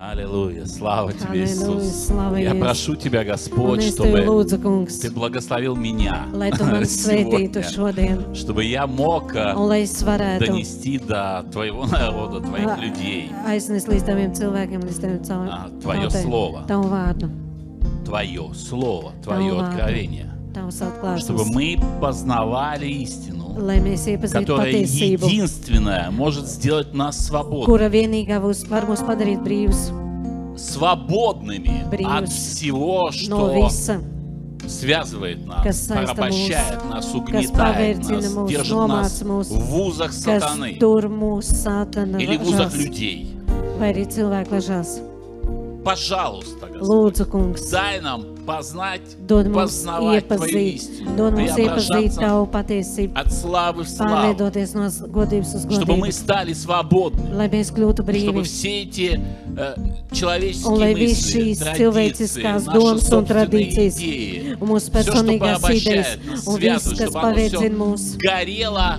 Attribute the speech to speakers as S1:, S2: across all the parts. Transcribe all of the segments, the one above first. S1: Аллилуйя, слава тебе,
S2: Аллилуйя,
S1: Иисус.
S2: слава
S1: Я
S2: Иисус.
S1: прошу тебя, Господь,
S2: Un es tevi
S1: чтобы
S2: lūdzu, kungs,
S1: ты благословил меня
S2: lai tu mani
S1: сегодня,
S2: svētītu šodien,
S1: чтобы я мог э,
S2: un lai es varētu
S1: донести до твоего народа,
S2: А.
S1: твоих людей,
S2: aiznest līdz taviem cilvēkiem, līdz taviem
S1: А,
S2: cilvēkiem.
S1: твое слово.
S2: Tavu vārdu,
S1: твое слово, твое
S2: Аллилуйя.
S1: откровение,
S2: tavus
S1: чтобы
S2: atklāsmes,
S1: мы познавали истину,
S2: lai mēs iepazītu
S1: которая
S2: patiesību,
S1: единственная может сделать нас свободными,
S2: kura vienīgā būs, var mūs padarīt brīvus
S1: свободными от
S2: Брилс.
S1: всего,
S2: no
S1: что
S2: visa,
S1: связывает нас,
S2: Kas saista
S1: порабощает
S2: mūs,
S1: нас, угнетает
S2: pavērcina
S1: нас,
S2: mūs,
S1: держит
S2: nomāc
S1: нас
S2: mūs,
S1: в узах
S2: kas
S1: сатаны
S2: tur mūs sātana
S1: или в узах
S2: ražās,
S1: людей.
S2: vai arī cilvēku ražās.
S1: Пожалуйста, Господь,
S2: Lūdzu, kungs,
S1: дай нам познать,
S2: dod mums
S1: познавать Твою
S2: iepazīt,
S1: истину,
S2: dod mums iepazīt
S1: преображаться
S2: tavu patiesību,
S1: от славы в славу,
S2: pārveidoties no godības uz
S1: чтобы мы
S2: godību,
S1: стали свободны,
S2: lai mēs kļūtu
S1: чтобы
S2: brīvi.
S1: все эти э, человеческие
S2: Un lai viss
S1: мысли,
S2: šīs
S1: традиции, наши
S2: cilvēciskās domas un
S1: собственные
S2: tradīcijas,
S1: идеи,
S2: un mūsu
S1: Всё, что
S2: personīgās idejas,
S1: порабощает нас,
S2: un viss,
S1: связывает,
S2: kas
S1: чтобы оно
S2: pavēdzina mūs,
S1: всё горело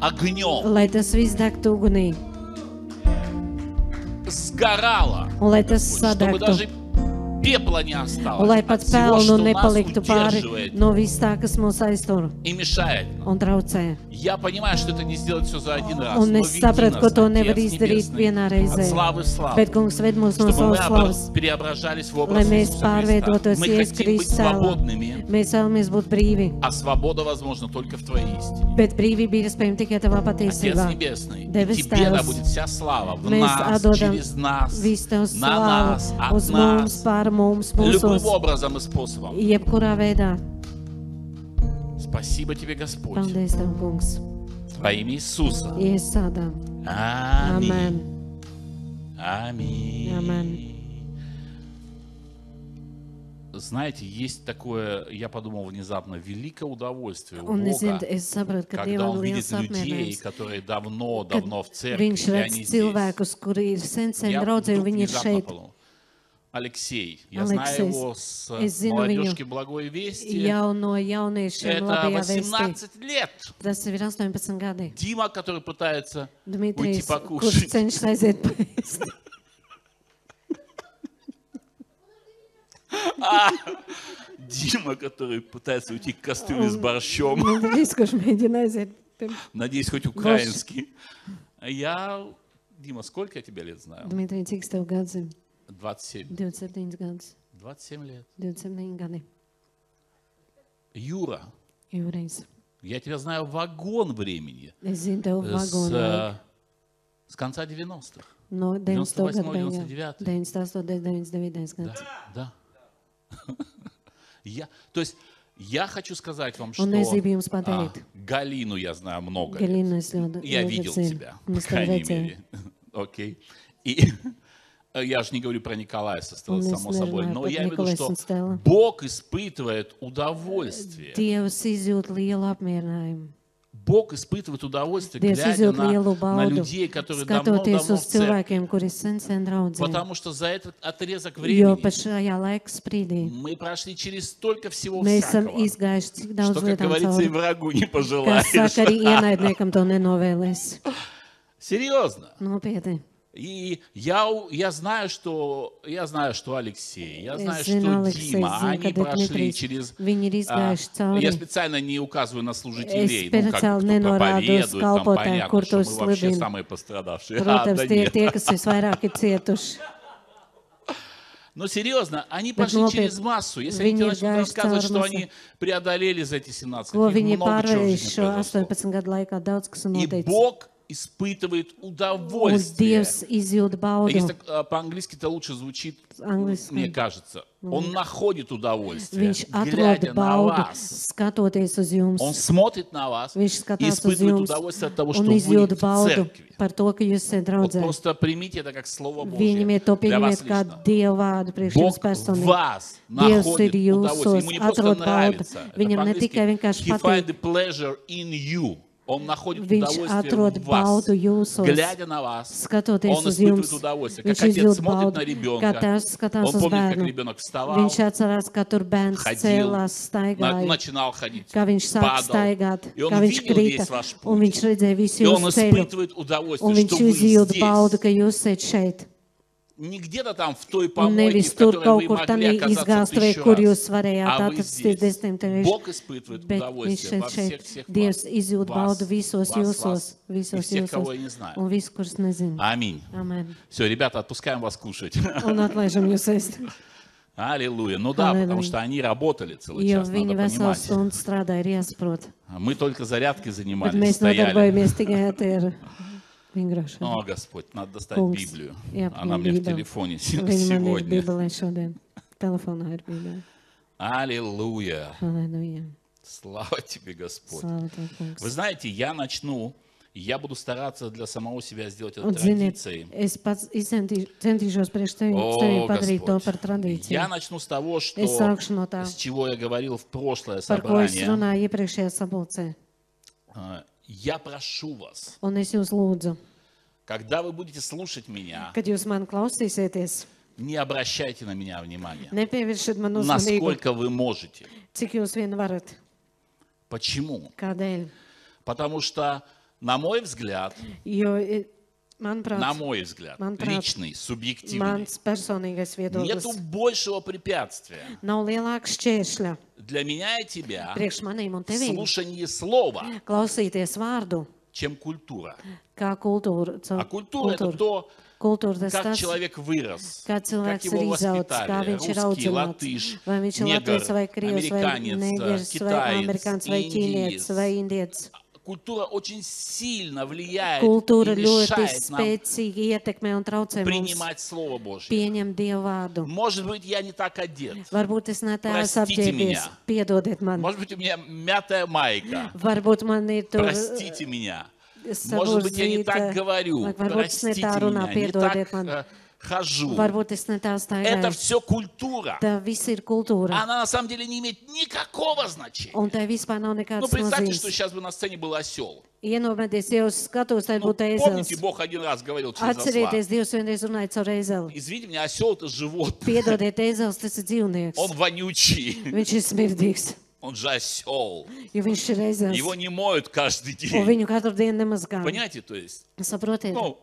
S1: огнем,
S2: lai tas viss degtu ugunī,
S1: сгорало,
S2: un lai tas
S1: Господь, чтобы
S2: sadegtu,
S1: даже пепла не осталось,
S2: un lai
S1: от
S2: pat
S1: всего,
S2: pelnu
S1: что нас
S2: nepaliktu pāri
S1: удерживает
S2: no viss tā, kas mūs aiztur
S1: и мешает нам.
S2: un traucē.
S1: Я понимаю, что это не сделать все за один раз,
S2: Un
S1: но
S2: es
S1: веди
S2: sapratu,
S1: нас,
S2: ka to
S1: Отец
S2: nevar izdarīt
S1: Небесный,
S2: vienā
S1: от
S2: reizē,
S1: славы в славу.
S2: bet kungs ved mūs no
S1: чтобы мы
S2: savas
S1: обра-
S2: slavas.
S1: преображались в образ
S2: Lai mēs
S1: Иисуса Христа.
S2: pārveidotos
S1: Мы
S2: Jēzus
S1: хотим быть
S2: Kristā.
S1: свободными,
S2: Mēs vēlamies būt brīvi,
S1: а свобода возможна только в Твоей истине.
S2: bet brīvība ir iespējama tikai tavā
S1: Отец
S2: patiesībā.
S1: Небесный,
S2: Devis
S1: Тебе да
S2: Tēvs,
S1: будет вся слава в
S2: mēs
S1: нас,
S2: atdodam
S1: через нас,
S2: Viss tev
S1: на нас,
S2: slavu
S1: от
S2: uz mums,
S1: нас,
S2: pār mums,
S1: любым
S2: mūsos,
S1: образом и способом.
S2: jebkurā veidā.
S1: Спасибо Тебе, Господь,
S2: Paldies, tev, kungs,
S1: во имя Иисуса.
S2: iesādām.
S1: Аминь.
S2: Amen.
S1: Аминь.
S2: Аминь.
S1: Знаете, есть такое, я подумал внезапно, великое удовольствие у
S2: Un es,
S1: Бога,
S2: zinu, es saprotu, ka
S1: когда
S2: Dievam
S1: Он
S2: liels
S1: видит людей,
S2: apmierinājums.
S1: которые давно-давно в
S2: Kad
S1: церкви,
S2: viņš
S1: и
S2: redz
S1: они здесь.
S2: cilvēkus, kuri ir sen sen
S1: Я
S2: draudzē, un
S1: вдруг
S2: viņi ir
S1: внезапно
S2: šeit.
S1: подумал. Алексей, я
S2: Алексей,
S1: знаю его с
S2: я знаю
S1: молодежки Благой Вести.
S2: Jau no jauniešiem
S1: Это
S2: labajā vēstī.
S1: 18 лет.
S2: Tas ir 18 gadi.
S1: Дима, который пытается уйти
S2: Dmitrijs, kurš
S1: покушать.
S2: cenšas aiziet pēc.
S1: Дима, который пытается уйти к кастрюле с борщом.
S2: Dmitrijs, kurš mēģina aiziet pie.
S1: Надеюсь, хоть украинский. Я, Дима, сколько я тебе лет знаю?
S2: Dmitrij, cik tev gads ir?
S1: 27.
S2: 27 gads.
S1: 27 лет.
S2: 27 gadi.
S1: Юра,
S2: Jūrijas.
S1: я тебя знаю вагон времени.
S2: Es zinu, tev
S1: С, э,
S2: vagonu
S1: с конца 90-х.
S2: no 90.
S1: 98,
S2: gada beigām.
S1: 99.
S2: 98, 99.
S1: Да,
S2: gads.
S1: да. Я, то есть я хочу сказать вам, что
S2: Он из Ибиум спадает.
S1: а, Галину я знаю много. лет.
S2: Galina, es ļoti.
S1: Я
S2: ļoti
S1: видел
S2: dzinu.
S1: тебя, по
S2: Un es tev
S1: крайней
S2: redzēju.
S1: мере. Окей. И я же не говорю про Николая со стороны,
S2: Он из
S1: само собой,
S2: Нерна,
S1: но
S2: под
S1: я имею в
S2: Николай
S1: виду, что
S2: Сенстелла.
S1: Бог испытывает удовольствие.
S2: Dievs izjūt lielu apmierinājumu.
S1: Бог испытывает удовольствие,
S2: Dievs
S1: глядя
S2: izjūt lielu
S1: на, на
S2: baudu,
S1: людей, которые давно-давно
S2: skatoties
S1: в
S2: uz
S1: церкви.
S2: cilvēkiem, kuri sen sen draudzē.
S1: Потому что за этот отрезок
S2: Jo
S1: времени
S2: pat šajā laika sprīdī
S1: мы прошли через столько всего
S2: mēs esam
S1: всякого,
S2: izgājuši tik
S1: что,
S2: daudz
S1: как
S2: lietām
S1: говорится, и
S2: cauri.
S1: врагу не
S2: Kā saka, arī
S1: пожелаешь.
S2: ienaidniekam to nenovēlēs.
S1: Серьезно.
S2: Nopietni.
S1: И я, у- я знаю, что я знаю, что Алексей, я знаю,
S2: Es zinu,
S1: что
S2: Aleksis,
S1: Дима,
S2: zinu,
S1: они
S2: ka
S1: прошли
S2: Dmitrijs,
S1: через.
S2: viņi ir
S1: а,
S2: izgājuši
S1: я
S2: cauri.
S1: специально не указываю на
S2: Es
S1: служителей, ну, как бы,
S2: speciāli
S1: кто
S2: nenorādu uz
S1: проповедует, там
S2: kalpotājiem,
S1: понятно,
S2: kur
S1: что мы
S2: tos
S1: вообще
S2: sludina.
S1: самые пострадавшие. А,
S2: Protams,
S1: да
S2: tie ir
S1: нет.
S2: tie, kas visvairāk ir cietuši.
S1: Но серьезно, они
S2: Bet
S1: прошли
S2: nopietni,
S1: через массу. Если они тебе
S2: viņi ir
S1: начнут
S2: gājuši
S1: рассказывать,
S2: cauri
S1: что
S2: masai.
S1: они преодолели за эти 17
S2: Ko
S1: лет,
S2: viņi ir
S1: много чего в
S2: pārvarējuši
S1: жизни
S2: šo
S1: произошло.
S2: 18 gadu laikā, daudz kas ir
S1: И
S2: noticis.
S1: Бог испытывает
S2: Un
S1: удовольствие.
S2: Dievs izjūta baudu.
S1: Если так, а, по-английски это лучше звучит,
S2: Английский.
S1: мне кажется. Он находит удовольствие,
S2: Viņš atrod
S1: глядя на
S2: baudu,
S1: вас.
S2: skatoties uz
S1: Он
S2: jums.
S1: смотрит на вас и
S2: Viņš skatās uz
S1: испытывает
S2: jums
S1: удовольствие от того, что
S2: un
S1: вы
S2: izjūt
S1: в
S2: baudu
S1: церкви.
S2: par to, ka jūs esat
S1: Вот
S2: draudzē.
S1: просто примите это как слово Божье
S2: Viņamiet to
S1: для вас
S2: pieņemiet kā
S1: лично.
S2: Dieva vārdu priekš
S1: Бог
S2: jums
S1: в
S2: personīgi.
S1: вас
S2: Dievs
S1: находит
S2: ir
S1: удовольствие.
S2: jūsos,
S1: Ему не просто
S2: atrod baudu.
S1: нравится. это
S2: Viņam ne
S1: по-английски
S2: tikai vienkārši
S1: He find
S2: patīk,
S1: the pleasure in you. Он находит
S2: Viņš atrod
S1: удовольствие в вас.
S2: baudu jūsos.
S1: Глядя на вас,
S2: skatoties
S1: он
S2: uz
S1: испытывает
S2: jums.
S1: удовольствие. Как
S2: Viņš
S1: отец
S2: izjūt
S1: смотрит
S2: baudu,
S1: на
S2: kā
S1: ребенка.
S2: tēvs skatās
S1: Он
S2: uz
S1: помнит, как
S2: bērnu.
S1: ребенок вставал,
S2: Viņš atcerās, kā tur bērns
S1: ходил, на-
S2: cēlās, staigāja.
S1: начинал ходить,
S2: kā viņš sāk
S1: падал.
S2: staigāt,
S1: И он
S2: kā viņš
S1: видел
S2: krita,
S1: весь ваш
S2: un
S1: путь.
S2: viņš redzēja visu
S1: И он
S2: jūsu ceļu,
S1: испытывает
S2: un
S1: удовольствие,
S2: viņš
S1: что вы
S2: izjūta
S1: здесь.
S2: baudu, ka jūs esat šeit.
S1: не где-то там в той помойке,
S2: Nevis
S1: в
S2: tur
S1: которой
S2: kaut
S1: вы
S2: kur
S1: могли
S2: tādā
S1: оказаться
S2: izgāztuvē,
S1: тысячу
S2: kur jūs
S1: раз,
S2: varējāt
S1: а вы
S2: atrasties
S1: здесь.
S2: desmit reizes.
S1: Бог испытывает
S2: Bet viņš
S1: удовольствие во
S2: šeit,
S1: всех
S2: šeit
S1: всех
S2: Dievs
S1: вас.
S2: izjūt
S1: Вас,
S2: baudu visos
S1: вас,
S2: jūsos,
S1: вас. И
S2: visos
S1: всех, кого я не
S2: jūsos
S1: знаю.
S2: un visus, kurus nezinu.
S1: Аминь.
S2: Amen.
S1: Все, ребята, отпускаем вас кушать.
S2: Un atlaižam jūs ēst.
S1: Аллилуйя. Ну да, потому
S2: Аллилуйя.
S1: что они работали целый
S2: Jo
S1: час, надо
S2: viņi veselu
S1: понимать.
S2: stundu strādāja, ir jāsaprot.
S1: А Мы только зарядкой
S2: Bet
S1: занимались,
S2: mēs
S1: стояли.
S2: nodarbojamies tikai ar vingrošanu.
S1: О, Господь, надо достать
S2: Kungs.
S1: Библию.
S2: Jā,
S1: Она мне в
S2: Bībele.
S1: телефоне
S2: Viņa man ir
S1: сегодня.
S2: Bībelē šodien. Telefonā ir Bībelē.
S1: Аллилуйя.
S2: Halleluja.
S1: Слава тебе, Господь.
S2: Slāva tev, kungs.
S1: Вы знаете, я начну, я буду стараться для самого себя сделать это
S2: Un, ziniet,
S1: традицией.
S2: es pats izcentīš- centīšos priekš tevi, tevi
S1: О,
S2: padarīt to par
S1: Господь.
S2: tradīciju.
S1: Я начну с того, что,
S2: Es sākšu no tā,
S1: с чего я говорил в прошлое
S2: par ko es
S1: собрание.
S2: runāju iepriekšējā sapulcē.
S1: А, Я прошу вас,
S2: Un es jūs lūdzu,
S1: когда вы будете слушать меня,
S2: kad jūs man klausīsieties,
S1: не обращайте на меня внимания.
S2: nepievēršiet man uzmanību,
S1: Насколько вы можете.
S2: cik jūs vien varat.
S1: Почему?
S2: Kādēļ?
S1: Потому что, на мой взгляд,
S2: Jo, i-
S1: на
S2: manuprāt,
S1: мой взгляд,
S2: Ман прав.
S1: личный, субъективный,
S2: mans personīgais
S1: нету
S2: viedoklis
S1: большего препятствия
S2: nav lielāks šķēršļa
S1: для меня и тебя
S2: priekš manīm un tevīm
S1: слушание слова,
S2: klausīties vārdu
S1: чем культура.
S2: kā kultūru.
S1: А
S2: caur
S1: культура это
S2: kultūru.
S1: то,
S2: Kultūra tas
S1: как
S2: tas,
S1: человек вырос,
S2: kā cilvēks
S1: его
S2: ir izaudzis, kā
S1: воспитали.
S2: viņš ir
S1: Русский,
S2: audzināts.
S1: латыш,
S2: Vai viņš ir
S1: негр,
S2: latvijas vai krievs vai
S1: американец,
S2: negers vai
S1: китаец,
S2: amerikāns vai ķīnietis vai
S1: индиец.
S2: indietis.
S1: Культура очень сильно влияет
S2: Kultūra
S1: и
S2: ļoti
S1: мешает нам
S2: spēcīgi ietekmē un traucē mums
S1: принимать Слово Божье.
S2: pieņemt Dievu vārdu.
S1: Может быть, я не так одет.
S2: Varbūt es ne tā esmu
S1: Простите
S2: apģērbies.
S1: меня.
S2: Piedodiet man.
S1: Может быть, у меня мятая майка.
S2: Varbūt man ir tur
S1: Простите меня. Может быть, я не так
S2: savuzīta.
S1: говорю.
S2: Varbūt es ne
S1: Простите
S2: tā runā,
S1: меня. Не
S2: piedodiet
S1: так
S2: man.
S1: э, хожу.
S2: Varbūt es ne tā
S1: Это
S2: staigāju.
S1: все культура.
S2: Tā viss ir kultūra.
S1: Она на самом деле не имеет никакого значения.
S2: Un tai vispār nav
S1: Ну,
S2: nekādas
S1: представьте, что
S2: nozīmes.
S1: сейчас бы на сцене был осел.
S2: Ienomēties jau uz skatuves, tai
S1: Ну,
S2: Nu, būtu
S1: помните,
S2: ezels.
S1: Бог один раз говорил через осла.
S2: Atcerieties, Dievs vienreiz runāja caur ezeli.
S1: Извините меня, осел это животное.
S2: Piedodiet, ezels tas ir dzīvnieks.
S1: Он вонючий.
S2: Viņš ir smirdīgs,
S1: Он же осел.
S2: jo viņš ir
S1: Его
S2: ezels.
S1: не moют каждый
S2: Un
S1: день.
S2: viņu katru dienu nemazgā.
S1: Понимаете, то есть,
S2: Saprotiet?
S1: ну,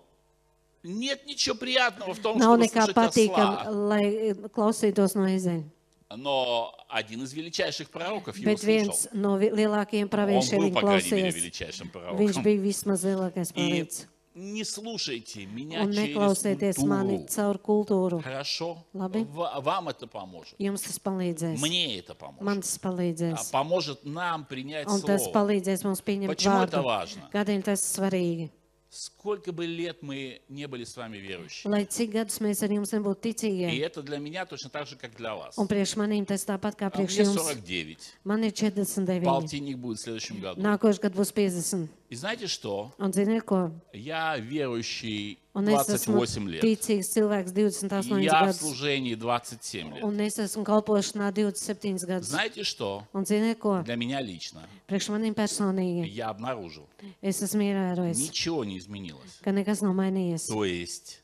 S1: нет ничего приятного в том,
S2: Nav
S1: чтобы
S2: nekā
S1: слушать
S2: patīkama,
S1: осла.
S2: lai eh, klausītos no ezeļa.
S1: Но один из величайших пророков его
S2: Bet viens
S1: слушал.
S2: no vi- lielākajiem
S1: Он
S2: praviešiem
S1: был,
S2: viņa
S1: по крайней мере,
S2: klausījās.
S1: величайшим
S2: Viņš
S1: пророком.
S2: bija vismaz lielākais
S1: И
S2: pravietis.
S1: не слушайте меня
S2: Un
S1: через
S2: neklausieties mani
S1: культуру.
S2: caur kultūru.
S1: Хорошо?
S2: Лады.
S1: В- Вам это поможет.
S2: Jums tas palīdzēs.
S1: Мне это поможет.
S2: Man tas
S1: А
S2: palīdzēs.
S1: Поможет нам принять
S2: Un tas
S1: слово.
S2: palīdzēs mums pieņemt
S1: Почему это
S2: vārdu.
S1: важно?
S2: Kādēļ tas ir svarīgi?
S1: Сколько бы лет мы не были с вами верующими.
S2: Lai cik gadus mēs ar jums nebūtu
S1: И
S2: ticīgi.
S1: это для меня точно так же, как для вас.
S2: Un priekš manīm tas tāpat kā
S1: А Мне
S2: priekš jums.
S1: 49.
S2: Man ir 49.
S1: Полтинник будет в следующем году.
S2: Nākošais gads būs 50.
S1: И знаете что?
S2: Un ziniet ko?
S1: Я верующий
S2: Un es esmu
S1: 28 лет.
S2: ticīgs cilvēks 28
S1: Я в
S2: gadus.
S1: служении 27 лет.
S2: Un es esmu kalpošanā 27 gadus.
S1: Знаете что?
S2: Un ziniet ko?
S1: Для меня лично
S2: Priekš manīm personīgi
S1: я обнаружил,
S2: es esmu ievērojis,
S1: ничего не изменилось.
S2: ka nekas nav mainījies.
S1: То есть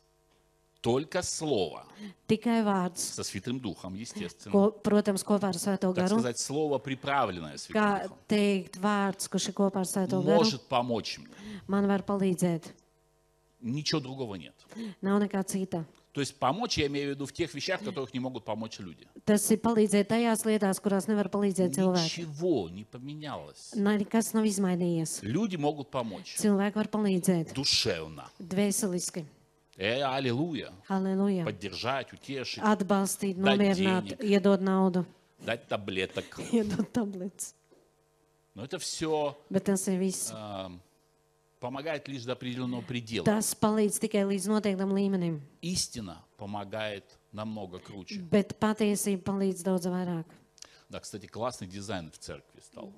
S1: только слово
S2: Tikai vārds,
S1: со Святым Духом, естественно.
S2: ko, protams, kopā ar Svēto
S1: Так
S2: garu.
S1: сказать, слово, приправленное Святым
S2: Kā
S1: Духом,
S2: teikt, vārds, kurš ir kopā ar Svēto garu,
S1: может помочь мне.
S2: man var palīdzēt.
S1: Ничего другого нет.
S2: Nav nekā cita.
S1: То есть помочь я имею в виду в тех вещах, в которых не могут помочь люди.
S2: Tas ir palīdzēt tajās lietās, kurās nevar palīdzēt cilvēki.
S1: Ничего не поменялось.
S2: Nā, Nekas nav izmainījies.
S1: Люди могут помочь.
S2: Cilvēki var palīdzēt
S1: Душевно.
S2: dvēseliski.
S1: Э, аллилуйя.
S2: Halleluja!
S1: Поддержать, утешить,
S2: Atbalstīt,
S1: Dāt
S2: nomierināt,
S1: dzīvnieku.
S2: iedod naudu,
S1: дать таблеток.
S2: iedod tabletes.
S1: Но это все
S2: Bet tas ir viss.
S1: помогает лишь до определенного предела.
S2: Tas palīdz tikai līdz noteiktam līmenim,
S1: Истина помогает намного круче.
S2: bet patiesība palīdz daudz vairāk.
S1: Да, кстати, классный дизайн в церкви стал.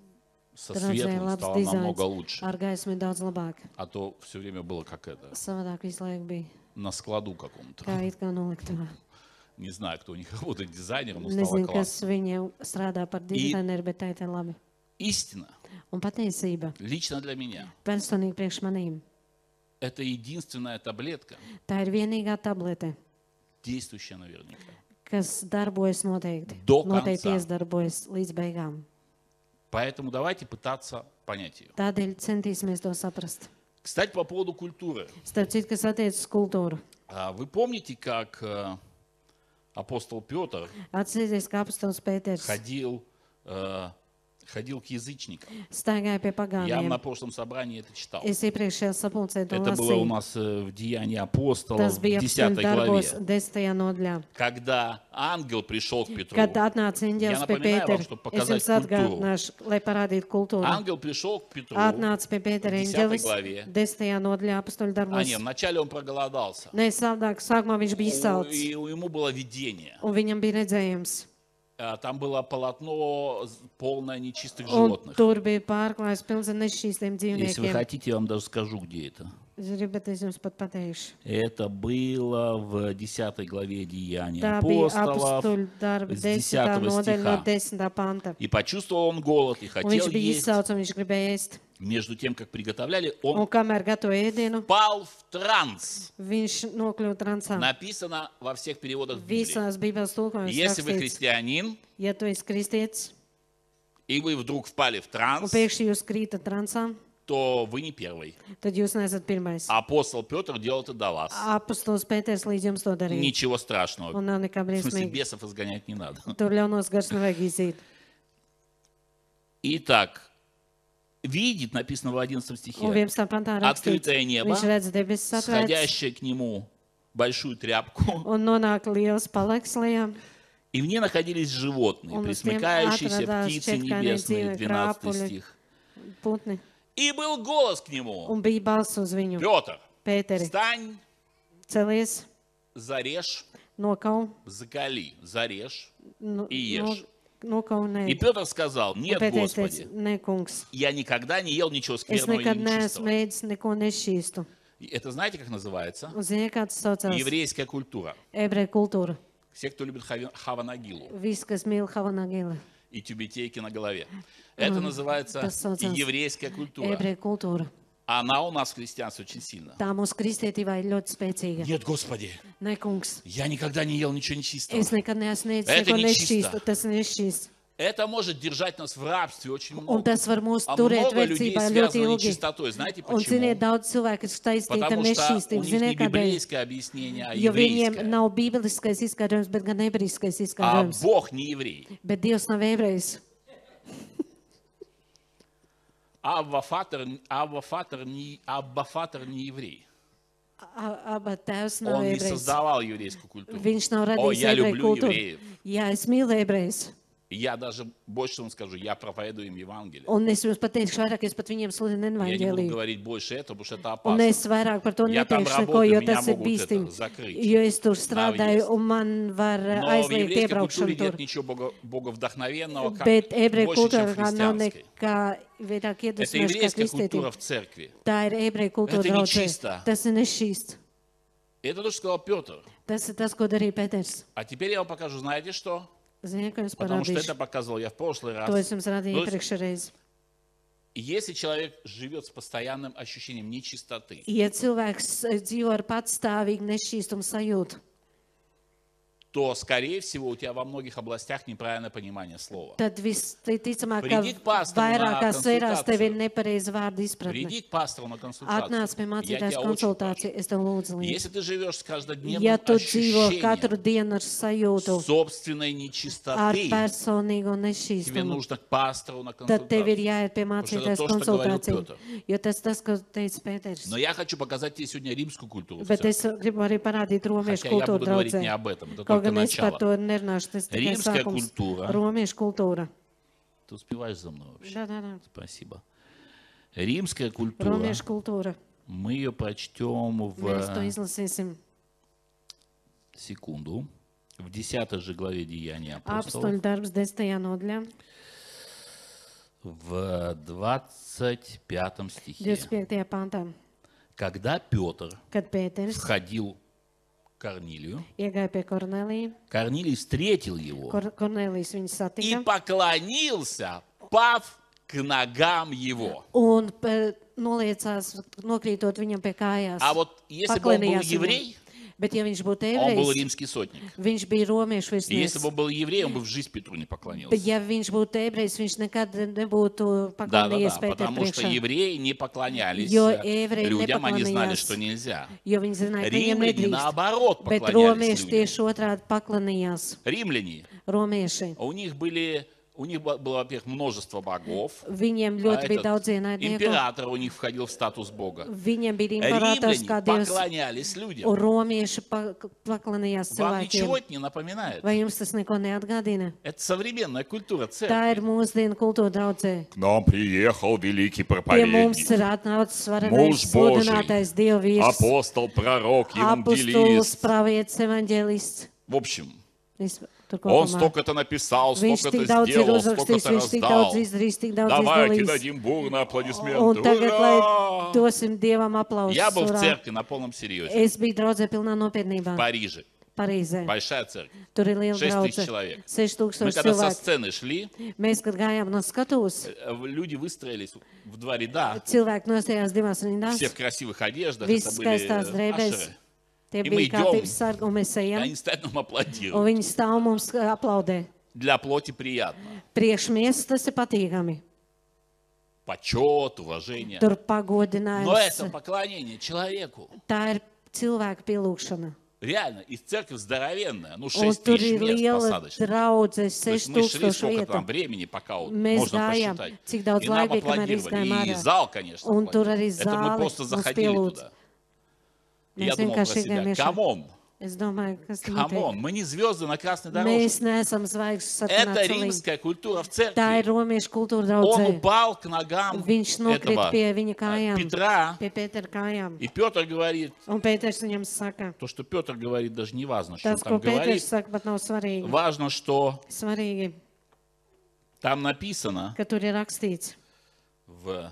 S1: Со
S2: Tur redzēja
S1: светлым
S2: labs
S1: стало намного
S2: dizains,
S1: лучше.
S2: ar gaismu ir daudz labāk.
S1: А то все время было как это,
S2: Savādāk visu laiku bija,
S1: на складу каком-то.
S2: kā it kā noliktavā.
S1: Не знаю, кто у них работает дизайнером, но стало
S2: Nezinu, kas
S1: классно.
S2: viņiem strādā par dizaineru, bet tā ir tā labi.
S1: Истина,
S2: Un patiesība
S1: лично для меня,
S2: personīgi priekš manīm.
S1: это единственная таблетка,
S2: Tā ir vienīgā tablete,
S1: действующая наверняка.
S2: kas darbojas noteikti.
S1: Do
S2: Noteikti
S1: kancā.
S2: iesdarbojas līdz beigām.
S1: Поэтому давайте пытаться понять ее.
S2: Tādēļ centīsimies to saprast.
S1: Кстати, по поводу культуры.
S2: Starp citu, kas attiecas uz kultūru.
S1: А Вы помните, как э, апостол Петр
S2: Atcerieties, kā apstāsts Pēters
S1: ходил, э, ходил к язычникам?
S2: stāvēja pie
S1: Я
S2: pagāniem.
S1: на прошлом собрании это читал.
S2: Es iepriekšējā sapulcē to
S1: Это было у
S2: lasīju.
S1: нас э, в Деянии апостолов
S2: Tas
S1: в
S2: bija
S1: 10
S2: apstāsts
S1: главе.
S2: darbos 10. nodaļā.
S1: Когда ангел пришел к Петру,
S2: Kad atnāca
S1: Я
S2: Indijas pie
S1: напоминаю вам,
S2: Pētera,
S1: чтобы
S2: es
S1: показать
S2: jums atgādināšu, lai parādītu kultūru.
S1: ангел пришел к Петру, а
S2: Atnāca pie Pētera
S1: 10.
S2: Indijas
S1: glavie.
S2: 10. nodaļā apstāļu darbos.
S1: А нет, вначале он проголодался.
S2: Nē, saldāk, sākumā viņš bija
S1: У-
S2: izsalcis,
S1: И у- ему было видение.
S2: un viņam bija redzējums.
S1: А, Там было полотно с- полное нечистых
S2: Un
S1: животных.
S2: tur bija pārklājis pilns ar nešķīstiem
S1: Если вы
S2: dzīvniekiem.
S1: хотите, я вам даже скажу, где это.
S2: Es gribu, bet es jums pat pateikšu.
S1: Это было в 10 главе Деяния
S2: Tā bija
S1: апостолов.
S2: apstuļu darba
S1: z 10.
S2: 10. nodaļa no
S1: stihā.
S2: 10. panta.
S1: И почувствовал он голод и
S2: Un
S1: хотел
S2: viņš bija
S1: есть.
S2: izsaucis, un viņš gribēja ēst.
S1: Между тем, как приготовляли,
S2: Un
S1: он
S2: kamēr gatavoja ēdienu,
S1: впал в транс.
S2: viņš nokļuva transā.
S1: Написано во всех переводах Библии.
S2: Visās Bībeles tulkojumos
S1: Если вы
S2: rakstīts,
S1: христианин,
S2: ja tu esi kristietis
S1: и вы вдруг впали в
S2: un
S1: транс,
S2: pēkšņi jūs krītat transā,
S1: то вы не первый.
S2: tad jūs neesat pirmais.
S1: Апостол Петр делал это до вас.
S2: Apostols Pēters līdz jums to darīja.
S1: Ничего страшного.
S2: Un nav nekā
S1: В смысле,
S2: briesmīga.
S1: бесов изгонять не надо.
S2: Tur ļaunos gars nevajag izzīt.
S1: Итак, видит, написано в 11
S2: Un
S1: стихе,
S2: 11. pantā rakstīts,
S1: Atklītēja niebā,
S2: viņš redz debesis atvērts
S1: сходящее к нему большую тряпку,
S2: un nonāk liels palaks lejā.
S1: и в ней находились животные,
S2: Он
S1: присмыкающиеся
S2: отрадал
S1: птицы
S2: щепками
S1: небесные,
S2: дивы,
S1: 12
S2: крапули.
S1: стих.
S2: Putni.
S1: И был голос к нему,
S2: Un bija balss uz viņu.
S1: Петр,
S2: Pēteri,
S1: встань,
S2: celies,
S1: зарежь,
S2: nokau,
S1: закали, зарежь.
S2: nu,
S1: Ieš.
S2: nokaunē.
S1: И Петр сказал, нет,
S2: Pēters teica,
S1: Господи,
S2: nē, kungs,
S1: я никогда не ел ничего
S2: es
S1: скверного или
S2: nekad neesmu
S1: нечистого.
S2: mēģinājis neko nešķīstu.
S1: И Это знаете, как называется?
S2: Un zini, kā tas saucās?
S1: Еврейская культура.
S2: Ebreja kultūra.
S1: Все, кто любит хави- хаванагилу
S2: Viss, kas mīl Havanagila.
S1: и тюбетейки на голове. Это называется
S2: посмотрел.
S1: еврейская культура.
S2: Ebreja kultūra.
S1: Она у нас в христианстве очень сильно.
S2: Tā mūsu kristietībā ir ļoti spēcīga.
S1: Нет, Господи,
S2: Nē, kungs,
S1: я никогdā не ел ничего нечистого.
S2: es nekad neesmu
S1: Это
S2: mēģinājis neko
S1: нечисто.
S2: nešķīstu. Tas ir nešķīsts.
S1: Это может держать нас в рабстве очень
S2: Un
S1: много.
S2: tas var mūs
S1: А
S2: turēt
S1: много людей
S2: vērtībā ļoti
S1: связано
S2: ilgi.
S1: нечистотой. Знаете
S2: Un, ziniet,
S1: почему?
S2: daudz cilvēku ir saistīti ar
S1: Потому что у
S2: nešķīstību.
S1: них не
S2: Ziniet, kādēļ?
S1: библейское объяснение, а
S2: Jo
S1: еврейское.
S2: viņiem nav bībeliskais izskaidrojums, bet gan ebrejiskais
S1: А
S2: izskaidrojums.
S1: Бог не еврей.
S2: Bet Dievs nav ebrejs.
S1: Абба Фатер, Абба Фатер не, Абба Фатер не еврей.
S2: A- Abas tēvs nav
S1: Он не
S2: ebrejs.
S1: создавал еврейскую культуру.
S2: Viņš nav
S1: О,
S2: radījis
S1: я
S2: ebreju
S1: люблю
S2: kultūru.
S1: евреев.
S2: Jā, es mīlu ebrejus.
S1: Я даже больше вам скажу, я проповедую им Евангелие.
S2: Un es jums pateikšu vairāk, es pat viņiem
S1: Я
S2: sludinu
S1: не буду
S2: evaņģēlīju.
S1: говорить больше этого, потому что это
S2: Un
S1: опасно.
S2: es vairāk par to
S1: Ja tam
S2: neteikšu neko,
S1: работаю,
S2: jo
S1: меня
S2: tas ir
S1: могут
S2: bīstami.
S1: это закрыть.
S2: Jo es tur
S1: Nav
S2: strādāju,
S1: iest.
S2: un man var uh,
S1: Но в
S2: aizliegt
S1: еврейской культуре
S2: iebraukšanu
S1: нет
S2: tur.
S1: nичего бого, боговдохновенного, как,
S2: Bet ebreju
S1: больше, чем в
S2: kultūrā nav
S1: христианской.
S2: nekā vairāk
S1: Это
S2: iedvesmojoša kā
S1: еврейская
S2: kristietība.
S1: культура в церкви.
S2: Tā ir ebreju kultūra.
S1: Это не
S2: draudzē.
S1: čistā.
S2: Tas ir nešķīsts.
S1: Это то, что сказал Петр.
S2: Tas ir tas, ko darīja Pēters.
S1: А теперь я вам покажу, знаете что?
S2: Ziniet, ko jums
S1: Потому что
S2: parādīšu?
S1: это показывал я в прошлый
S2: To
S1: раз.
S2: es jums rādīju
S1: Nu,
S2: iepriekšējā reizē.
S1: Если человек живет с постоянным ощущением нечистоты,
S2: Ja cilvēks eh, dzīvo ar patstāvīgu nešķīstumu sajūtu,
S1: то, скорее всего, у тебя во многих областях неправильное понимание слова.
S2: tad visticamāk, ka
S1: Pridiet pāstam nā
S2: vairākās sfērās tev ir
S1: konsultāciju.
S2: nepareiza vārda izpratne.
S1: Приди к пастору на консультацию.
S2: Atnāc pie
S1: я
S2: mācītājas
S1: тебя очень прошу.
S2: konsultāciju, es tev lūdzu. Līdz.
S1: Если ты живешь с каждодневным
S2: Ja tu dzīvo katru
S1: ощущением
S2: dienu ar sajūtu,
S1: собственной
S2: ar
S1: нечистоты,
S2: personīgo
S1: тебе
S2: nešķīstumu,
S1: нужно к пастору на
S2: tad tev ir
S1: консультацию.
S2: jāiet pie
S1: Потому что это
S2: mācītājas
S1: то, что говорил
S2: konsultāciju. Jo tas tas, ko teica Pēters.
S1: Но я хочу показать тебе сегодня римскую культуру. в церкви.
S2: Bet es gribu arī parādīt romiešu
S1: Хотя я буду
S2: kultūru
S1: говорить
S2: draudzē.
S1: не об этом, это только
S2: Kaut gan es par
S1: начало.
S2: to nerunāšu, tas tikai
S1: Rimskā
S2: sākums.
S1: kultūra.
S2: Romiešu kultūra.
S1: Ты успеваешь за мной вообще?
S2: Jā, jā, jā.
S1: Спасибо. Римская культура.
S2: Romiešu kultūra.
S1: Мы ее прочтем
S2: Mēs to
S1: в
S2: izlasīsim
S1: секунду. В 10 же главе Деяния апостолов.
S2: apstuļu darbs desmitajā nodaļā,
S1: В 25 стихе.
S2: 25. pantā,
S1: Когда Петр
S2: kad Pēters
S1: входил к Корнилию,
S2: iegāja pie Kornelija.
S1: Корнилий встретил его
S2: Kor Kornelijas viņu
S1: и
S2: satika.
S1: поклонился, пав к ногам его.
S2: Un e, noliecās, nokrītot viņam pie kājās.
S1: А вот если бы он был
S2: Поклонился
S1: еврей,
S2: viņam. Bet ja viņš būtu
S1: Он был
S2: ebrejs,
S1: римский сотник.
S2: viņš bija romiešu
S1: И если
S2: virsnieks.
S1: бы он был еврей, он бы в жизнь Петру не
S2: Bet
S1: поклонился.
S2: ja viņš būtu ebrejs, viņš nekad nebūtu
S1: Да, да,
S2: paklausījies
S1: да,
S2: Pētera
S1: потому что
S2: priekšā.
S1: евреи не поклонялись
S2: Jo
S1: э,
S2: евреи не
S1: людям, они знали,
S2: поклонялись.
S1: что нельзя.
S2: Jo viņi zināja, ka viņiem
S1: Римляне,
S2: nedrīkst.
S1: наоборот,
S2: Bet
S1: поклонялись
S2: romieši
S1: людям.
S2: tieši otrādi paklanījās.
S1: Римляне,
S2: Romieši.
S1: А у них были, у них ба- было, во-первых, множество богов. а
S2: Viņiem ļoti bija
S1: этот
S2: daudz ienaidnieku.
S1: император у них входил в статус бога.
S2: Viņiem bija imperators
S1: Римляне
S2: kā dievs,
S1: поклонялись
S2: un
S1: людям.
S2: romieši pak- paklanījās
S1: Вам ничего
S2: cilvēkiem.
S1: это не напоминает?
S2: Vai jums tas neko neatgādina?
S1: Это современная культура
S2: Tā
S1: церкви.
S2: ir mūsdienu kultūra draudzē.
S3: К нам приехал великий
S2: Pie mums
S3: проповедник,
S2: ir atnācis
S3: Mūs
S2: varenais
S3: Božij.
S2: sludinātais dievvīrs,
S3: апостол, пророк,
S2: apustulis,
S3: евангелист.
S2: pravietis, evaņģēlists.
S1: В общем,
S2: Es tur
S3: Он
S2: kaut ko domāju.
S3: столько-то написал,
S2: Viņš tik
S3: столько-то
S2: daudz ir
S3: сделал,
S2: uzrakstījis,
S3: столько-то
S2: viņš tik
S3: раздал.
S2: daudz izdarījis, tik daudz
S3: Давайте
S2: izdalījis.
S3: дадим бурно
S2: Un
S3: аплодисменты.
S2: tagad, lai
S3: Ура!
S2: dosim dievam aplausus.
S1: я был в
S2: urā.
S1: церкви на полном серьезе.
S2: Es biju draudzē pilnā nopietnībā
S1: В Париже.
S2: э. Parīzē.
S1: Большая церковь.
S2: Tur ir liela
S1: 6 тысяч
S2: draudze.
S1: человек.
S2: 6000
S1: Мы когда со
S2: cilvēku.
S1: сцены шли,
S2: Mēs, kad gājām no skatuves,
S1: э, люди выстроились в два ряда,
S2: cilvēki nostājās divās rindās.
S1: все в красивых одеждах,
S2: Viss
S1: это были
S2: skaistās
S1: э,
S2: drēbēs.
S1: ашеры.
S2: Tie
S1: Ja
S2: bija
S1: mēs ejam-
S2: kārtības sargi, un mēs
S1: И
S2: ejam.
S1: Они стоят нам
S2: Un
S1: аплодируют.
S2: viņi stāv mums eh, aplaudē.
S1: Для плоти приятно.
S2: Priekš mēs tas ir patīkami.
S1: Почет, уважение.
S2: Tur
S1: Но это
S2: pagodinājums.
S1: поклонение человеku.
S2: Tā ir cilvēka pielūgšana.
S1: Реально, и церковь здоровенная, ну
S2: Un
S1: 6
S2: tur
S1: тысяч
S2: ir
S1: мест
S2: liela
S1: посадочных.
S2: draudze,
S1: То есть мы шли
S2: 6000
S1: сколько
S2: vieta.
S1: там времени, пока вот
S2: Мы
S1: можно
S2: знаем,
S1: посчитать.
S2: всегда вот
S1: И нам
S2: лайбе, когда мы
S1: аплодировали. И
S2: рискаем,
S1: зал, конечно,
S2: Он
S1: аплодировал.
S2: тура из
S1: Это мы
S2: зала,
S1: просто
S2: он
S1: заходили
S2: спел вот.
S1: туда. И Я
S2: Mēs
S1: думал про
S2: vienkārši
S1: себя,
S2: gājām
S1: камон,
S2: Es domāju, kas tas
S1: камон, мы не звезды на красной дорожке.
S2: Mēs neesam zvaigznes
S1: Это
S2: satelīti.
S1: римская культура в
S2: Tā
S1: церкви.
S2: ir romiešu kultūra
S1: Он
S2: draudzē.
S1: упал к ногам
S2: Viņš nokrita
S1: этого
S2: pie viņa
S1: э,
S2: kājām,
S1: Петра,
S2: pie Pētera kājām.
S1: и Петр говорит,
S2: Un Pēters viņam saka,
S1: то, что Петр говорит, даже не важно, что он
S2: tas, ko
S1: там
S2: Pēters
S1: говорит.
S2: saka, pat nav svarīgi.
S1: Важно, что
S2: Svarīgi,
S1: там написано
S2: ka tur ir rakstīts.
S1: в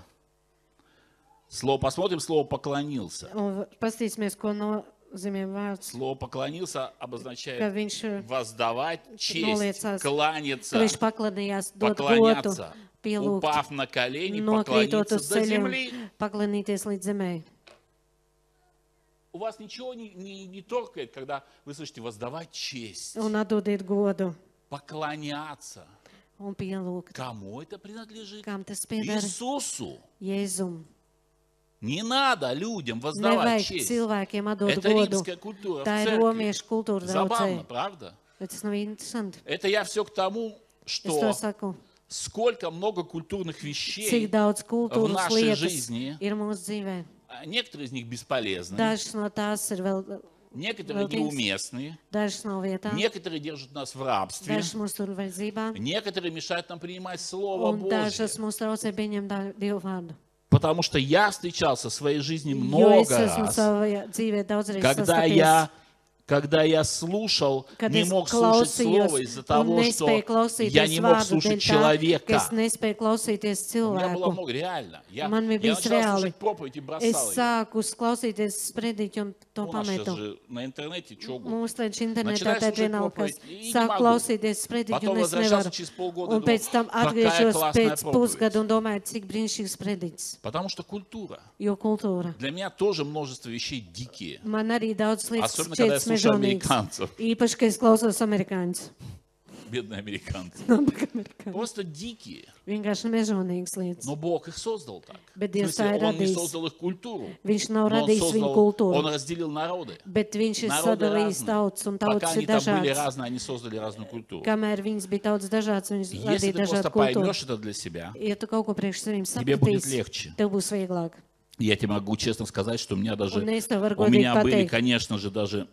S1: слово, посмотрим, слово поклонился.
S2: Un pastīsimies, ko nozīmē vārds,
S1: Слово поклонился
S2: ka
S1: обозначает
S2: viņš,
S1: воздавать честь,
S2: Молится.
S1: кланяться,
S2: ka viņš paklanījās, dot gotu,
S1: поклоняться,
S2: pielūgt,
S1: упав на колени,
S2: nokrītot
S1: поклониться
S2: uz
S1: до
S2: ceļiem,
S1: земли.
S2: paklanīties līdz zemē.
S1: У вас ничего не, не, не торкает, когда вы слышите воздавать честь,
S2: Un atdodiet godu
S1: поклоняться.
S2: un pielūgt.
S1: Кому это принадлежит?
S2: Kam tas pieder?
S1: Иисусу.
S2: Jēzum.
S1: Не надо людям воздавать
S2: Nevajag
S1: честь.
S2: cilvēkiem atdot
S1: Это
S2: godu.
S1: римская культура в
S2: Tā ir
S1: церкви.
S2: romiešu kultūra
S1: Забавно,
S2: draudzē.
S1: правда?
S2: Bet tas nav interesanti.
S1: Это я все к тому,
S2: Es to
S1: что
S2: saku.
S1: сколько много культурных
S2: Cik
S1: вещей,
S2: daudz kultūras
S1: našai
S2: lietas
S1: жизни.
S2: ir mūsu dzīvē.
S1: а некоторые из них бесполезны,
S2: Dažas no tās ir vēl,
S1: некоторые
S2: Well, things-
S1: неуместные,
S2: dažas nav vietā,
S1: некоторые держат нас в рабстве,
S2: dažas mūsu tur vajadzībā,
S1: некоторые мешают нам принимать Слово
S2: un
S1: Божье.
S2: dažas mūsu traucē pieņemt dā- Dievu vārdu.
S1: Потому что я встречался в своей жизни
S2: Jo es
S1: много
S2: esmu
S1: раз,
S2: savā dzīvē daudz reizes
S1: когда
S2: sastapies.
S1: я, когда я слушал,
S2: Kad
S1: не
S2: es
S1: мог слушать
S2: klausījos
S1: Слово из-за
S2: un
S1: того, что
S2: nespēju
S1: я
S2: klausīties
S1: не мог
S2: vārdu dēļ
S1: слушать
S2: tā, ka
S1: человека.
S2: es nespēju klausīties
S1: У меня было
S2: cilvēku.
S1: много, реально. Я, я
S2: Man bija bijis
S1: начал
S2: reāli.
S1: слушать проповедь и типа
S2: Es
S1: бросал ее.
S2: sāku klausīties sprediķi un to
S1: Ну, у нас сейчас
S2: pametu.
S1: же на интернете чё угодно.
S2: Mums taču internetā
S1: Начинаю
S2: tā ir
S1: слушать
S2: vienalga, kas
S1: проповедь, и не
S2: sāk
S1: могу.
S2: klausīties sprediķi,
S1: Потом
S2: un es
S1: возвращался
S2: nevaru.
S1: через полгода и
S2: Un
S1: думал,
S2: pēc tam
S1: какая
S2: atgriežos
S1: классная
S2: pēc
S1: проповедь.
S2: pusgada un domāju, cik brīnišķīgs sprediķis.
S1: Потому что культура.
S2: Jo kultūra.
S1: Для меня тоже множество вещей дикие.
S2: Man arī daudz lietas
S1: Особенно,
S2: šķiet
S1: kad es slušu
S2: smežonīgas.
S1: amerikāņus.
S2: Īpaši, ka es klausos amerikāņus.
S1: Бедные американцы.
S2: Nabaga amerikāņi.
S1: Просто дикие.
S2: Vienkārši mežonīgas lietas.
S1: Но Бог их создал так.
S2: Bet
S1: В
S2: Dievs tā
S1: смысле,
S2: ir
S1: он не
S2: radījis.
S1: создал их культуру.
S2: Viņš nav
S1: но он,
S2: radījis viņu
S1: создал- он
S2: kultūru,
S1: разделил народы.
S2: bet viņš ir
S1: Народы
S2: sadalījis
S1: разные.
S2: tautas, un
S1: Пока
S2: tautas
S1: они
S2: ir
S1: там были
S2: dažādas.
S1: разные, они создали разную культуру.
S2: Kamēr viņas bija tautas dažādas, viņas
S1: И Если
S2: radīja
S1: ты просто
S2: dažādu kultūru.
S1: поймешь это для себя,
S2: Ja tu kaut ko priekš saviem
S1: тебе будет
S2: sapratīsi,
S1: легче.
S2: tev būs vieglāk.
S1: Я тебе могу честно сказать, что у меня даже...
S2: Un es tev varu
S1: У
S2: godīgi
S1: меня были,
S2: pateikt,
S1: конечно же, даже...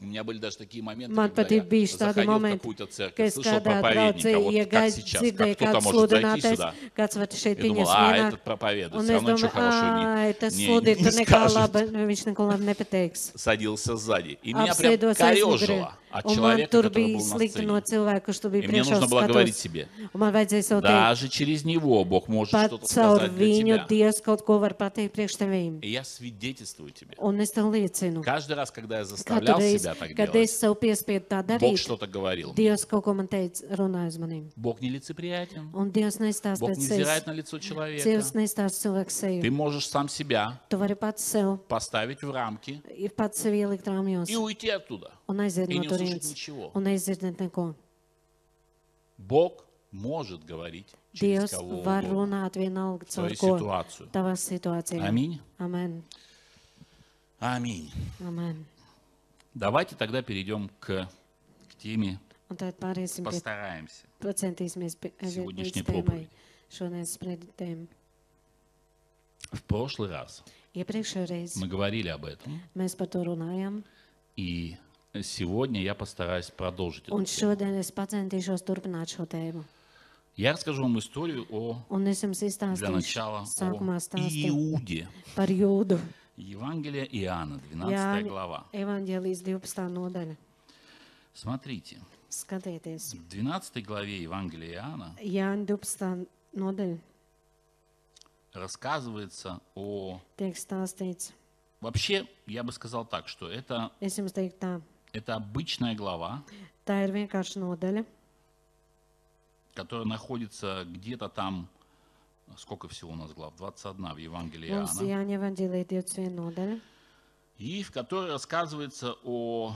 S1: У меня были даже такие моменты,
S2: Man
S1: когда я
S2: patīk bijuši tādi
S1: заходил в
S2: momenti,
S1: какую-то
S2: ka
S1: церковь,
S2: es
S1: слышал
S2: kādā
S1: проповедника,
S2: draudzē
S1: вот как
S2: iegāju,
S1: сейчас, как
S2: dzirdēju
S1: кто-то
S2: kādu
S1: может зайти
S2: sludinātājs,
S1: сюда.
S2: kāds var šeit
S1: Я думал,
S2: pieņemt
S1: а, этот
S2: vienāk.
S1: проповедует,
S2: Un
S1: все
S2: es
S1: равно ничего
S2: domāju,
S1: хорошего
S2: ah,
S1: не,
S2: tas
S1: не-
S2: sludīt,
S1: не
S2: nekā
S1: скажет.
S2: laba, viņš neko labi nepateiks.
S1: Садился сзади. И меня прям
S2: Apsēdos aizmugurē
S1: корежило. От
S2: Un man
S1: человека,
S2: tur
S1: который
S2: bija
S1: был на
S2: slikti no
S1: сцене.
S2: cilvēka, kurš tur
S1: И
S2: bija
S1: мне
S2: priekšā
S1: нужно
S2: uz
S1: было говорить
S2: skatuves.
S1: себе,
S2: Un man vajadzēja sev teikt,
S1: даже через него Бог может
S2: pat
S1: что-то
S2: caur
S1: сказать для тебя.
S2: viņu Dievs kaut ko var pateikt priekš tevīm.
S1: И я свидетельствую тебе.
S2: Un es tev liecinu,
S1: Каждый раз, когда я
S2: katru
S1: заставлял
S2: reizi,
S1: себя так
S2: kad es
S1: делать,
S2: sev piespiedu tā
S1: Бог
S2: darīt,
S1: что-то говорил.
S2: Dievs kaut ko man teica, runāja uz manīm.
S1: Bог нелицеприятен.
S2: Un Dievs nestāsta
S1: Бог не
S2: pēc sevis.
S1: взирает на лицо человека.
S2: Dievs nestāsta cilvēku
S1: Ты
S2: seju.
S1: можешь сам себя
S2: Tu vari pats sev,
S1: поставить в рамки
S2: ir pats sev ielikt rāmjos
S1: и уйти оттуда.
S2: un aiziet
S1: и
S2: no
S1: не услышать
S2: turienes
S1: ничего.
S2: un neizdzirdēt neko.
S1: Бог может говорить через
S2: Dievs
S1: кого
S2: var
S1: угодно.
S2: runāt vienalga caur
S1: Твою
S2: ko.
S1: ситуацию.
S2: Tavās situācijās.
S1: Аминь.
S2: Amen.
S1: Аминь.
S2: Amen.
S1: Давайте тогда перейдем к, к теме,
S2: Un tad pāriesim pie
S1: постараемся.
S2: Pacentīsimies pie-
S1: Сегодняшней
S2: līdz tēmai.
S1: проповеди.
S2: Šodien spriedītēm.
S1: В прошлый раз
S2: Iepriekšējā reizē
S1: мы говорили об этом,
S2: mēs par to runājām,
S1: и сегодня я постараюсь продолжить. эту
S2: un
S1: тему.
S2: šodien es pacentīšos turpināt šo tēmu.
S1: Я расскажу вам историю о,
S2: Un es jums
S1: для начала
S2: izstāstīšu sākumā
S1: о
S2: stāstu
S1: Иуде.
S2: par jūdu.
S1: Евангелие Иоанна, 12
S2: Jā,
S1: глава.
S2: evanģēlijas 12. nodaļa.
S1: Смотрите,
S2: Skatieties,
S1: в 12 главе Евангелия Иоанна
S2: Jāņa 12. nodaļa
S1: рассказывается о...
S2: tiek stāstīts.
S1: Вообще, я бы сказал так, что это,
S2: Es jums teiktu tā,
S1: это обычная глава,
S2: tā ir vienkārši nodaļa,
S1: которая находится где-то там, сколько всего у нас глав? 21 в Евангелии
S2: Mums
S1: Иоанна.
S2: Jāņa evanģēlīja 21 nodaļa,
S1: И в которой рассказывается о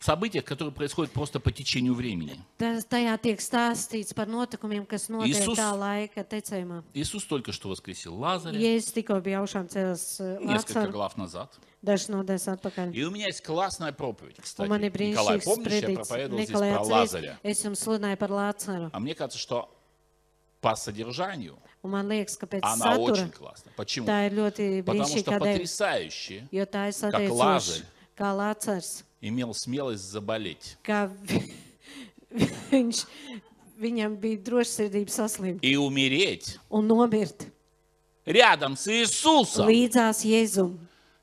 S1: событиях, которые происходят просто по течению времени.
S2: Tas, tajā tiek stāstīts par notikumiem, kas notiek
S1: Jēzus-
S2: Isus... tā laika tecējumā.
S1: Иисус только что воскресил Лазаря,
S2: Jēzus tikko bija augšām cēlis eh,
S1: несколько
S2: Lācaru,
S1: глав назад.
S2: dažas nodaļas atpakaļ.
S1: И у меня есть классная проповедь, кстати.
S2: Un man ir
S1: Николай,
S2: brīnišķīgs
S1: помнишь, я
S2: sprediķis.
S1: проповедовал здесь
S2: Nikolai
S1: про
S2: atceries,
S1: Лазаря?
S2: es jums sludināju par Lācaru.
S1: А мне кажется, что по содержанию
S2: Un man liekas, ka pēc
S1: она
S2: satura
S1: очень классная. Почему?
S2: tā ir ļoti
S1: Потому что
S2: brīnišķīga dēļ,
S1: потрясающе
S2: jo tā ir
S1: Lāzari.
S2: satiecoša. Kā Lācars,
S1: имел смелость заболеть.
S2: kā vi- viņš, viņam bija drošsirdība saslimt
S1: и умереть
S2: un nomirt
S1: рядом с Иисусом.
S2: līdzās Jēzum.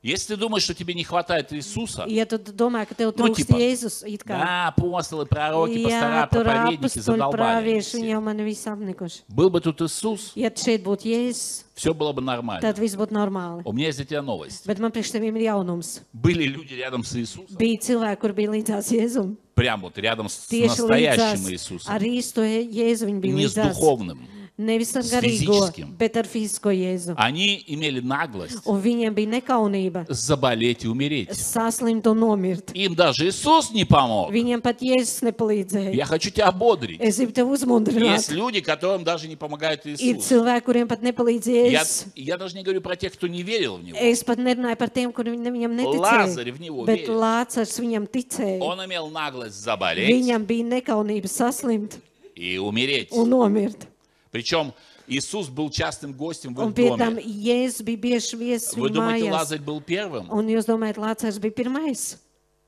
S1: Если ты думаешь, что тебе не хватает Иисуса,
S2: Ja tu domā, ka tev
S1: Nu,
S2: trūkst
S1: tipa,
S2: Jēzus, it kā.
S1: да, апостолы, пророки,
S2: Jā,
S1: пастора,
S2: tur
S1: проповедники
S2: apstuļu
S1: задолбали. они
S2: pravieši,
S1: все.
S2: viņi jau mani visu apnikuši.
S1: Был бы тут Иисус,
S2: Ja šeit būtu jēzus,
S1: все было бы нормально.
S2: tad viss būtu normāli.
S1: У меня есть для тебя новость.
S2: Bet man priekš teviem ir jaunums.
S1: Были люди рядом с Иисусом,
S2: Bija cilvēki, kur bija līdzās Jēzum.
S1: прям вот рядом с
S2: Tieši
S1: настоящим
S2: līdzās
S1: Иисусом,
S2: ar īsto Jē- Jēzu viņi bija
S1: не с
S2: līdzās.
S1: духовным.
S2: Nevis ar
S1: s
S2: garīgo,
S1: fiziskiem.
S2: bet ar fizisko Jēzu.
S1: Они имели наглость
S2: Un viņiem bija nekaunība
S1: заболеть и умереть.
S2: saslimt un nomirt.
S1: Им даже Иисус не помог.
S2: Viņiem pat Jēzus nepalīdzēja.
S1: Я хочу тебя ободрить.
S2: Es gribu tev
S1: Есть
S2: uzmundrināt.
S1: люди, которым даже не помогает
S2: Ir
S1: Иисус.
S2: cilvēki, kuriem pat nepalīdz
S1: Я,
S2: Jēzus.
S1: я даже не говорю про тех, кто не верил в него.
S2: Es pat nerunāju par tiem, kuriem ne- viņam
S1: Lāzari
S2: neticēja.
S1: v ņevo
S2: Bet
S1: vieja.
S2: Lācis viņam ticēja.
S1: Он имел наглость заболеть
S2: Viņam bija nekaunība saslimt
S1: и умереть.
S2: un nomirt.
S1: Причем Иисус был частым гостем в
S2: Un
S1: их
S2: pie tam
S1: доме.
S2: Jēzus bija bieži viesis
S1: Вы
S2: viņa
S1: думаете,
S2: mājās.
S1: Лазарь был первым?
S2: Un jūs domājat, Lācis bija pirmais?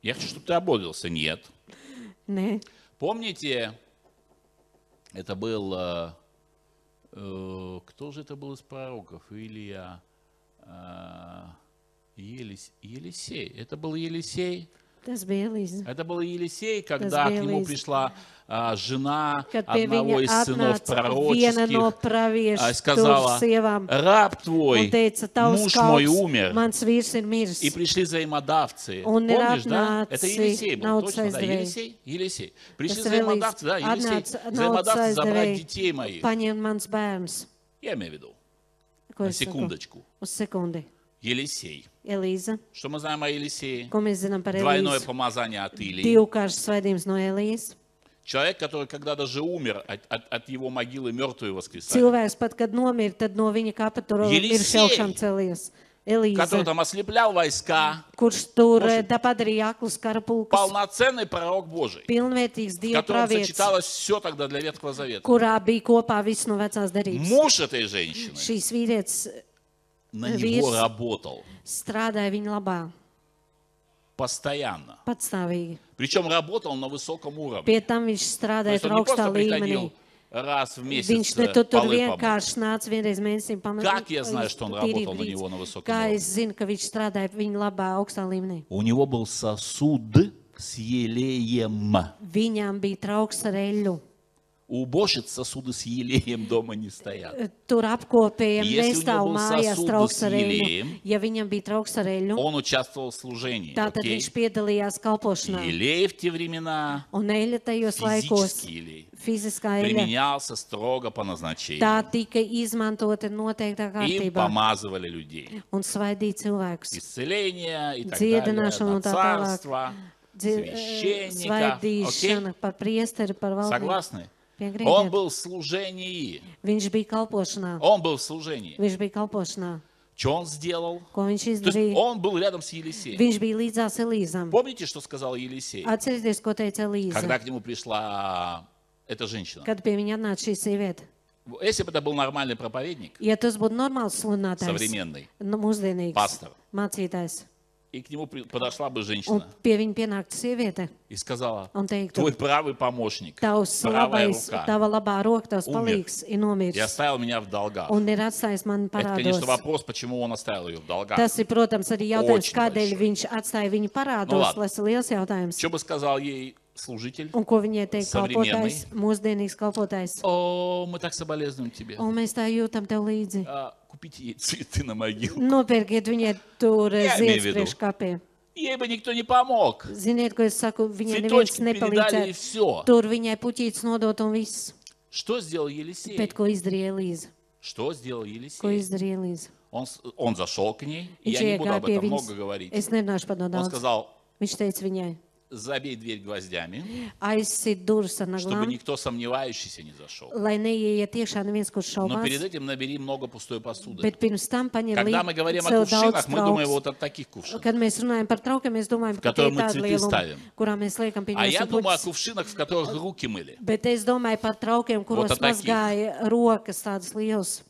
S1: Я хочу, чтобы ты ободрился. Нет.
S2: Nē,
S1: Помните, это был... э, э, кто же это был из пророков? Илья... э, Елис- Елисей. Это был Елисей.
S2: tas bija Elīze.
S1: Это был Елисей, когда к
S2: был
S1: нему
S2: Елисей.
S1: пришла а, жена
S2: Kad pie
S1: одного
S2: viņa
S1: из сынов
S2: atnāca viena
S1: пророческих
S2: no
S1: а, и
S2: praviešu
S1: сказала,
S2: sievām
S1: раб твой,
S2: un teica, tavs
S1: муж мой
S2: kalps,
S1: умер.
S2: mans vīrs
S1: И
S2: ir miris.
S1: пришли взаимодавцы.
S2: Он
S1: Помнишь, да?
S2: раб
S1: Это
S2: нации,
S1: Елисей был,
S2: науд
S1: точно, да,
S2: создавей.
S1: Елисей, Елисей. Пришли
S2: Tas ir
S1: взаимодавцы, да,
S2: Elīze.
S1: Елисей. Взаимодавцы забрать детей моих.
S2: paņēma mans bērns.
S1: Я имею в виду,
S2: Ko
S1: на
S2: es saku?
S1: секундочку.
S2: Uz sekundi.
S1: Елисей.
S2: Elīze,
S1: Что мы знаем о Елисее?
S2: ko mēs zinām par
S1: Двойное
S2: Elīzi?
S1: помазание от Илии.
S2: Divkāršs svētījums no Elīzes.
S1: Человек, который когда даже умер от, от- от его могилы, мертвые воскресали.
S2: Cilvēks pat, kad nomira, tad no viņa kapa tur
S1: Jelisej!
S2: ir šaukšām celies. Elīze,
S1: Который там ослеплял войска.
S2: kurš tur eh, da padarīja aklus karapulkus,
S1: Полноценный пророк Божий.
S2: pilnvērtīgs
S1: В
S2: Dieva
S1: котором
S2: pravietis,
S1: сочеталось все тогда для Ветхого Завета.
S2: kurā bija kopā viss no vecās derības.
S1: Муж этой женщины
S2: Šīs vīrietis
S1: на
S2: Вес.
S1: него работал
S2: strādāja viņa labā,
S1: постоянно.
S2: patstāvīgi.
S1: Причем работал на высоком
S2: Pie
S1: уровне.
S2: tam viņš
S1: То
S2: strādāja
S1: есть он
S2: tur
S1: не
S2: augstā
S1: просто
S2: līmenī.
S1: приходил раз в
S2: Viņš
S1: месяц
S2: ne
S1: э,
S2: tur, tur
S1: полы помыл.
S2: vienkārši nāca vienreiz mēnesī pamanīt.
S1: Как я знаю, что он работал на него на высоком
S2: Kā
S1: уровне?
S2: es zinu, ka viņš strādāja viņa labā augstā līmenī.
S1: У него был сосуд с елеем.
S2: Viņām bija trauks ar eļu.
S1: У уборщиц сосуды с елеем дома не стоят.
S2: Tur apkopējiem
S1: Если
S2: nestāv
S1: viņam būs
S2: mājās
S1: sasūdas
S2: trauks ar eļu.
S1: ieliem,
S2: Ja viņam bija trauks ar eļu,
S1: Он участвовал в служении.
S2: tātad
S1: окей?
S2: viņš piedalījās kalpošanā.
S1: Елей в те времена,
S2: Un eļa tajos laikos,
S1: физический елей,
S2: fiziskā eļa,
S1: применялся строго по назначению.
S2: tā tika izmantota noteiktā
S1: Им
S2: kārtībā
S1: помазывали людей.
S2: un svaidīja cilvēkus.
S1: Исцеление и так далее,
S2: Dziedināšana
S1: на
S2: un tā tālāk.
S1: царство,
S2: Dzir- eh,
S1: священника. Окей?
S2: Svaidīšana par priesteri, par valdību.
S1: Согласны?
S2: Piekrītiet.
S1: Он был в служении.
S2: Viņš bija kalpošanā.
S1: Он был в служении.
S2: Viņš bija kalpošanā.
S1: Что он сделал?
S2: Ko viņš
S1: То есть
S2: izdarīja?
S1: он был рядом с Елисеем.
S2: Viņš bija līdzās Elīzam.
S1: Помните, что сказал Елисей?
S2: Atcerieties, ko teica
S1: Когда
S2: Elīza.
S1: к нему пришла эта женщина.
S2: Kad pie viņa atnāca šī sieviete.
S1: Если бы это был нормальный проповедник,
S2: Ja tas būtu normāls sludinātājs,
S1: современный,
S2: nu, mūsdienīgs
S1: Pastor.
S2: mācītājs,
S1: и к нему при- подошла бы
S2: un
S1: женщина
S2: pie viņa pienāktu sieviete
S1: и сказала,
S2: un teiktu,
S1: твой правый помощник,
S2: tavs
S1: правая
S2: labais,
S1: рука,
S2: tava labā roka, tavs
S1: Umir.
S2: palīgs ir
S1: и
S2: nomiris
S1: оставил меня в долгах.
S2: un ir atstājis mani
S1: Это, конечно,
S2: parādos.
S1: вопрос, почему он оставил ее в долгах.
S2: Tas ir, protams, arī jautājums,
S1: Oči
S2: kādēļ
S1: baļšoji.
S2: viņš atstāja viņu
S1: Nu,
S2: parādos.
S1: labi.
S2: Tas ir liels jautājums.
S1: Что бы сказал ей служитель?
S2: Un ko viņai teikt
S1: Savriemienai.
S2: kalpotājs, mūsdienīgs kalpotājs?
S1: О, мы так соболезнуем тебе.
S2: Un mēs tā jūtam tev līdzi.
S1: А, Купите ей цветы на могилу.
S2: Nopērkiet viņai tur eh,
S1: Jā,
S2: ziedas
S1: imēju vidu.
S2: priekškapē.
S1: Ей бы никто не помог.
S2: Ziniet, ko es saku? Viņai neviens
S1: Цветочки передали и
S2: nepalīdzēja.
S1: все.
S2: Tur viņai puķītis nodot un viss.
S1: Что сделал
S2: Bet
S1: Елисей?
S2: ko izdarīja Elīze?
S1: Что сделал
S2: Ko
S1: Елисей?
S2: изdarīja Elīze?
S1: Он, с- он зашел к ней. и
S2: Viņš
S1: Я не буду
S2: iegāja
S1: об
S2: pie
S1: этом много
S2: viņas.
S1: говорить.
S2: Es nerunāšu par no
S1: Он
S2: daudz.
S1: сказал,
S2: Viņš teica viņai,
S1: забей дверь гвоздями,
S2: aizsit durvis ar
S1: чтобы
S2: naglām,
S1: никто сомневающийся не зашел.
S2: lai neieiet iekšā neviens, kurš
S1: Но перед
S2: šaubās.
S1: этим набери много пустой посуды.
S2: Bet pirms tam paņem
S1: Когда мы
S2: līdzi
S1: говорим о
S2: sev daudz
S1: кувшинах, мы думаем
S2: trauks.
S1: вот о таких кувшинах.
S2: Kad mēs runājam par traukiem, mēs domājam, ka tie
S1: Katram
S2: ir
S1: mēs
S2: tādi
S1: cviti
S2: lielumi,
S1: stavim.
S2: kurā mēs liekam pie
S1: А я
S2: ņemsim
S1: думаю о
S2: puķis.
S1: кувшинах, в которых руки мыли.
S2: Bet es domāju par traukiem, kuros
S1: ataki.
S2: mazgāja rokas tādas liels.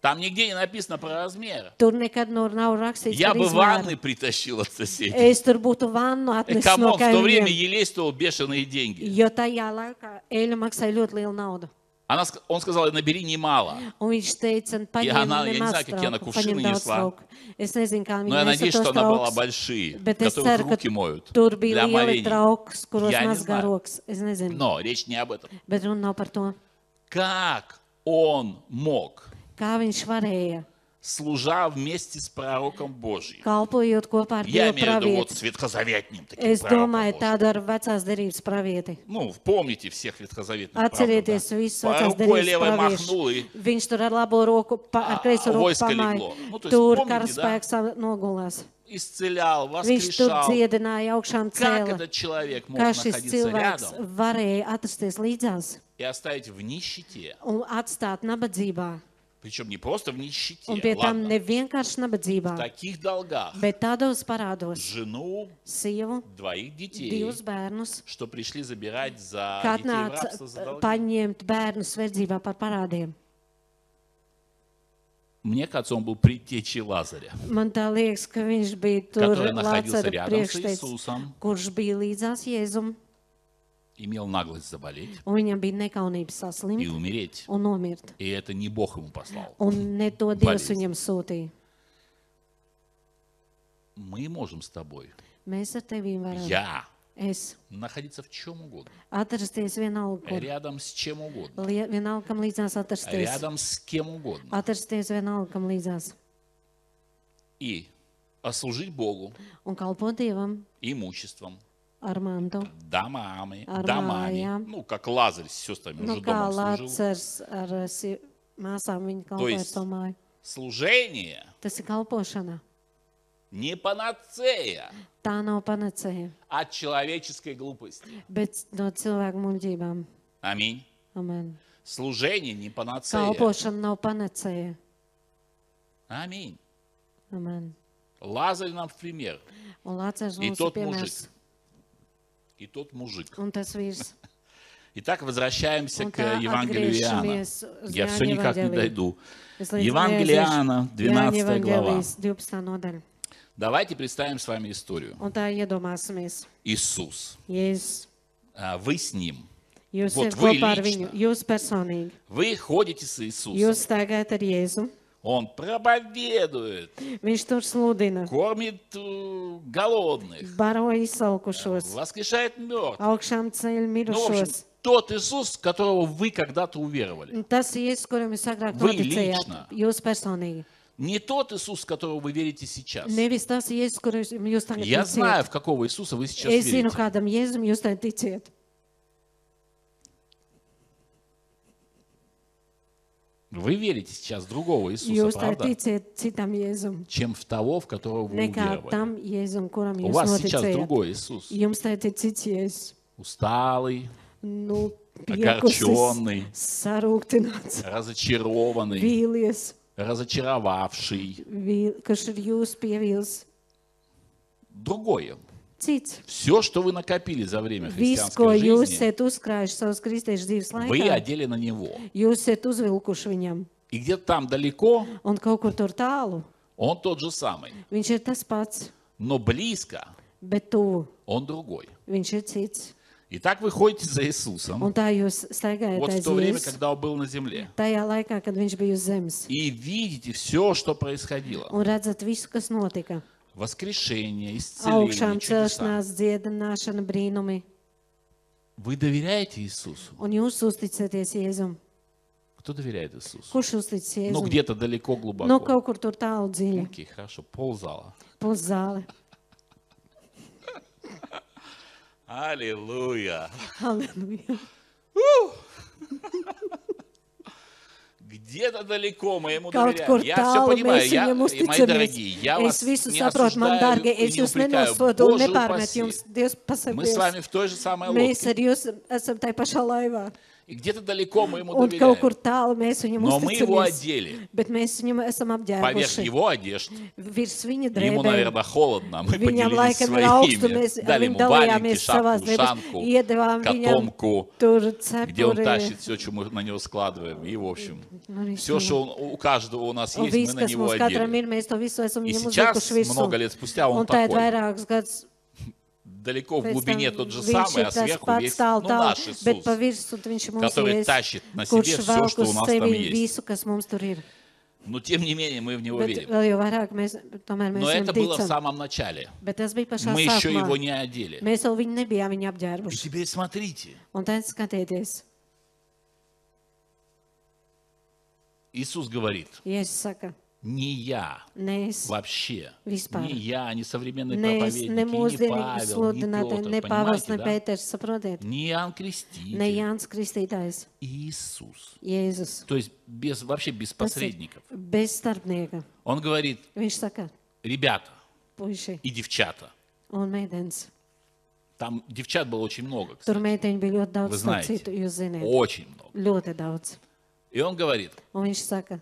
S1: Там нигде не написано про размер.
S2: Tur nekad no nav rakstīts,
S1: Я
S2: ka
S1: бы
S2: izmēri.
S1: ванны притащил от соседей.
S2: Es tur būtu vannu
S1: Э,
S2: atnesis no
S1: Камон, в то время
S2: kaimiņiem,
S1: елей стоил бешеные деньги.
S2: jo tajā laikā eļa maksāja ļoti lielu naudu.
S1: Она, ск- он сказал, набери немало.
S2: Un viņš teica,
S1: Ja
S2: paņem
S1: она- я не
S2: nemaz
S1: знаю, как я на
S2: trauku, paņem
S1: кувшины
S2: daudz
S1: несла.
S2: trauku. Es nezinu,
S1: Но
S2: kā viņi
S1: я
S2: nesa
S1: надеюсь, что
S2: tos
S1: она была
S2: traukus.
S1: большие, в
S2: Bet es
S1: которых
S2: ceru, ka
S1: руки моют
S2: tur
S1: для
S2: bija lieli
S1: омовения.
S2: trauks, kuros
S1: Я не
S2: mazgā
S1: знаю.
S2: rokas. Es nezinu,
S1: Но речь не об этом.
S2: bet runa nav par to.
S1: Как он мог,
S2: Kā viņš varēja,
S1: служа вместе с пророком Божьим,
S2: kalpojot kopā ar
S1: я
S2: Dievu
S1: имею в виду вот
S2: pravieti?
S1: с ветхозаветним таким
S2: Es
S1: пророком
S2: domāju,
S1: Божьим.
S2: tādu ar vecās derības pravieti.
S1: Ну, помните всех ветхозаветных пророков,
S2: Atcerieties,
S1: да?
S2: visus
S1: По
S2: vecās
S1: рукой
S2: derības
S1: левой махнул
S2: pravieši.
S1: и
S2: Viņš tur ar labo roku, pa, ar kreiso
S1: Ā,
S2: roku
S1: vojska
S2: pamāja.
S1: liglo. Nu, tu esi
S2: Tur
S1: pomniti,
S2: karaspēks nogulās.
S1: исцелял,
S2: Viņš tur
S1: воскрешал.
S2: dziedināja augšām
S1: Как
S2: cēli.
S1: этот человек мог
S2: Kā šis
S1: находиться
S2: cilvēks
S1: рядом
S2: varēja atrasties līdzās
S1: и оставить в нищете?
S2: un atstāt nabadzībā?
S1: Причем не просто в нищете,
S2: Un pie tam
S1: ладно,
S2: ne vienkārši nabadzībā,
S1: в таких долгах.
S2: bet tādos parādos
S1: Жену,
S2: sievu,
S1: двоих детей,
S2: divus bērnus,
S1: что пришли забирать за
S2: kā
S1: детей в
S2: atnāca
S1: рабство за долги.
S2: paņemt bērnus verdzībā par parādiem.
S1: Мне кажется, он был предтечей Лазаря,
S2: Man tā liekas, ka viņš bija tur
S1: который находился
S2: Lācara
S1: рядом с
S2: priekšteicis,
S1: Иисусом,
S2: kurš bija līdzās Jēzum,
S1: имел наглость заболеть
S2: un viņam bija nekaunības
S1: и
S2: saslimt
S1: умереть.
S2: un nomirt.
S1: И это не Бог ему послал.
S2: Un ne to
S1: Palīdz.
S2: Dievs viņam sūtīja.
S1: Мы можем с тобой,
S2: Mēs ar tevi varam.
S1: я,
S2: Es
S1: находиться в чем угодно,
S2: atrasties vienalga, kur.
S1: рядом с чем угодно,
S2: Lie, vienalga, kam līdzās atrasties.
S1: рядом с кем угодно.
S2: Atrasties vienalga, kam līdzās.
S1: И ослужить Богу,
S2: Un kalpot Dievam
S1: имуществом,
S2: ar mantu.
S1: домами,
S2: Армая.
S1: домами. Ну, как Лазарь с сестрами
S2: Nu,
S1: уже
S2: kā
S1: домом служил.
S2: Lācars ar eh, sie- māsām viņa kalpoja
S1: ist-
S2: tomāju.
S1: Служение
S2: Tas ir kalpošana.
S1: не панацея
S2: Tā nav panacēja,
S1: от человеческой глупости.
S2: bet no cilvēku muļķībām.
S1: Аминь.
S2: Amen.
S1: Служение не панацея.
S2: Kalpošana nav panacēja.
S1: Аминь.
S2: Amen.
S1: Лазарь нам в пример.
S2: Un Lācis
S1: I
S2: mums ir
S1: tot
S2: piemērs.
S1: И тот мужик.
S2: Un tas vīrs.
S1: Итак, возвращаемся
S2: Un
S1: к
S2: tā
S1: Евангелию Иоана.
S2: atgriežamies uz
S1: Я
S2: Jāņa
S1: все никак не
S2: evaņģēliju.
S1: дойду.
S2: Es līdz
S1: Евангелие
S2: neaiziešu.
S1: Иоанна,
S2: Jāņa
S1: 12 глава.
S2: evaņģēlijas 12. nodaļa.
S1: Давайте представим с вами историю.
S2: Un tā iedomāsimies.
S1: Иисус.
S2: Jēzus
S1: а, Вы с ним.
S2: Jūs
S1: Vot
S2: esat
S1: vai
S2: kopā ar
S1: līkšķi.
S2: viņu, jūs personīgi.
S1: Вы ходите с Иисусом.
S2: Jūs staigājat ar Jēzu.
S1: Он проповедует,
S2: Viņš tur sludina,
S1: кормит э, голодных,
S2: baro izsalkušos,
S1: воскрешает мертвых.
S2: augšām ceļ
S1: Ну, в общем,
S2: mirušos.
S1: тот Иисус, в которого вы когда-то уверовали.
S2: Un Tas ir Jēzus, kuram jūs agrāk
S1: Vai
S2: noticējāt,
S1: līkšķinā.
S2: jūs personīgi.
S1: Не тот Иисус, в которого вы верите сейчас.
S2: Nevis tas Jēzus, kuram jūs tagad
S1: Я знаю,
S2: ticiet.
S1: в какого Иисуса вы сейчас
S2: Es zinu,
S1: верите.
S2: kādam Jēzum jūs tagad ticiet.
S1: Вы верите сейчас в другого Иисуса,
S2: Jūs tagad
S1: правда?
S2: ticiet citam Jēzum.
S1: Чем в того, в которого вы
S2: Nekā
S1: уверовали.
S2: tam Jēzum, kuram
S1: У
S2: jūs
S1: вас сейчас
S2: noticējāt.
S1: другой Иисус.
S2: Jums tagad ir cits Jēzus.
S1: Усталый,
S2: Nu, piekusis,
S1: огорченный,
S2: sarūktināts,
S1: разочарованный,
S2: vīlies,
S1: разочаровавший.
S2: vīl, kas ir jūs pievīls.
S1: Другое.
S2: Cits.
S1: Все, что вы накопили за время
S2: Viss, ko
S1: христианской
S2: jūs
S1: жизни,
S2: esat uzkrājuši savas kristiešu dzīves
S1: вы
S2: laikā,
S1: одели на него.
S2: jūs esat uzvilkuši viņam.
S1: И где-то там далеко
S2: Un kaut kur tur tālu
S1: он тот же самый,
S2: viņš ir tas pats,
S1: но близко
S2: bet tuvu
S1: он другой.
S2: viņš ir cits.
S1: И так вы ходите за Иисусом
S2: Un tā jūs staigājat
S1: вот в
S2: aiz
S1: то время,
S2: Jēzus,
S1: когда он был на земле.
S2: tajā laikā, kad viņš bija uz zemes.
S1: И видите все, что происходило.
S2: Un redzat visu, kas notika.
S1: Воскрешение, исцеление,
S2: Augšām
S1: чудеса.
S2: celšanās, dziedināšana, brīnumi.
S1: Вы доверяете Иисусу?
S2: Un jūs uzticaties Jēzum.
S1: Кто доверяет Иисусу?
S2: Kurš uzticas
S1: Ну,
S2: Jēzum?
S1: где-то далеко,
S2: Nu,
S1: глубоко.
S2: kaut kur tur tālu dziļi,
S1: Окей, хорошо, ползала.
S2: puszāle.
S1: Аллилуйя!
S2: Halleluja.
S1: Где-то далеко мы ему
S2: Kaut
S1: доверяем.
S2: kur
S1: Я все
S2: tālu
S1: понимаю,
S2: mēs
S1: я,
S2: viņam
S1: и мои
S2: uzticamies.
S1: дорогие, я
S2: Es
S1: вас
S2: visu
S1: не
S2: saprotu, man
S1: осуждаю
S2: dārgie,
S1: и
S2: es
S1: не
S2: jūs
S1: упрекаю.
S2: nenosodu un
S1: Боже
S2: nepārmetu
S1: упаси.
S2: jums, Dievs
S1: Мы с
S2: pasargās.
S1: вами в той же самой
S2: Mēs
S1: лодке.
S2: ar jūs esam tajā pašā laivā.
S1: И где-то далеко мы ему
S2: Un kaut kur
S1: доверяем.
S2: tālu mēs viņam
S1: Но мы его
S2: uzticamies.
S1: одели.
S2: Bet mēs viņam esam
S1: Поверх
S2: apģērbuši.
S1: его одежд.
S2: Virs viņa
S1: Ему,
S2: drēbēm.
S1: наверное, холодно. Мы
S2: Viņam
S1: поделились
S2: laikam ir augsts, un
S1: своими.
S2: mēs ar
S1: Дали
S2: viņu
S1: ему валенки,
S2: dalījāmies savās
S1: шапку,
S2: drēbēs.
S1: ушанку,
S2: Iedevām viņam
S1: котомку,
S2: tur
S1: где он
S2: cepuri.
S1: тащит все, что мы на него складываем. И, в общем,
S2: Ну, и
S1: все,
S2: всё.
S1: что он- у каждого у нас
S2: Un
S1: есть,
S2: viss,
S1: мы на
S2: kas
S1: него
S2: mums katram
S1: одели.
S2: ir, mēs to visu esam
S1: И
S2: viņam
S1: сейчас,
S2: uzlikuši
S1: много
S2: visu.
S1: лет спустя, он
S2: Un tā ir
S1: такой.
S2: vairākas gadus.
S1: далеко в
S2: Pēc
S1: глубине
S2: tam
S1: тот же
S2: viņš
S1: самый,
S2: ir
S1: а
S2: tas
S1: сверху
S2: pats
S1: весь
S2: tālu,
S1: ну,
S2: tālu,
S1: наш
S2: Bet pa
S1: Иисус.
S2: virsmu viņš mums
S1: который
S2: ir
S1: тащит на
S2: kurš
S1: себе всё,
S2: velk
S1: что у
S2: uz
S1: нас
S2: sevi
S1: там есть.
S2: visu, kas mums tur ir.
S1: Но тем не менее мы в него
S2: Bet
S1: верим.
S2: vēl jau vairāk mēs, tomēr mēs
S1: Но это
S2: viņam
S1: было в
S2: ticam.
S1: самом начале.
S2: Bet tas bija pašā
S1: Мы еще его
S2: sākumā.
S1: не одели.
S2: Mēs vēl viņu nebijām viņu
S1: И
S2: apģērbuši.
S1: теперь смотрите,
S2: Un tad skatieties,
S1: Иисус говорит,
S2: Jēzus saka,
S1: не я
S2: nē, es.
S1: вообще,
S2: Виспара.
S1: не я, не современный
S2: Ne es
S1: проповедник, и не
S2: ne mūsdienīgi
S1: Павел, не
S2: sludinātāji,
S1: Петр,
S2: ne Pāvils,
S1: понимаете,
S2: ne
S1: да?
S2: Pēters, saprotiet?
S1: Не Иоанн
S2: Ne
S1: Креститель,
S2: Jānis Kristītājs,
S1: Иисус.
S2: Jēzus.
S1: То есть без, вообще без
S2: Tas ir
S1: посредников.
S2: Bez starpnieka.
S1: Он говорит,
S2: Viņš saka,
S1: ребята
S2: puiši
S1: и девчата.
S2: un meitenes.
S1: Там девчат было очень много, кстати,
S2: Tur meiteņu bija ļoti
S1: Вы
S2: daudz, starp
S1: знаете.
S2: citu, jūs zināt.
S1: очень много.
S2: Ļoti daudz.
S1: И он говорит,
S2: Un viņš saka,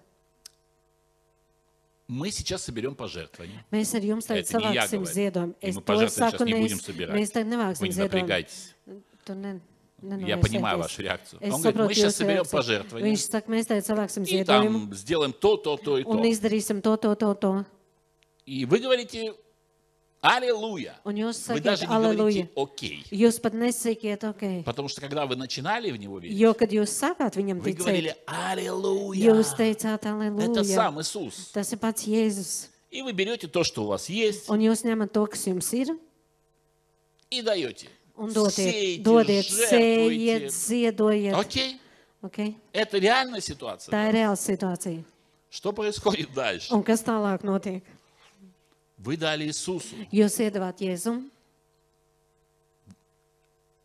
S1: мы сейчас соберем пожертвования.
S2: mēs ar jums tagad
S1: Это не я
S2: savāksim
S1: говорю.
S2: ziedojumu.
S1: И
S2: Es
S1: мы
S2: to
S1: пожертвования сейчас
S2: saku,
S1: не будем
S2: mēs,
S1: собирать.
S2: mēs tagad
S1: Вы
S2: nevāksim
S1: не
S2: ziedojumu.
S1: напрягайтесь.
S2: Tu ne,
S1: Я
S2: nenovērsies.
S1: понимаю вашу реакцию.
S2: Es
S1: Он говорит, мы
S2: saprotu
S1: сейчас
S2: jūsu
S1: соберем
S2: reakciju.
S1: пожертвования.
S2: Viņš saka, mēs tagad savāksim
S1: И
S2: ziedojumu
S1: там сделаем то, то, то и то.
S2: un izdarīsim to, to, to, to.
S1: И вы говорите «Аллилуйя».
S2: Un jūs
S1: Вы
S2: sakat,
S1: даже не
S2: aleluja.
S1: говорите «Окей».
S2: Jūs pat nesakiet, ok.
S1: Потому что когда вы начинали в него верить,
S2: Jo, kad jūs sākāt viņam
S1: вы
S2: ticēt,
S1: говорили «Аллилуйя».
S2: jūs teicāt,
S1: Это
S2: aleluja.
S1: сам Иисус.
S2: Tas ir pats Jēzus.
S1: И вы берете то, что у вас есть,
S2: Un jūs ņemat to, kas jums ir.
S1: и даете.
S2: Un dodiet,
S1: Сеете,
S2: dodiet sējiet,
S1: жертвуете.
S2: ziedojiet.
S1: Окей.
S2: Okay?
S1: Это реальная ситуация.
S2: Tā ir reāla situācija.
S1: Что происходит дальше?
S2: Un kas tālāk notiek?
S1: Вы дали Иисусу.
S2: Jūs iedavāt Jēzum,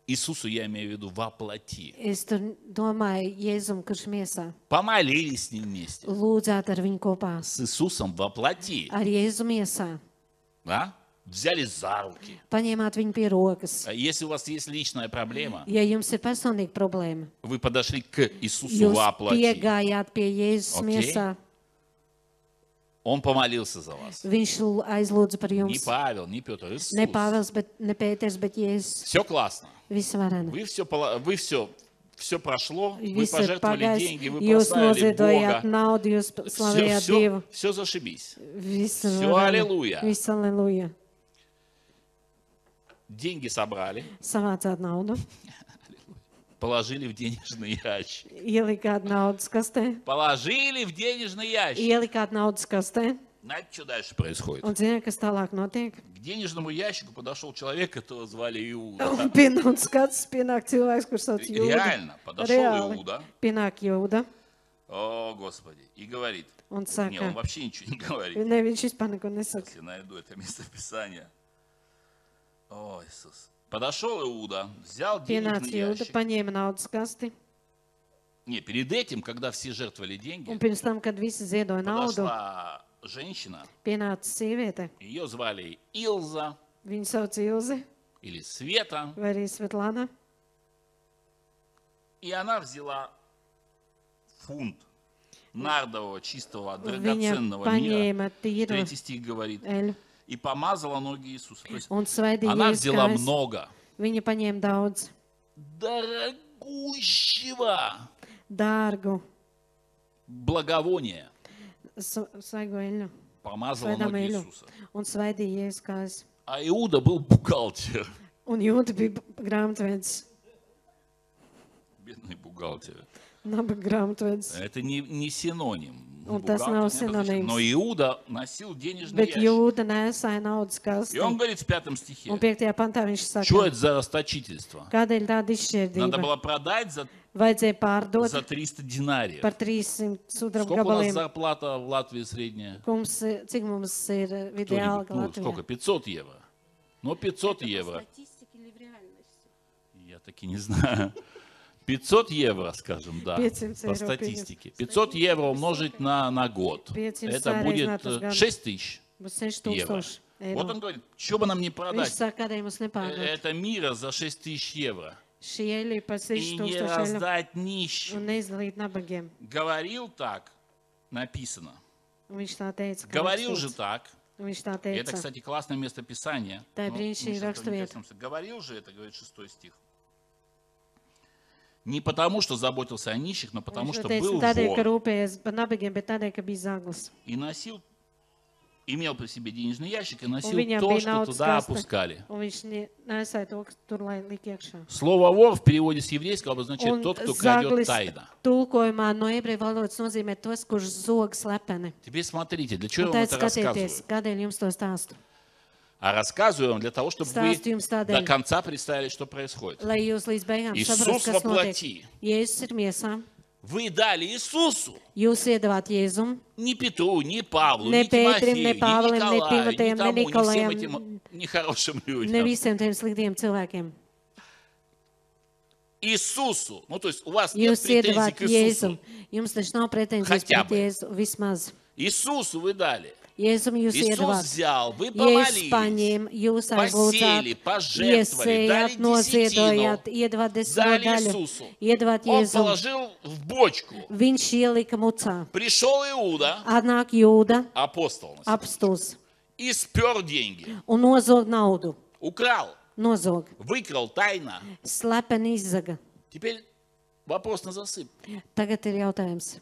S1: Иисусу я имею в виду воплоти.
S2: es tur domāju, Jēzum, kurš miesā,
S1: Помолились с ним вместе.
S2: lūdzāt ar viņu kopā,
S1: С Иисусом воплоти.
S2: ar Jēzu miesā,
S1: Да? Взяли за руки.
S2: paņēmāt viņu pie rokas.
S1: А Если у вас есть личная проблема,
S2: Ja jums ir personīga problēma,
S1: вы подошли к Иисусу
S2: jūs
S1: воплоти.
S2: piegājāt pie Jēzus
S1: Ok.
S2: okay. miesā,
S1: Он помолился за вас.
S2: viņš l- aizlūdza par
S1: Не
S2: jums.
S1: Павел, не Петр, Иисус.
S2: Ne Pāvils, bet ne Pēters, bet Jēzus
S1: Все классно.
S2: visvarena.
S1: Вы все, вы все, все прошло, вы
S2: Viss ir
S1: пожертвовали
S2: pagājis,
S1: деньги, вы
S2: jūs
S1: прославили
S2: noziedojāt
S1: Бога.
S2: naudu, jūs
S1: Все,
S2: slavējāt Dievu.
S1: зашибись.
S2: Visu
S1: Всё,
S2: varam.
S1: aleluja.
S2: Visu aleluja.
S1: Деньги собрали,
S2: Savācāt naudu,
S1: Положили в денежный ящик.
S2: Ielikāt naudas kastē,
S1: Положили в денежный ящик.
S2: ielikāt naudas kastē
S1: Знаете, что дальше происходит?
S2: un ziniet, kas tālāk notiek.
S1: К денежному ящику подошел человек, которого звали Иуда.
S2: Un pienācis kāds, pienāk cilvēks, kurš sauc Jūda.
S1: Реально, подошел Иуда.
S2: Pienāk Jūda
S1: О, Господи. И говорит.
S2: un
S1: Не, он
S2: saka,
S1: вообще ничего не говорит.
S2: ne, viņš vispār neko nesaka.
S1: Если найду это местописание. О, Иисус. Подошел Иуда, взял
S2: Pienāca
S1: денежный
S2: Jūda,
S1: ящик.
S2: paņēma naudas kasti
S1: Не, перед этим, когда все жертвовали
S2: un
S1: деньги,
S2: pirms tam, kad visi ziedoja naudu,
S1: подошла женщина.
S2: pienāca sieviete.
S1: Ее звали Илза
S2: Viņa sauc Ilzi
S1: или Света.
S2: vai arī Svetlana.
S1: И она взяла фунт нардового, чистого,
S2: Viņa
S1: драгоценного мира.
S2: paņēma tīru
S1: Третий стих говорит.
S2: eļu
S1: И помазала ноги Иисуса. То есть она
S2: un svaidīja
S1: взяла
S2: Jēzus.
S1: много
S2: Viņa paņēma daudz
S1: дорогущего
S2: dārgu
S1: благовония.
S2: s- svaigo eļu
S1: Помазала
S2: svaidām
S1: ноги
S2: eļu
S1: Иисуса.
S2: un svaidīja Jēzus kājas.
S1: А Иуда был бухгалтер.
S2: Un jūta bija b- grāmatvedis,
S1: Бедный бухгалтер.
S2: nabaga grāmatvedis.
S1: Это не, не синоним.
S2: Ну,
S1: Бухгалтер
S2: да,
S1: не
S2: снова
S1: обозначает.
S2: синоним.
S1: Но Иуда носил денежный
S2: Bet
S1: ящик.
S2: jūta nesāja naudas
S1: И он
S2: kasti.
S1: говорит в пятом стихе.
S2: Un 5. pantā viņš
S1: Что
S2: saka,
S1: это за расточительство?
S2: kādēļ tāda
S1: Надо
S2: izšķirdība?
S1: было продать за,
S2: Vajadzēja pārdot
S1: за 300 динариев.
S2: par 300 sudraba
S1: Сколько у нас
S2: gabaliem.
S1: зарплата в Латвии средняя?
S2: Mums, eh, cik mums ir eh,
S1: Кто-нибудь,
S2: vidēji
S1: ну, сколько?
S2: Latvijā?
S1: 500 евро. Ну, 500 евро.
S4: статистике или в реальности?
S1: Я таки не знаю. 500 евро, скажем, да,
S2: 500
S1: по
S2: евро,
S1: статистике. 500 евро умножить на, на год.
S2: 500
S1: Это
S2: евро,
S1: будет
S2: знатно,
S1: э,
S2: сгадываю.
S1: 6 тысяч
S2: Būs 6
S1: евро.
S2: tūkstoši
S1: Вот он
S2: eiro.
S1: говорит, что бы нам не
S2: Viņš
S1: продать
S2: saka, kādēļ mums
S1: э,
S2: nepārdot?
S1: это мира за 6 тысяч евро
S2: Šī eļļa ir par
S1: и
S2: 6
S1: не
S2: tūkstoši eiro
S1: раздать нищим.
S2: un neizdalīt nabagiem.
S1: Говорил так, написано.
S2: Un viņš tā teica. ka
S1: Говорил же
S2: rakstīts.
S1: так.
S2: Un Viņš tā
S1: И это,
S2: teica.
S1: кстати, классное местописание.
S2: Да,
S1: но
S2: Бринчи
S1: мы
S2: и
S1: щас этого не
S2: Рокстовет.
S1: коснемся. Говорил же это, говорит шестой стих. Не потому, что заботился о нищих, но потому,
S2: Viņš
S1: что
S2: to teica
S1: был
S2: tādēļ, ka
S1: вор
S2: rūpējies par nabagiem, bet tādēļ, ka bija zaglis.
S1: и носил, имел при себе денежный ящик и носил
S2: меня
S1: то,
S2: бы и
S1: что
S2: на
S1: туда
S2: отсказ-то.
S1: опускали.
S2: Un viņš ne- nesēja to, kas tur lai liek iekšā.
S1: Слово «вор» в переводе с еврейского обозначает
S2: Un
S1: тот, кто крадет
S2: zaglis
S1: тайно.
S2: tulkojumā no ebreju valodas nozīmē tos, kurš zog slepeni.
S1: Теперь смотрите, для чего я
S2: Un
S1: вам
S2: tā
S1: это рассказываю?
S2: skatieties, kādēļ jums to stāstu.
S1: А рассказываю вам для того, чтобы вы
S2: Здравствуй, им стадо.
S1: до конца представили, что происходит.
S2: Lai jūs līdz beigām
S1: Isus
S2: saprastu, kas
S1: воплоти.
S2: notiek. Jēzus ir miesā.
S1: Вы дали Иисусу
S2: Jūs iedavāt Jēzum,
S1: ни Петру, ни Павлу,
S2: Не
S1: ни
S2: Петрим,
S1: Тимофею,
S2: не
S1: ни
S2: Павлем, не
S1: Николаю, ни
S2: Тимотеем, не
S1: тому, ни всем
S2: Николаем,
S1: этим нехорошим людям.
S2: ne visiem tiem sliktiem cilvēkiem.
S1: Иисусу. Ну, то есть у вас нет
S2: Jūs
S1: претензий
S2: iedavāt
S1: к Иисусу.
S2: Jēzum. Jums taču nav pretenzijas
S1: Хотя
S2: pret
S1: бы.
S2: Jēzu vismaz.
S1: Иисусу вы дали.
S2: Jēzum jūs
S1: Иисус
S2: iedavāt.
S1: взял, вы
S2: Jēzus
S1: помолились,
S2: paņēma, jūs
S1: посели,
S2: aizlūdzāt,
S1: пожертвовали, дали
S2: iesējāt, noziedojāt,
S1: десятину.
S2: iedavāt desmito
S1: Дали
S2: daļu,
S1: Иисусу.
S2: iedavāt
S1: Он
S2: Jēzum.
S1: положил в бочку.
S2: Viņš ielika mucā.
S1: Пришел Иуда,
S2: Atnāk jūda,
S1: апостол, на самом
S2: apstūs
S1: деле, и спер деньги.
S2: un nozog naudu.
S1: Украл,
S2: Nozog,
S1: выкрал тайно.
S2: slepeni izzaga.
S1: Теперь вопрос на засып.
S2: Tagad ir jautājums.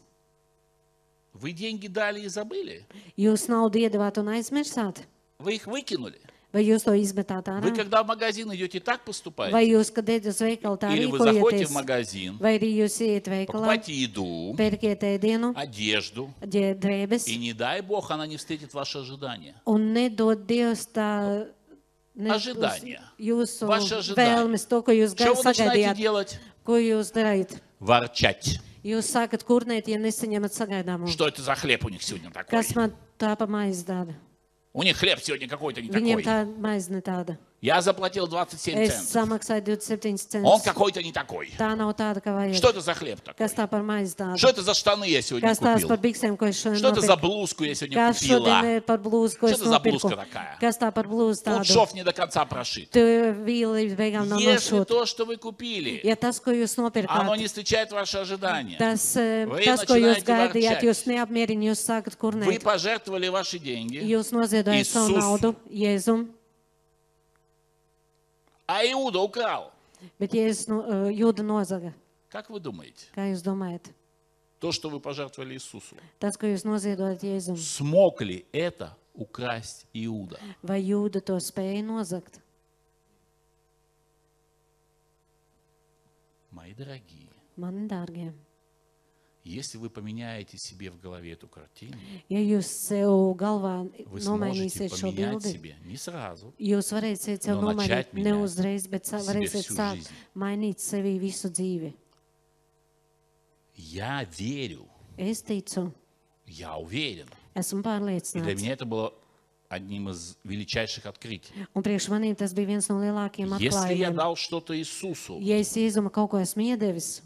S1: Вы деньги дали и забыли?
S2: Jūs naudu iedavāt un aizmirsāt?
S1: Вы их выкинули?
S2: Vai jūs to izmetāt
S1: Вы
S2: ārā?
S1: когда в магазин идете, так
S2: Vai
S1: поступаете?
S2: jūs, kad ejat uz veikalu, tā
S1: Или вы заходите в
S2: rīkojaties?
S1: магазин,
S2: Vai arī jūs iet veikalā,
S1: покупаете еду,
S2: pērkiet ēdienu,
S1: одежду,
S2: ģē- drēbes?
S1: и не дай бог, она не встретит ваши ожидания.
S2: Un nedod Dievs tā ne-
S1: Ожидания.
S2: uz jūsu
S1: Ваши ожидания.
S2: vēlmes, to, ko jūs
S1: Что
S2: gan
S1: вы начинаете
S2: sagaidījāt,
S1: делать?
S2: ko jūs darāt.
S1: Ворчать.
S2: Jūs sākat kurnēt, ja nesaņemat sagaidāmo.
S1: Что это за хлеб у них сегодня такой?
S2: Kas man tā pa maizi dara?
S1: У них хлеб сегодня какой-то не такой.
S2: Viņiem tā maize ne tāda.
S1: Я заплатил 27
S2: Es
S1: центов.
S2: samaksāju 27
S1: Он
S2: centus.
S1: какой-то не такой.
S2: Tā nav tāda, kā
S1: Что
S2: vajag.
S1: это за хлеб такой?
S2: Kas tā par maizi
S1: Что
S2: dara?
S1: это за штаны я сегодня
S2: Kas tās par
S1: купил?
S2: biksēm, ko es
S1: Что
S2: šodien
S1: это за
S2: nopirku?
S1: блузку я сегодня
S2: Kas šodien
S1: купила?
S2: ir par blūzi, ko
S1: Что
S2: es
S1: это за
S2: nopirku?
S1: блузка такая?
S2: Kas tā par blūzi
S1: Тут
S2: tāda?
S1: шов не до конца прошит.
S2: Tu vīli beigām nav
S1: Если
S2: nošūta.
S1: то, что вы купили,
S2: Ja tas, ko jūs
S1: оно
S2: nopirkāt,
S1: не встречает ваши ожидания.
S2: Tas, eh,
S1: Vai
S2: tas ko jūs
S1: načinājiet
S2: gaidījāt,
S1: varčēt?
S2: jūs neapmierina, jūs sākat
S1: Вы
S2: kurnēt.
S1: пожертвовали ваши деньги,
S2: Jūs noziedojat savu
S1: Isusu.
S2: naudu Jēzum,
S1: а Иуда украл.
S2: bet Jēzus no, eh, jūda nozaga.
S1: Как вы думаете,
S2: Kā jūs domājat?
S1: то, что вы пожертвовали Иисусу,
S2: Tas, ko jūs noziedojat Jēzum,
S1: смог ли это украсть Иуда?
S2: vai jūda to spēja nozagt?
S1: Мои дорогие,
S2: Mani dārgie,
S1: если вы поменяете себе в голове эту картину,
S2: ja jūs sev galvā
S1: вы сможете
S2: nomainīsiet šo
S1: поменять
S2: bildi,
S1: себе не сразу,
S2: jūs varēsiet sev
S1: No
S2: nomainīt
S1: начать менять
S2: neuzreiz, bet sa-
S1: себе
S2: varēsiet
S1: всю
S2: sākt
S1: жизнь.
S2: mainīt sevi visu dzīvi.
S1: я верю,
S2: Es ticu,
S1: я уверен.
S2: esmu
S1: И для
S2: pārliecināts.
S1: меня это было одним из величайших открытий.
S2: Un priekš manīm tas bija viens no lielākajiem
S1: Если я
S2: atklājumiem.
S1: дал что-то Иисусу,
S2: Ja es Jēzuma kaut ko esmu iedevis,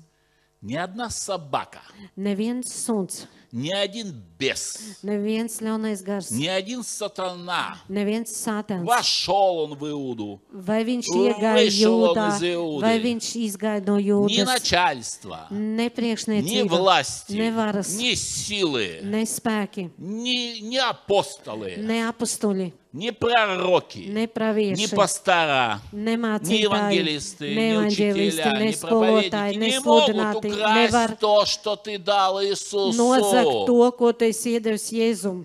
S1: ни одна собака,
S2: neviens suns,
S1: ни один бес,
S2: neviens ļaunais gars,
S1: ни один сатана
S2: neviens sātens,
S1: вошел он в Иуду,
S2: vai viņš iegāja
S1: Вышел он
S2: jūdā,
S1: из Iudas.
S2: vai viņš izgāja no
S1: ни
S2: jūdas,
S1: начальство,
S2: ne
S1: ни
S2: priekšniecība,
S1: власти,
S2: ne varas,
S1: ни силы,
S2: ne spēki,
S1: ни, ни апостолы,
S2: ne apstuļi,
S1: ни пророки,
S2: ne
S1: ни
S2: pravieši,
S1: пастора, ни
S2: ne mācītāji,
S1: евангелисты,
S2: ne
S1: ни
S2: evaņģēlisti,
S1: учителя,
S2: ne
S1: ни
S2: skolotāji,
S1: проповедники
S2: ne
S1: не могут
S2: sludināti, nevar
S1: украсть то, что ты дал
S2: nozagt
S1: Иисусу.
S2: to, ko tu esi iedevis Jēzum.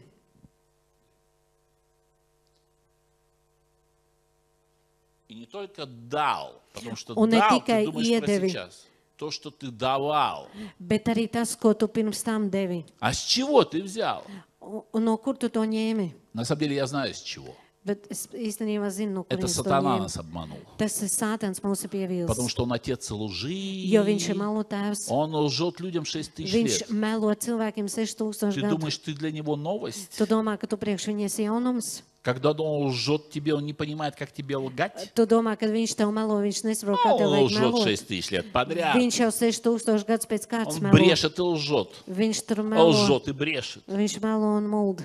S1: И не только дал, потому что
S2: Он не
S1: дал,
S2: тикай
S1: ты думаешь про
S2: едеви.
S1: сейчас. То, что ты давал.
S2: Bet arī tas, ko tu pirms tam devi.
S1: А с чего ты взял?
S2: Un un no kur tu to ņēmi?
S1: На самом деле я знаю с чего.
S2: Bet es īstenībā zinu, no
S1: Это
S2: kurienes to
S1: сатана
S2: ņēmi.
S1: нас обманул.
S2: Tas ir sātens mūsu
S1: Потому
S2: pievilcis.
S1: что он отец лжи.
S2: Jo viņš ir malotēvs.
S1: Он лжет людям 6 тысяч
S2: Viņš
S1: лет.
S2: melo cilvēkiem 6000
S1: Ты
S2: gadu.
S1: думаешь, ты для него новость?
S2: Tu domā, ka tu priekš viņiem esi jaunums?
S1: Когда он лжет тебе, он не понимает, как тебе лгать?
S2: Tu domā, ka viņš tev melo, viņš nesaprot, kā tev
S1: Он
S2: vajag
S1: лжет
S2: melot.
S1: 6 тысяч лет подряд.
S2: Viņš jau 6000 gadus pēc kārtas
S1: Он
S2: melo.
S1: брешет и лжет.
S2: Viņš tur melo.
S1: Лжет и брешет.
S2: Viņš melo un muld.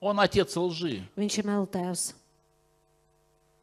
S1: Он отец лжи.
S2: Viņš ir melotēvs.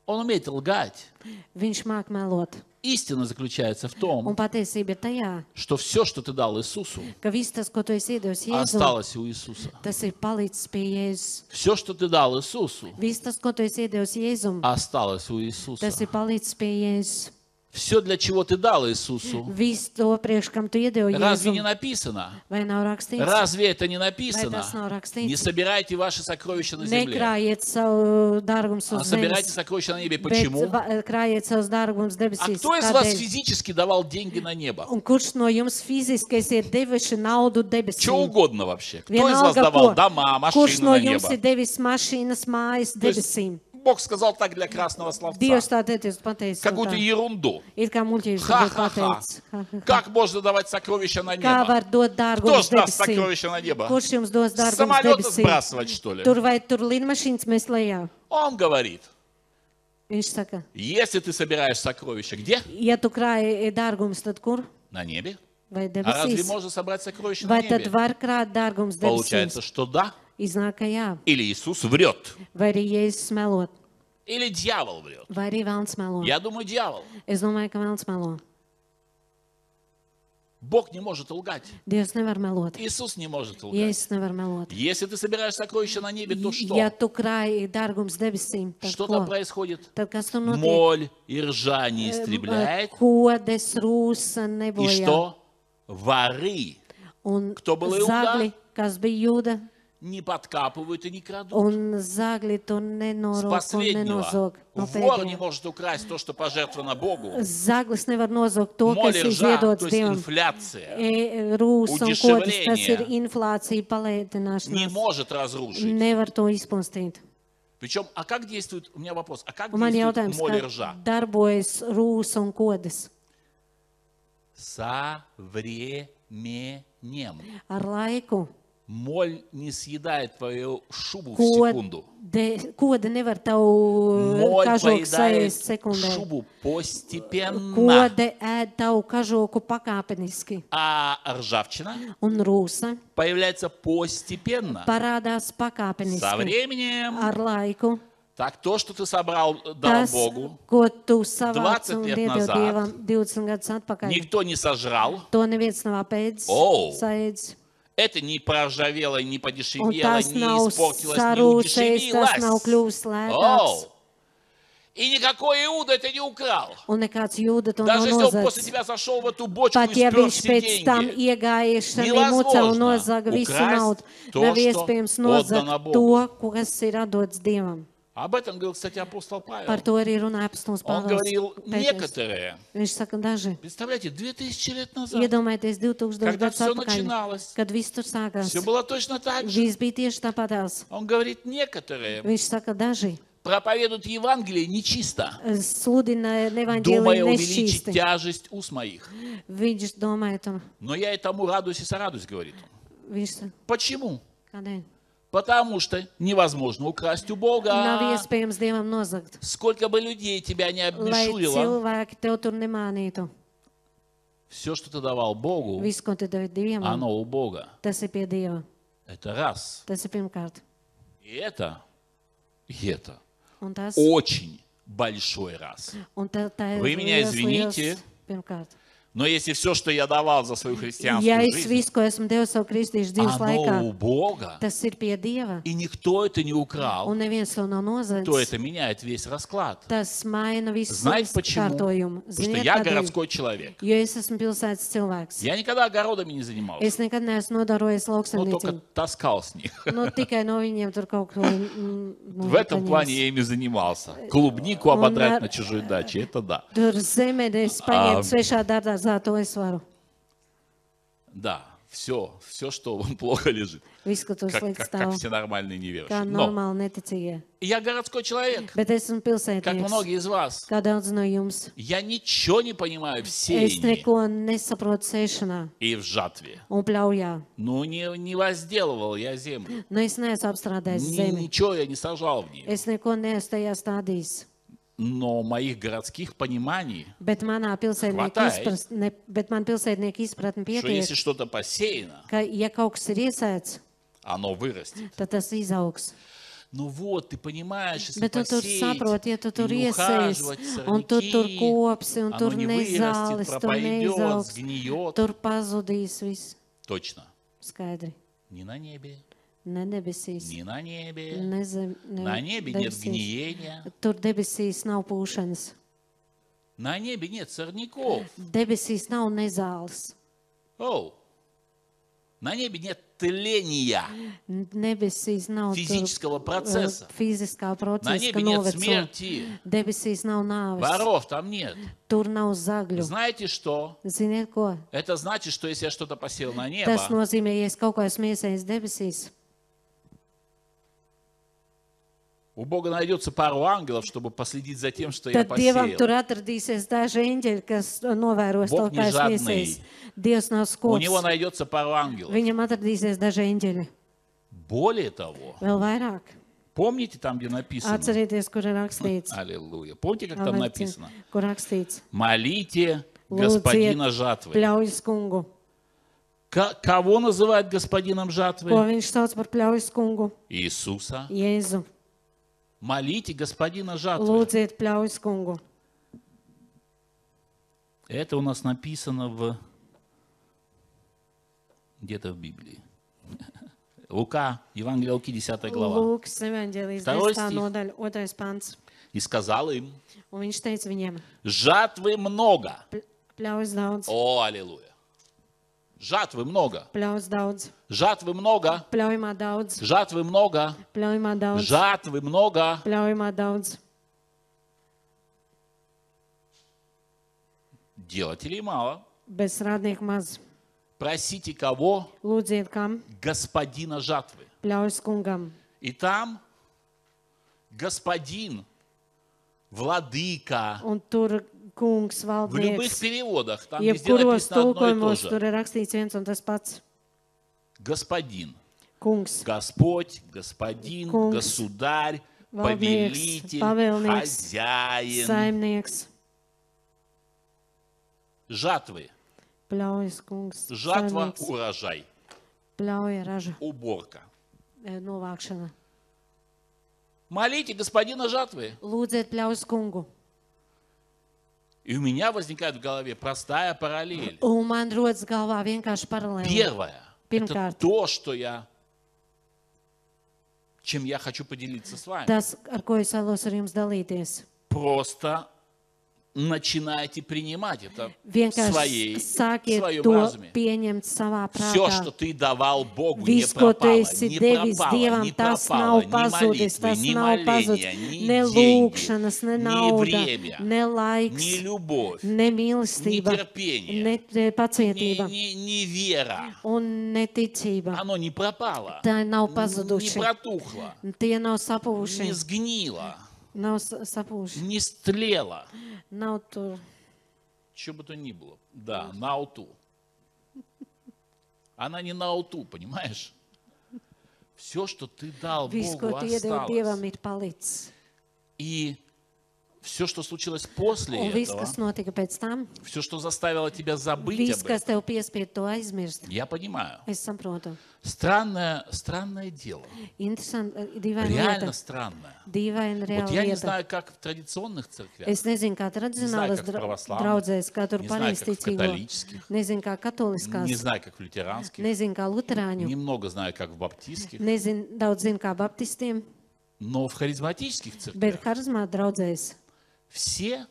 S1: Он умеет лгать.
S2: Viņš māk melot.
S1: Истина заключается в
S2: Un
S1: том,
S2: patiesība ir tajā,
S1: что все, что ты дал Иисусу,
S2: ka viss tas, ko tu esi iedevis Jēzum,
S1: осталось у Иисуса.
S2: tas ir palicis pie Jēzus.
S1: Все, что ты дал Иисусу,
S2: Viss tas, ko tu esi iedevis Jēzum,
S1: осталось у
S2: tas
S1: Иисуса.
S2: ir palicis pie Jēzus.
S1: Все, для чего ты дал Иисусу,
S2: Viss to priekš, kam tu iedevi
S1: разве не
S2: Jēzum,
S1: написано?
S2: vai nav rakstīts?
S1: Разве это не
S2: Vai tas nav
S1: написано?
S2: rakstīts?
S1: Не собирайте ваши сокровища на земле,
S2: Nekrājiet savu dārgumus
S1: а
S2: uz
S1: собирайте
S2: zemes.
S1: сокровища на небе.
S2: bet
S1: Почему?
S2: va- Krājiet savus dārgumus
S1: А
S2: debesīs.
S1: кто из вас
S2: Kādēļ?
S1: физически давал деньги на небо?
S2: Un kurš no jums fiziski esiet devuši naudu
S1: Чего
S2: debesīm?
S1: угодно вообще. Кто из вас
S2: Vienalga,
S1: давал
S2: ko.
S1: дома,
S2: Kurš
S1: машины
S2: no
S1: на
S2: jums ir
S1: небо?
S2: devis mašīnas, mājas
S1: То есть
S2: debesīm?
S1: Бог сказал так для красного
S2: Dievs
S1: словца.
S2: tā teica, pateicis. no
S1: Какую-то
S2: tā.
S1: ерунду.
S2: It kā muļķības
S1: Ха,
S2: būtu
S1: ха, ха.
S2: pateicis. Ha, ha, ha.
S1: Как можно давать сокровища на
S2: Kā
S1: небо?
S2: var dot
S1: Кто
S2: dārgumus
S1: ж даст
S2: debesīm?
S1: сокровища на небо?
S2: Kurš jums dos
S1: С
S2: dārgumus
S1: самолета
S2: debesīm?
S1: сбрасывать, что ли?
S2: Tur vai tur lidmašīnas mēs lejā?
S1: Он говорит,
S2: Viņš saka,
S1: если ты собираешь сокровища, где?
S2: ja tu krāji dārgumus, tad kur?
S1: На небе.
S2: Vai
S1: А разве
S2: debesīs?
S1: можно собрать сокровища на
S2: Vai tad
S1: небе?
S2: var krāt dārgumus debesīs?
S1: Получается, что да.
S2: Iznāk, ka jā.
S1: Или Иисус врет.
S2: Vai arī Jēzus melot,
S1: Или дьявол врет.
S2: vai arī Vēlns melo.
S1: Я думаю, дьявол.
S2: Es domāju, ka Vēlns melo.
S1: Бог не может лгать.
S2: Dievs nevar melot.
S1: Иисус не может лгать.
S2: Jēzus nevar melot.
S1: Если ты собираешь сокровища на небе, то что?
S2: Ja tu krāji dārgumus debesīm, tad,
S1: Что
S2: ko?
S1: там происходит?
S2: tad kas tur notiek?
S1: Моль и ржание
S2: Э,
S1: истребляет.
S2: Kodes, rūsa,
S1: И
S2: nebojā.
S1: что? Воры
S2: Un
S1: Kto bija jūda?
S2: zagļi, kas bija jūda,
S1: не подкапывают и не крадут.
S2: un zagļi tu
S1: С
S2: nenorok un
S1: последнего
S2: nenozog. No
S1: вор не
S2: pēdējā.
S1: может украсть то, что пожертвовано Богу.
S2: Zaglis nevar nozogt to,
S1: Моль
S2: kas
S1: и
S2: ir
S1: ржа, то
S2: ziedots
S1: есть
S2: Dievam.
S1: инфляция,
S2: E, Rūs un kodas, tas ir
S1: Udeševlenie.
S2: inflācija,
S1: не
S2: palētināšana.
S1: может разрушить.
S2: Nevar to izpostīt.
S1: Причем, а как действует, у меня вопрос, а как
S2: Un man
S1: действует
S2: jautājums,
S1: моль и
S2: kā
S1: ржа?
S2: darbojas rūs un kodas
S1: Со временем.
S2: ar laiku?
S1: Моль не съедает твою шубу в секунду.
S2: Kode, kode nevar tavu
S1: Моль
S2: kažoku
S1: поедает
S2: saēst sekundē.
S1: шубу постепенно.
S2: Kode ēd tavu kažoku pakāpeniski.
S1: А ржавчина
S2: Un rūsa
S1: появляется постепенно.
S2: parādās
S1: Со
S2: pakāpeniski
S1: временем.
S2: ar laiku.
S1: Так то, что ты собрал, э, дал
S2: Tas,
S1: Богу,
S2: ko tu savāc
S1: 20
S2: un
S1: liet
S2: iedod
S1: nazad.
S2: Dievam 20 gadus atpakaļ,
S1: никто не сожрал,
S2: to neviens nav apēdis,
S1: Oh.
S2: saēdis.
S1: это не проржавело, не
S2: Un
S1: подешевело,
S2: tas
S1: не
S2: nav
S1: испортилось, не
S2: sarūsējis, tas nav
S1: удешевилось.
S2: kļuvis lētāks.
S1: Оу! И никакой Иуда это не украл.
S2: Un nekāds jūda to nav
S1: Даже если он после
S2: nozadzis.
S1: тебя зашел в эту бочку
S2: Pat
S1: и
S2: ja
S1: спер
S2: viņš
S1: все
S2: pēc tam
S1: деньги.
S2: iegāja šajā
S1: Невозможно
S2: mucā un nozaga visu
S1: украсть
S2: naudu,
S1: то,
S2: nav
S1: что
S2: iespējams
S1: отдано
S2: nozagt
S1: Богу.
S2: to, kas ir atdots Dievam.
S1: Об этом говорил, кстати, апостол
S2: Par
S1: Павел.
S2: to arī runāja apstults
S1: Он говорил,
S2: Pēters.
S1: некоторые,
S2: Viņš saka, daži.
S1: представляете, 2000 лет назад,
S2: Iedomājieties, 2000
S1: когда
S2: gadus
S1: все
S2: atpakaļ,
S1: начиналось,
S2: kad viss tur sākās.
S1: все было точно так же.
S2: Viss bija tieši tāpatās.
S1: Он говорит, некоторые
S2: Viņš saka, daži
S1: проповедуют Евангелие нечисто,
S2: sludina
S1: думая
S2: nevainīgi
S1: увеличить
S2: nešķīsti.
S1: тяжесть уст моих.
S2: Viņš domāja, tam,
S1: Но я и тому радуюсь и сорадуюсь, говорит он.
S2: viņš saka,
S1: Почему?
S2: kādēļ?
S1: Потому что невозможно украсть у
S2: Nav
S1: Бога.
S2: iespējams Dievam nozagt,
S1: Сколько бы людей тебя не
S2: lai
S1: обмешурило,
S2: cilvēki tev tur nemānītu.
S1: все, что ты давал Богу,
S2: Viss, ko tu devi Dievam,
S1: оно у Бога.
S2: tas ir pie Dieva.
S1: Это раз.
S2: Tas ir pirmkārt.
S1: И это, и это
S2: Un tas,
S1: очень большой раз.
S2: un tā, tā ir
S1: Вы меня
S2: liels,
S1: извините.
S2: liels pirmkārt.
S1: Но если все, что я давал за свою христианскую
S2: Ja es
S1: жизнь,
S2: visu, ko esmu devis savu kristiešu dzīves laikā,
S1: оно у Бога,
S2: tas ir pie Dieva,
S1: и никто это не украл,
S2: un neviens to nav
S1: то
S2: nozadzis,
S1: это меняет весь расклад.
S2: tas maina visu
S1: Знаете почему?
S2: kārtojumu.
S1: Потому что
S2: Ziniet,
S1: я
S2: kādēļ?
S1: городской человек.
S2: Jo es esmu pilsētas cilvēks.
S1: Я никогда огородами не занимался,
S2: Es nekad neesmu nodarojies
S1: но только
S2: lauksaimniecību.
S1: таскал с них.
S2: Nu, tikai no viņiem tur kaut ko. mm, nu,
S1: В этом
S2: paņēmis.
S1: плане я ими занимался. Клубнику
S2: Он,
S1: ободрать
S2: а,
S1: на чужой даче, это да.
S2: Tur zemē es paņēmu
S1: Ā.
S2: svešā dārzā, to es varu.
S1: Да, все, все, что вам плохо лежит.
S2: Viss, ka tur
S1: Как,
S2: slikti
S1: как- как
S2: stāv.
S1: все нормальные
S2: Kā
S1: неверующие. Но
S2: normāli neticīgie.
S1: я городской человек,
S2: Bet esmu
S1: как
S2: pilsētnieks.
S1: многие из вас.
S2: Kā daudz no jums.
S1: Я ничего не понимаю в
S2: Es
S1: сеянии
S2: neko nesaprotu sēšanā
S1: и в жатве.
S2: un pļaujā.
S1: Ну, не, не возделывал я землю.
S2: Nu, es neesmu apstrādājis
S1: Ни-
S2: zemi.
S1: ничего я не сажал в ней.
S2: Es neko neesmu tajā stādījis.
S1: Но моих городских пониманий,
S2: Bet manā pilsētnieka
S1: Хватает.
S2: izpratne, bet man pilsētnieka izpratne
S1: что если
S2: pietiek,
S1: что-то посеяно,
S2: ka, ja kaut kas ir iesēts,
S1: оно вырастет.
S2: tad tas izaugs.
S1: Ну вот, ты понимаешь, если
S2: Bet tu tur
S1: посеять
S2: saproti, ja tu tur
S1: и не
S2: iesējies,
S1: ухаживать,
S2: un tu tur
S1: сорняки,
S2: kopsi, un
S1: оно
S2: tur
S1: не
S2: nezāles,
S1: вырастет,
S2: tur
S1: пропадет,
S2: neizaugs,
S1: сгниет.
S2: tur pazudīs viss
S1: Точно.
S2: skaidri.
S1: Не на небе,
S2: Ne debesīs,
S1: не на небе.
S2: ne zem, ne
S1: На небе нет
S2: debesīs.
S1: гниения,
S2: Tur debesīs nav pūšanas,
S1: на небе нет сорняков.
S2: debesīs nav nezāles,
S1: Оу. На небе нет тления,
S2: N- debesīs nav tur,
S1: Fiziskā procesa.
S2: uh, fiziskā
S1: на
S2: procesa,
S1: небе
S2: ka
S1: нет
S2: noveco.
S1: смерти,
S2: Debesīs nav nāves,
S1: воров там нет.
S2: tur nav zagļu.
S1: Знаете что?
S2: Ziniet, ko?
S1: Это значит, что если я что-то посеял на
S2: Tas
S1: небо,
S2: nozīmē, ja es kaut ko esmu iesējis debesīs,
S1: у Бога найдется пару ангелов, чтобы последить за тем, что я
S2: tad Dievam
S1: посеял.
S2: tur atradīsies daži eņģeļi, kas eh, novēros to,
S1: Бог
S2: kā
S1: не
S2: es
S1: жадный.
S2: iesēju. Dievs nav
S1: У него
S2: skops.
S1: найдется пару ангелов.
S2: Viņam atradīsies daži eņģeļi.
S1: Более того,
S2: Vēl vairāk.
S1: помните там, где
S2: А
S1: написано?
S2: Atcerieties, kur ir rakstīts.
S1: Аллилуйя. Помните, как там
S2: Alerti,
S1: написано?
S2: Kur rakstīts?
S1: Молите
S2: Луциет,
S1: господина жатвы.
S2: Pļaujas kungu.
S1: Ко- Кого называют господином
S2: Ko
S1: жатвы?
S2: viņš sauc par pļaujas kungu?
S1: Иисуса.
S2: Jēzu.
S1: Молите господина жатвы.
S2: Lūdziet pļaujas kungu.
S1: Это у нас написано в... Где-то в Библии. Лука, Евангелие Луки, 10 глава.
S2: Lūks evaņģēlijas
S1: Второй
S2: 10.
S1: стих.
S2: nodaļa, 2. pants.
S1: И сказал им,
S2: Un viņš teica viņiem,
S1: жатвы много.
S2: "Pļ- pļaujas daudz,
S1: О, аллилуйя. Жатвы много.
S2: pļaujas daudz,
S1: Жатвы много.
S2: pļaujamā daudz,
S1: Жатвы много.
S2: pļaujamā daudz,
S1: Жатвы много.
S2: pļaujamā daudz.
S1: Делателей мало.
S2: Bezstrādnieku maz.
S1: Просите кого?
S2: Lūdziet, kam
S1: Господина жатвы.
S2: pļaujas kungam.
S1: И там господин, владыка,
S2: Un tur kungs
S1: в любых
S2: valdnieks.
S1: переводах, там везде
S2: Jebkuros
S1: написано одно и то
S2: tulkojumos
S1: же.
S2: tur ir rakstīts viens un tas pats.
S1: Господин,
S2: Kungs,
S1: Господь, Господин,
S2: Кунг.
S1: Государь,
S2: Владнекс,
S1: повелитель,
S2: Павелнекс,
S1: хозяин.
S2: saimnieks,
S1: Жатвы.
S2: pļaujas kungs.
S1: Жатва,
S2: saimnieks,
S1: урожай,
S2: Pļauja raža,
S1: уборка.
S2: e, novākšana.
S1: Молите господина жатвы.
S2: Lūdziet pļaujas kungu.
S1: И у меня возникает в голове простая параллель.
S2: Un man rodas galvā vienkārši paralēli.
S1: Первое – это
S2: Пинкарт.
S1: то, что я, чем я хочу поделиться с вами.
S2: Tas, ar ko es vēlos ar jums dalīties.
S1: Просто начинаете принимать это в своей,
S2: Vienkārši
S1: в
S2: sākiet
S1: своем
S2: to
S1: разуме.
S2: pieņemt savā
S1: Все, что
S2: prātā.
S1: ты давал Богу, не
S2: Viss, ko tu
S1: пропало,
S2: esi
S1: не
S2: devis
S1: пропало,
S2: Dievam,
S1: не
S2: tas
S1: пропало,
S2: nav
S1: ни
S2: pazudis,
S1: молитвы,
S2: tas
S1: ни
S2: nav
S1: моления,
S2: pazudis.
S1: ни
S2: Ne lūkšanas, ne
S1: деньги,
S2: nauda,
S1: ни время,
S2: ne
S1: ни
S2: laiks,
S1: любовь,
S2: ne
S1: ни
S2: mīlestība,
S1: терпение,
S2: ne eh,
S1: ни,
S2: pacietība
S1: ни- ни вера.
S2: un neticība.
S1: Оно не пропало,
S2: Tā nav
S1: не
S2: pazuduši.
S1: протухло,
S2: Tie nav sapūši,
S1: не сгнило,
S2: nav s- sapūši,
S1: не стлело,
S2: nav tur.
S1: что бы то ни было. Да, на ауту. Она не на ауту, понимаешь? Все, что ты дал
S2: Viss, ko
S1: Богу,
S2: tu iedod Dievam,
S1: осталось.
S2: ir palicis.
S1: И все, что случилось после
S2: Un viss,
S1: этого,
S2: kas notika pēc tam,
S1: все, что заставило тебя забыть
S2: viss,
S1: об этом,
S2: kas tev piespied to aizmirst,
S1: я понимаю.
S2: es saprotu.
S1: Странное, странное дело.
S2: Interesanti, dīvaini
S1: Реально
S2: eh, lieta.
S1: странное.
S2: Dīvaini
S1: Вот
S2: reāli
S1: я не
S2: lieta.
S1: знаю, как в традиционных церквях.
S2: Es nezinu, kā tradicionālas
S1: kā
S2: dra-
S1: pravoslavnas,
S2: draudzēs, kā tur
S1: nezinu, kā
S2: pareizticīgo,
S1: katoliķiskih,
S2: nezinu, kā
S1: Не
S2: katoliskās,
S1: знаю, как в лютеранских.
S2: nezinu, kā luterāņu,
S1: Немного знаю, как в баптистских.
S2: nezinu, daudz zinu, kā baptistiem,
S1: Но в харизматических церквях
S2: bet harizmā draudzēs
S1: все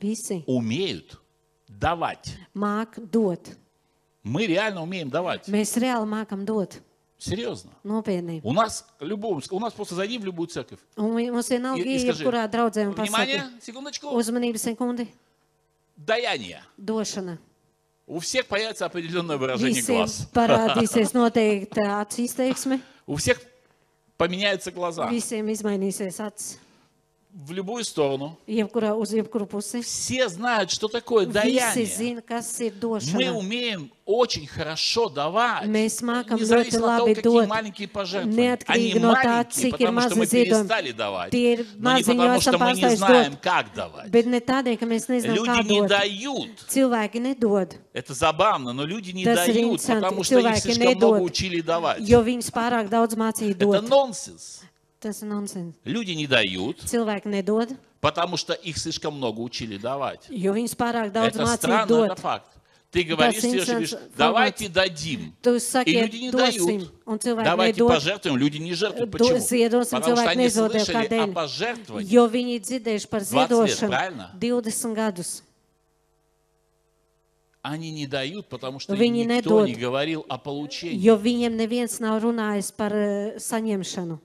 S2: visi
S1: умеют давать.
S2: māk dot.
S1: Мы реально умеем давать.
S2: Mēs reāli mākam dot,
S1: Серьезно.
S2: nopietni.
S1: У нас, любому, у нас просто зайди в любую церковь.
S2: Un mi- mums vienalga,
S1: И, и
S2: ir
S1: скажи,
S2: kurā draudzē un pasaka,
S1: внимание, секундочку,
S2: uzmanības sekundi,
S1: даяние.
S2: došana.
S1: У всех появится определенное выражение
S2: Visiem
S1: глаз.
S2: parādīsies noteikti acu izteiksme,
S1: У всех поменяются глаза.
S2: visiem izmainīsies acis,
S1: В любую сторону.
S2: jebkurā uz jebkuru pusi.
S1: Все знают, что такое
S2: Visi
S1: даяние.
S2: zina, kas ir
S1: Мы
S2: došana.
S1: умеем очень хорошо давать.
S2: Mēs mākam ļoti
S1: Независимо от того,
S2: labi
S1: какие
S2: dot.
S1: маленькие пожертвования. Они
S2: Neatkarīgi no tā,
S1: маленькие,
S2: cik ir
S1: потому что мы
S2: mazi ziedojumi,
S1: перестали давать.
S2: tie ir
S1: Но не
S2: maziņi, jo
S1: потому, что
S2: esam
S1: мы не
S2: pārstājuši
S1: знаем,
S2: dot.
S1: как давать.
S2: Bet ne tādēļ, ka mēs nezinām, kā
S1: Люди не
S2: dot.
S1: дают.
S2: Cilvēki nedod,
S1: Это забавно, но люди не
S2: Tas ir
S1: дают,
S2: interesanti.
S1: потому что их
S2: Cilvēki
S1: слишком много
S2: nedod,
S1: учили давать.
S2: jo viņus pārāk daudz mācīja
S1: Это
S2: dot.
S1: нонсенс.
S2: Tas ir nonsens.
S1: Люди не дают,
S2: Cilvēki nedod,
S1: потому что их слишком много учили давать.
S2: jo viņus pārāk daudz
S1: Это
S2: mācīja
S1: странно, это
S2: dot.
S1: факт. Ты говоришь, ты
S2: интересно,
S1: говоришь,
S2: формат.
S1: давайте дадим.
S2: Tu
S1: И
S2: saki,
S1: люди не
S2: dosim,
S1: дают.
S2: un cilvēki
S1: Давайте
S2: nedod,
S1: пожертвуем. Люди не жертвуют.
S2: До-
S1: Почему?
S2: ziedot,
S1: Потому
S2: un
S1: что
S2: cilvēki
S1: они
S2: neziedot
S1: слышали о
S2: kādēļ?
S1: пожертвовании.
S2: jo viņi ir dzirdējuši par
S1: 20 liet,
S2: ziedošanu
S1: правильно?
S2: 20 gadus.
S1: Они не дают, потому что
S2: Вы не
S1: им никто
S2: найдут.
S1: не говорил о получении.
S2: Jo viņiem neviens nav runājis par eh, saņemšanu.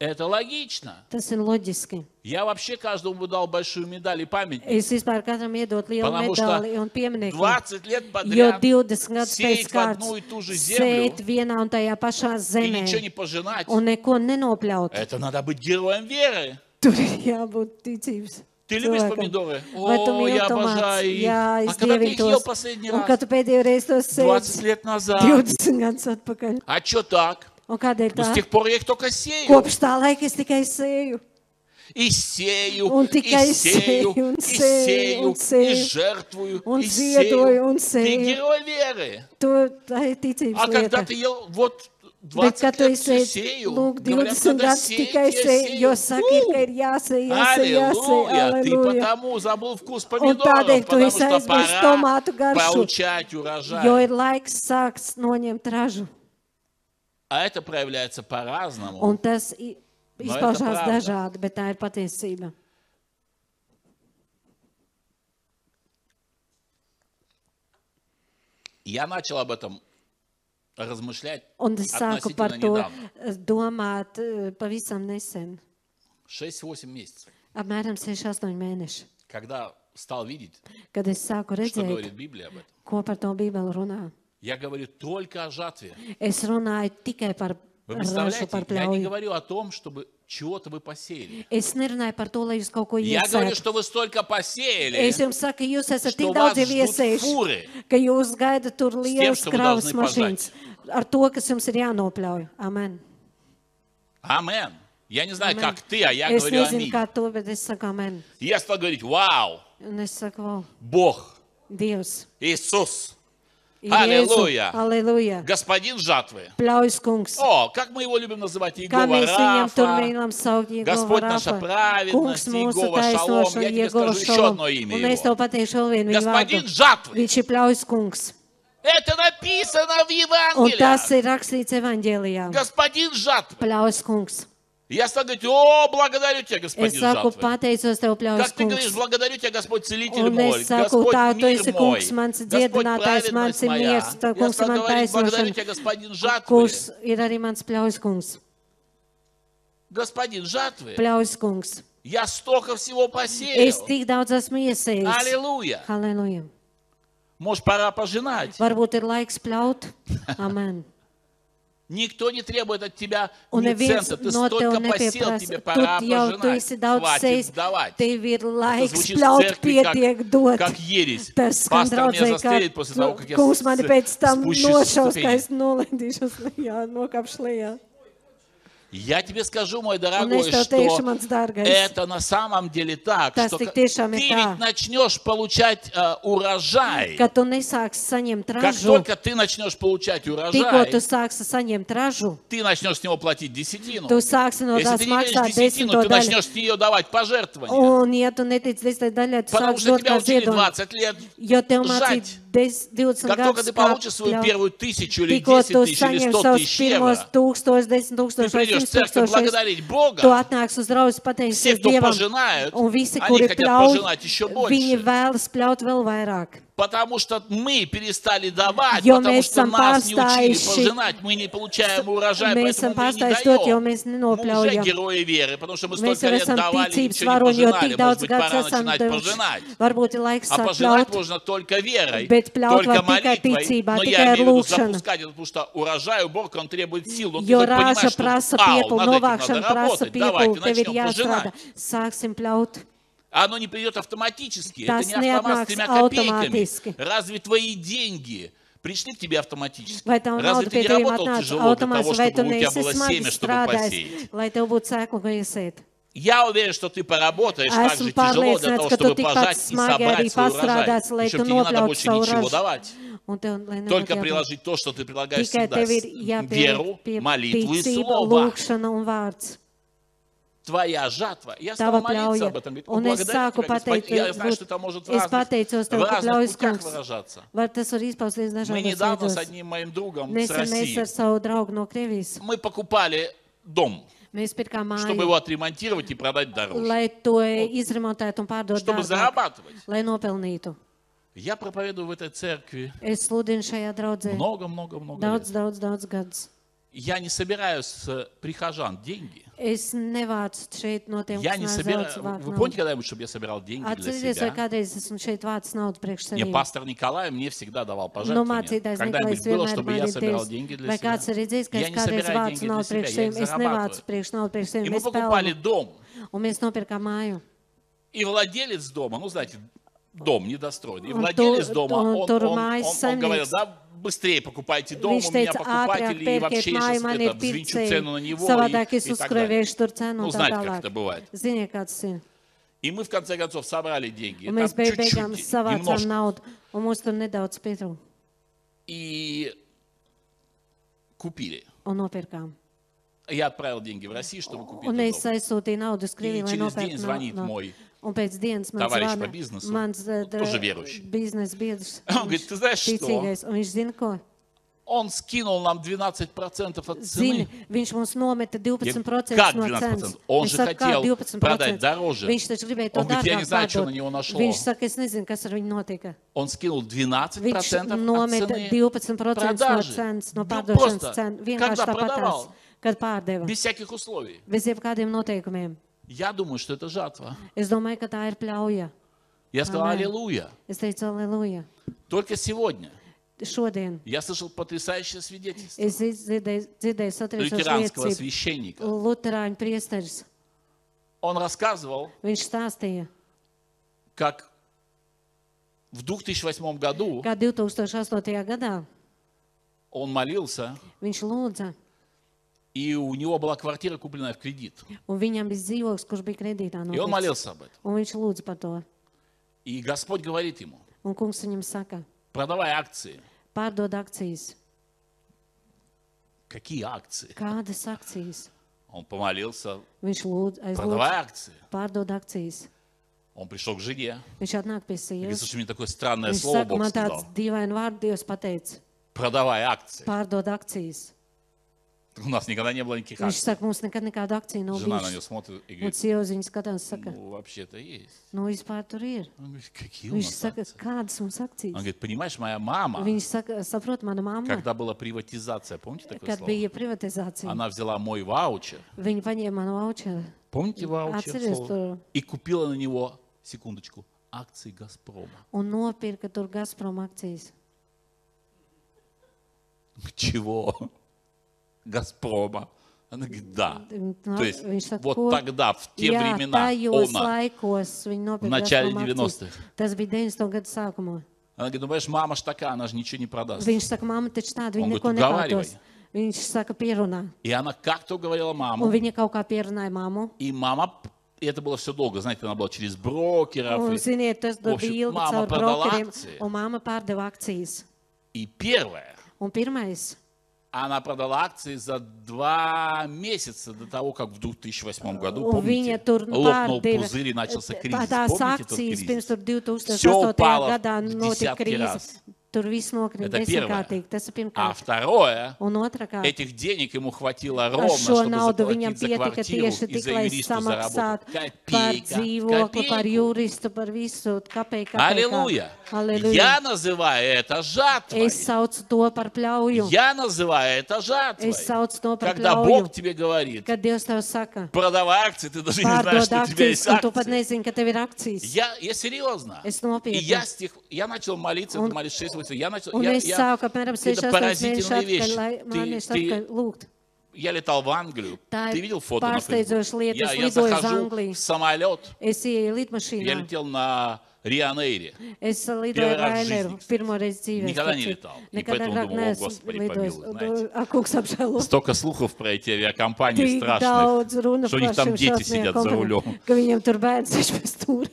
S1: Это логично.
S2: Tas ir loģiski.
S1: Я вообще каждому бы дал большую медаль и памятник.
S2: Es vispār katram iedot lielu
S1: Потому что
S2: medaļu un pieminiektu.
S1: 20 лет
S2: Jo
S1: подряд
S2: 20 gadus pēc
S1: сеять в одну и ту
S2: kārtas
S1: же землю
S2: sēt vienā un tajā pašā
S1: и
S2: zemē
S1: ничего не пожинать.
S2: un neko nenopļaut.
S1: Это надо быть героем веры.
S2: Tur ir jābūt ticības.
S1: Ты любишь
S2: cilvēkam.
S1: помидоры?
S2: Vai tu
S1: О,
S2: mīli
S1: я
S2: tomātus?
S1: обожаю их.
S2: Jā,
S1: А
S2: es
S1: когда ты их ел
S2: dievitos.
S1: последний
S2: Un kad
S1: раз?
S2: tu pēdējo reizi tos
S1: 20
S2: sēdi
S1: лет назад.
S2: 20 gadus atpakaļ.
S1: А что так?
S2: Un kādēļ
S1: Ну,
S2: tā?
S1: с тех пор я их только сею.
S2: Kopš tā laika es tikai sēju.
S1: И сею,
S2: Он
S1: и
S2: тыкает
S1: сею,
S2: сею, он
S1: и
S2: сею,
S1: сею,
S2: он сею.
S1: и жертвую,
S2: Он
S1: и
S2: святой, он
S1: сею. Ты
S2: сею.
S1: герой веры.
S2: To, tā ir ticības
S1: А когда
S2: lieta.
S1: ты ел вот
S2: Bet,
S1: 20
S2: kad tu
S1: лет всё
S2: izsēji,
S1: сею,
S2: lūk,
S1: говорят,
S2: 20
S1: надо
S2: gadus
S1: сеять,
S2: tikai
S1: я
S2: sēji, jo
S1: сею.
S2: saka, ir,
S1: У!
S2: ka ir jāsēj, jāsēj, jāsēj,
S1: Аллилуйя! Ты
S2: aleluja.
S1: потому забыл вкус
S2: Он
S1: помидоров,
S2: падает, то
S1: потому
S2: есть
S1: что
S2: айсберг с
S1: пора
S2: томату горшу.
S1: получать
S2: Jo
S1: урожай.
S2: ir laiks sākt noņemt ražu,
S1: А это проявляется
S2: un
S1: по-разному.
S2: tas i-
S1: ir
S2: izpaužās
S1: pravda.
S2: dažādi, bet Nu, tā ir patiesība.
S1: Я начал об этом размышлять
S2: Un es sāku par
S1: относительно
S2: to
S1: недавно.
S2: eh, domāt eh, pavisam nesen,
S1: 6-8 месяцев.
S2: apmēram 6-8 mēneši,
S1: Когда стал видеть,
S2: kad es sāku
S1: что
S2: redzēt,
S1: говорит Библия об этом.
S2: ko par to Bībeli runā.
S1: Я говорю только о жатве.
S2: Es runāju tikai par
S1: Вы
S2: ražu,
S1: представляете,
S2: par
S1: я не
S2: pļauju.
S1: говорю о том, чтобы чего-то вы посеяли.
S2: Es nerunāju par to, lai jūs kaut ko
S1: Я говорю,
S2: iesētu.
S1: что вы столько посеяли,
S2: Es jums saku, jūs esat tik
S1: что вас
S2: daudz jau
S1: ждут
S2: iesējuši,
S1: фуры.
S2: ka jūs gaida tur lielas
S1: tiem, ka
S2: kravas
S1: daudz
S2: mašīnas ar to, kas jums ir jānopļauj. Amen.
S1: Амен. Я не знаю,
S2: Amen.
S1: как ты, а я
S2: es
S1: говорю
S2: nezinu,
S1: аминь.
S2: kā to, bet es saku amen.
S1: Я стал говорить, вау,
S2: Un es saku, wow,
S1: Бог,
S2: Dievs,
S1: Иисус,
S2: Jēzu,
S1: Halleluja!
S2: Halleluja!
S1: Господин жатвы.
S2: Pļaujas kungs!
S1: О, как мы его любим называть, Иегова
S2: Kā mēs viņam tur
S1: Рафа.
S2: mīlam saukt, Jēgova
S1: Господь наша
S2: Rafa, kungs
S1: pravednost,
S2: mūsu
S1: Jehova Shalom.
S2: taisnošana,
S1: Ja tev
S2: Jēgova
S1: skažu еще
S2: Šalom.
S1: одно имя
S2: Un es
S1: его.
S2: tev pateikšu vēl vienu viņu
S1: Господин
S2: vārdu.
S1: жатвы.
S2: Viņš ir pļaujas kungs.
S1: Это написано в
S2: Un tas
S1: Евангелии.
S2: ir rakstīts evaņģēlijā.
S1: Господин жатвы.
S2: Pļaujas kungs.
S1: И я стал говорить, о, благодарю тебя,
S2: Es
S1: господин
S2: saku,
S1: Žaltveris.
S2: pateicos tev, pļaus
S1: Как ты говоришь,
S2: kungs.
S1: благодарю тебя, Господь, целитель
S2: Un
S1: мой,
S2: es saku,
S1: Господь,
S2: tā tu
S1: мир
S2: esi
S1: мой,
S2: kungs mans,
S1: Господь,
S2: dziedinātājs mans
S1: праведность
S2: ir
S1: моя.
S2: miers, tu
S1: Я
S2: kungs
S1: стал
S2: man
S1: говорить, благодарю тебя,
S2: taisnošana,
S1: господин Жатвы,
S2: kurš ir arī mans pļaus kungs.
S1: господин Жатвы,
S2: Pļaus kungs.
S1: я столько всего
S2: Es
S1: посеял.
S2: tik daudz esmu iesējis.
S1: Аллилуйя.
S2: Halleluja.
S1: Может, пора пожинать.
S2: Varbūt ir laiks pļaut. Amen.
S1: Никто не требует от тебя
S2: Un
S1: ни
S2: neviens
S1: cента. Ты
S2: no tev
S1: столько посел, тебе
S2: neprasa.
S1: пора
S2: Tu jau tu
S1: пожинать.
S2: esi daudz
S1: Хватит
S2: sējis.
S1: сдавать.
S2: Tev ir
S1: Это
S2: laiks
S1: звучит в
S2: pļaut,
S1: церкви,
S2: pietiek
S1: как,
S2: dot.
S1: как ересь.
S2: Tas skan
S1: Пастор меня
S2: draudzē, kā Nu,
S1: застрелит после того, как я
S2: kungs mani pēc tam
S1: спущусь с
S2: nošaus,
S1: ступени.
S2: ka es nolaidīšos lejā, nokāpšu lejā.
S1: Я тебе скажу, мой
S2: Un
S1: дорогой,
S2: es tev teikšu,
S1: что
S2: mans dārgais,
S1: это на самом деле так,
S2: Tas
S1: что
S2: tik
S1: к-
S2: tiešām ir
S1: ты
S2: tā.
S1: ведь начнешь получать э, урожай.
S2: ka tu nesāksi saņemt
S1: Как
S2: ražu.
S1: только ты начнешь получать
S2: Tikko
S1: урожай,
S2: tu sāksi saņemt ražu,
S1: ты начнешь с него платить десятину.
S2: tu sāksi no
S1: Если
S2: tās
S1: ты не веришь
S2: maksāt
S1: десятину,
S2: desmito
S1: ты
S2: daļu.
S1: начнешь с нее давать пожертвования.
S2: Un, ja tu netici desmit daļai, tu
S1: Потому
S2: sāksi
S1: что
S2: dot
S1: тебя
S2: kā
S1: учили
S2: ziedojumu.
S1: 20 лет.
S2: Jo tev mācīja
S1: Žaķi.
S2: des- 20
S1: Как только
S2: gadus,
S1: ты
S2: kā
S1: получишь свою
S2: pļaut.
S1: первую тысячу или
S2: Tikko
S1: 10
S2: tu
S1: тысяч или
S2: saņem
S1: 100
S2: savus
S1: тысяч
S2: pirmos
S1: евро,
S2: tūkstošus, desmit
S1: ты
S2: tūkstošus vai
S1: придешь в
S2: simts
S1: церковь
S2: tūkstošus.
S1: благодарить
S2: Tu
S1: Бога.
S2: atnāks uz draugu
S1: Все,
S2: pateikties
S1: кто
S2: Dievam.
S1: пожинают,
S2: Un visi,
S1: они
S2: kuri
S1: хотят
S2: pļauj,
S1: пожināt еще
S2: viņi
S1: больше.
S2: vēlas pļaut vēl vairāk.
S1: Потому что мы перестали давать,
S2: Jo
S1: потому
S2: mēs
S1: что
S2: esam
S1: нас не учили
S2: pārstājuši-
S1: пожинать, мы не получаем урожай,
S2: mēs esam
S1: поэтому мы не
S2: pārstājuši dot, jo
S1: даем.
S2: mēs
S1: Мы уже
S2: nenopļaujam.
S1: герои веры, потому что мы
S2: Mēs
S1: столько
S2: jau
S1: лет
S2: esam
S1: давали, и
S2: ticības
S1: ничего не
S2: varoņi, jo
S1: пожинали.
S2: tik
S1: Может
S2: daudz
S1: быть,
S2: gadus
S1: пора
S2: esam
S1: начинать
S2: devuši.
S1: pожинать.
S2: Varbūt ir laiks
S1: А
S2: sākt
S1: пожинать
S2: пļaut.
S1: можно только верой,
S2: Bet pļaut var
S1: только
S2: tikai
S1: молитвой.
S2: ticībā,
S1: Но
S2: tikai
S1: я
S2: ar
S1: имею в виду
S2: lūgšanu.
S1: запускать, потому что урожай у Бога, он требует сил. Он
S2: Jo
S1: должен понимать,
S2: rāša
S1: что
S2: prasa
S1: «Ау,
S2: piepildu,
S1: над этим надо
S2: novākšana prasa
S1: работать,
S2: piepildu,
S1: давайте
S2: tev ir
S1: начнем
S2: jāstrādā.
S1: пожинать.
S2: Sāksim pļaut.
S1: А Оно не придет автоматически,
S2: Да,
S1: это не
S2: сны
S1: автомат с
S2: однако
S1: тремя
S2: автоматически.
S1: копейками. Разве твои деньги пришли к тебе автоматически?
S2: Vai tev
S1: Разве
S2: nauda
S1: ты
S2: pie
S1: не
S2: teviem
S1: работал
S2: atnāca
S1: тяжело для того,
S2: automāts, vai tu
S1: чтобы у тебя
S2: neesi
S1: было
S2: smagi
S1: семя, чтобы посеять?
S2: strādājis, lai tev būtu sēklu, ko iesēt?
S1: Я уверен, что ты поработаешь так же
S2: Esmu
S1: тяжело для
S2: pārliecināts,
S1: того,
S2: ka tu
S1: чтобы
S2: tikpat
S1: пожать и
S2: smagi arī
S1: собрать свой урожай.
S2: pastrādāsi, lai tu
S1: Причем тебе не надо
S2: nopļautu
S1: больше
S2: savu
S1: ничего
S2: ražu.
S1: давать.
S2: Un tev, lai nebūtu
S1: Только
S2: jābūt.
S1: приложить то, что ты прилагаешь
S2: Tikai
S1: всегда.
S2: tev ir
S1: с- Веру,
S2: jāpieliek pie
S1: молитву и
S2: ticība,
S1: слово.
S2: lūkšana un vārds.
S1: Твоя жатва. Я
S2: Tava
S1: стал молиться
S2: pļauja.
S1: об этом. Говорит, «О,
S2: Un es
S1: благодарю
S2: sāku
S1: тебя, Господи». Я знаю,
S2: pateikt,
S1: что это может в
S2: es
S1: разных,
S2: pateicos
S1: в
S2: tev, ka
S1: разных
S2: pļaujas
S1: путях
S2: kungs.
S1: выражаться.
S2: Var tas var izpausties
S1: Мы
S2: dažādos
S1: недавно с
S2: veidos.
S1: одним моим другом с
S2: Nesen mēs
S1: России,
S2: ar savu draugu no Krievijas,
S1: мы покупали дом,
S2: mēs pirkām
S1: чтобы
S2: māju,
S1: его отремонтировать и продать дороже,
S2: lai to izremontētu un pārdotu
S1: чтобы
S2: dārgāk,
S1: зарабатывать.
S2: lai nopelnītu.
S1: Я проповедую в этой церкви
S2: Es sludinu šajā draudzē
S1: много-много-много
S2: daudz,
S1: лет.
S2: daudz, daudz gadus.
S1: Я не собираю с э, прихожан деньги.
S2: Es nevācu šeit no tiem,
S1: Я не
S2: kas
S1: собираю...
S2: nezaudz
S1: Вы
S2: vārdu.
S1: помните когда-нибудь, чтобы я собирал
S2: А
S1: деньги для
S2: Atcerieties, vai
S1: себя?
S2: kādreiz esmu šeit vācis naudu priekš
S1: Мне
S2: sevis.
S1: пастор Николай мне всегда давал
S2: Nu,
S1: пожертвования.
S2: mācītājs Niklais
S1: Когда-нибудь было,
S2: vienmēr
S1: чтобы
S2: man
S1: я
S2: ir
S1: собирал
S2: Dievs.
S1: деньги для
S2: Vai kāds ir
S1: себя?
S2: redzējis, ka
S1: Я
S2: es
S1: не
S2: kādreiz
S1: собираю
S2: vācu
S1: деньги для
S2: naudu
S1: себя,
S2: priekš
S1: я их
S2: sevis, es nevācu
S1: зарабатываю.
S2: priekš naudu
S1: И
S2: priekš sevis,
S1: мы
S2: es
S1: покупали
S2: pelnu.
S1: дом.
S2: Un mēs nopirkām māju.
S1: И владелец дома, ну, знаете, дом недостроенный. И
S2: Он
S1: владелец
S2: тур-
S1: дома,
S2: он
S1: он, он,
S2: турмай
S1: он- он
S2: сам
S1: говорил,
S2: микс.
S1: да, быстрее покупайте дом,
S2: Viņš
S1: у меня
S2: teica, ātrāk
S1: покупатели, и вообще
S2: pērkiet
S1: я
S2: māju,
S1: сейчас
S2: man
S1: это,
S2: ir
S1: взвинчу
S2: pircēji.
S1: цену на него
S2: Savādāk
S1: и,
S2: es
S1: и так далее.
S2: uzkrāvēšu tur cenu
S1: Ну,
S2: un tā
S1: знаете, как это
S2: tālāk.
S1: бывает.
S2: Ziniet, kāds ir.
S1: И мы, в конце концов, собрали деньги.
S2: Un mēs
S1: Там
S2: beig
S1: чуть-чуть,
S2: beigām savācām
S1: немножко.
S2: naudu, un mums tur nedaudz pietrūka,
S1: И купили.
S2: un nopirkām.
S1: Я отправил деньги в Россию, чтобы купить
S2: Un
S1: этот
S2: es
S1: дом.
S2: aizsūtīju naudu uz Krieviju, lai
S1: через день
S2: nopirktu
S1: звонит
S2: naudu.
S1: мой
S2: Un pēc dienas man
S1: товарищ
S2: zvana
S1: по бизнесу,
S2: mans eh, dra-
S1: тоже верующий.
S2: biznesa biedrs,
S1: Он
S2: viņš
S1: говорит, ты знаешь что?
S2: ticīgais, un viņš zina, ko.
S1: Он скинул нам 12% от
S2: Zini,
S1: цены.
S2: viņš mums nometa 12%
S1: Kā
S2: no
S1: 12%?
S2: cenas.
S1: Он
S2: Es
S1: же
S2: saku, kā
S1: хотел продать
S2: 12%?
S1: дороже.
S2: Viņš taču gribēja to
S1: Он говорит, я не
S2: dārgāk
S1: знаю, что на него
S2: pārdot.
S1: нашло.
S2: Viņš saka, es nezinu, kas ar viņu notika.
S1: Он скинул 12% от
S2: Viņš
S1: цены
S2: nometa 12% no
S1: продажи.
S2: cenas, no
S1: Ну,
S2: pārdošanas
S1: просто,
S2: cenas.
S1: когда
S2: Vienkārši tāpatās,
S1: продавал,
S2: kad pārdeva.
S1: без всяких условий.
S2: Bez jebkādiem noteikumiem.
S1: Я думаю, что это жатва.
S2: Es domāju, ka tā ir pļauja.
S1: Я сказал,
S2: Аминь.
S1: аллилуйя.
S2: Es teicu, aleluja.
S1: Только сегодня
S2: Šodien
S1: я слышал потрясающее свидетельство
S2: es dzirdēju, dzirdēju satriecošu
S1: лютеранского
S2: liecību.
S1: священника.
S2: Luterāņu priesteris.
S1: Он рассказывал,
S2: Viņš stāstīja,
S1: как в 2008 году
S2: kā 2008. gadā
S1: он молился,
S2: viņš lūdza,
S1: и у него была квартира, купленная в кредит.
S2: un viņam bija dzīvoklis, kurš bija kredītā
S1: И он
S2: nopirkts.
S1: молился об этом.
S2: Un viņš lūdza par to.
S1: И Господь говорит ему,
S2: Un kungs viņam saka,
S1: продавай акции.
S2: pārdod akcijas.
S1: Какие акции?
S2: Kādas akcijas?
S1: Он помолился,
S2: Viņš lūdz, aizlūdz,
S1: продавай акции.
S2: pārdod akcijas.
S1: Он пришел к жене.
S2: Viņš atnāk pie
S1: И говорит,
S2: sievas.
S1: слушай, мне такое странное
S2: Viņš
S1: слово
S2: saka,
S1: Бог
S2: man tāds
S1: сказал.
S2: dīvains vārds Dievs pateica,
S1: Продавай акции.
S2: pārdod akcijas.
S1: У нас никогда не было никаких
S2: Viņš
S1: акций.
S2: saka, mums nekad nekāda akcija nav
S1: Жена на нее
S2: bijusi.
S1: смотрит и
S2: Un
S1: говорит,
S2: sieva uz viņu skatās, saka,
S1: ну, вообще-то есть.
S2: nu vispār tur ir.
S1: Он говорит, какие у
S2: Viņš
S1: нас
S2: saka,
S1: акции?
S2: kādas mums
S1: Он
S2: akcijas?
S1: говорит, понимаешь, моя мама,
S2: Viņš saka, saprot, mana mamma,
S1: когда была приватизация, помните такое
S2: kad
S1: слово?
S2: bija privatizācija,
S1: Она взяла мой ваучер.
S2: viņa paņēma manu voucheru.
S1: Помните ваучер?
S2: Отсюда
S1: слово?
S2: что-
S1: И купила на него, секундочку, акции «Газпрома».
S2: un nopirka tur Gazprom akcijas.
S1: Чего? «Газпрома». Она говорит, да.
S2: Ну,
S1: То есть
S2: viņš saka,
S1: вот
S2: ko-
S1: тогда, в те
S2: Jā,
S1: времена,
S2: tajos
S1: она.
S2: laikos viņi nopirka
S1: Начале
S2: Gazprom
S1: 90-х.
S2: akcijas. Tas bija 90. gada sākumā.
S1: Она говорит, ну, понимаешь, мама ж такая, она же ничего не продаст.
S2: Viņš saka, mamma taču tāda,
S1: Un
S2: viņa
S1: ko
S2: neko
S1: tu
S2: nepārdos.
S1: gavarīji?
S2: Viņš saka, pierunā.
S1: И она как-то уговорила
S2: Un
S1: маму.
S2: viņa kaut kā pierunāja mammu.
S1: И мама, и это было все долго, знаете, она была через брокеров.
S2: Un,
S1: и-
S2: ziniet, tas
S1: В
S2: bija
S1: общем,
S2: ilgi
S1: mamma
S2: caur
S1: pārdala
S2: brokeriem.
S1: akciju.
S2: Un mamma pārdeva akcijas.
S1: И первое,
S2: Un pirmais,
S1: она продала акции за два месяца до того, как в 2008 году,
S2: un viņa
S1: помните,
S2: tur nu,
S1: лопнул
S2: pārdeva
S1: пузырь и начался
S2: t-
S1: кризис.
S2: tās
S1: Помните этот
S2: akcijas, pirms
S1: кризис? Всё
S2: tur 2008.
S1: упало
S2: gadā
S1: в
S2: notika
S1: десятки
S2: krīze.
S1: раз.
S2: Tur viss nokrita
S1: Это первое.
S2: desmitkārtīgi. Tas ir
S1: А
S2: pirmkārt.
S1: второе,
S2: Un otrkārt,
S1: этих денег ему хватило
S2: ar
S1: ровно,
S2: šo
S1: чтобы
S2: naudu viņam
S1: заплатить за
S2: pietika
S1: квартиру
S2: tieši
S1: и
S2: tik,
S1: за
S2: lai
S1: юристу заработать.
S2: samaksātu par
S1: Копейка,
S2: dzīvokli, par
S1: копейку.
S2: juristu, par visu. Kāpēc?
S1: Аллилуйя.
S2: Aleluja!
S1: Я называю это жатвой.
S2: Es saucu to par pļauju.
S1: Я называю это жатвой.
S2: Es saucu to par
S1: Когда
S2: pļauju.
S1: Бог тебе говорит,
S2: Kad Dievs tev saka,
S1: продавай акции, ты даже не знаешь,
S2: pārdod
S1: что у тебя
S2: akcijas,
S1: есть
S2: un tu pat
S1: акции.
S2: nezini, ka tev ir akcijas.
S1: Я, я серьезно.
S2: Es
S1: И
S2: nopietni.
S1: я, с тех- я начал молиться,
S2: Он-
S1: это молюсь 6 8, я начал,
S2: Un
S1: я,
S2: es
S1: я-
S2: sāku apmēram 6
S1: это
S2: 8
S1: поразительные
S2: mēnešus atpakaļ,
S1: вещи.
S2: lai man
S1: Ты-
S2: ir
S1: ты-
S2: atpakaļ lūgt.
S1: я летал в Англию,
S2: Да,
S1: ты видел фото на
S2: пастырь
S1: Фейсбуке?
S2: зашли, это
S1: Я,
S2: с
S1: я
S2: ледой из
S1: захожу
S2: Англии.
S1: в самолет,
S2: Es ieeju
S1: я
S2: lidmašīnā.
S1: летел на Рианейре.
S2: Es lidoju
S1: Первый
S2: ar
S1: раз в
S2: Raineru
S1: жизни, кстати.
S2: pirmo reizi dzīvē.
S1: Никогда не летал. И
S2: Nekad
S1: поэтому
S2: agrāk
S1: думал, о,
S2: neesmu
S1: Господи,
S2: lidojis.
S1: помилуй, знаете.
S2: Ak, kungs apžēlo.
S1: Столько слухов про эти авиакомпании
S2: Tik
S1: страшных,
S2: daudz runa
S1: что у
S2: par
S1: них там
S2: šiem
S1: дети сидят
S2: šausmiem
S1: за
S2: kompanijām,
S1: рулем.
S2: ka viņiem tur bērns ir pēc stūra.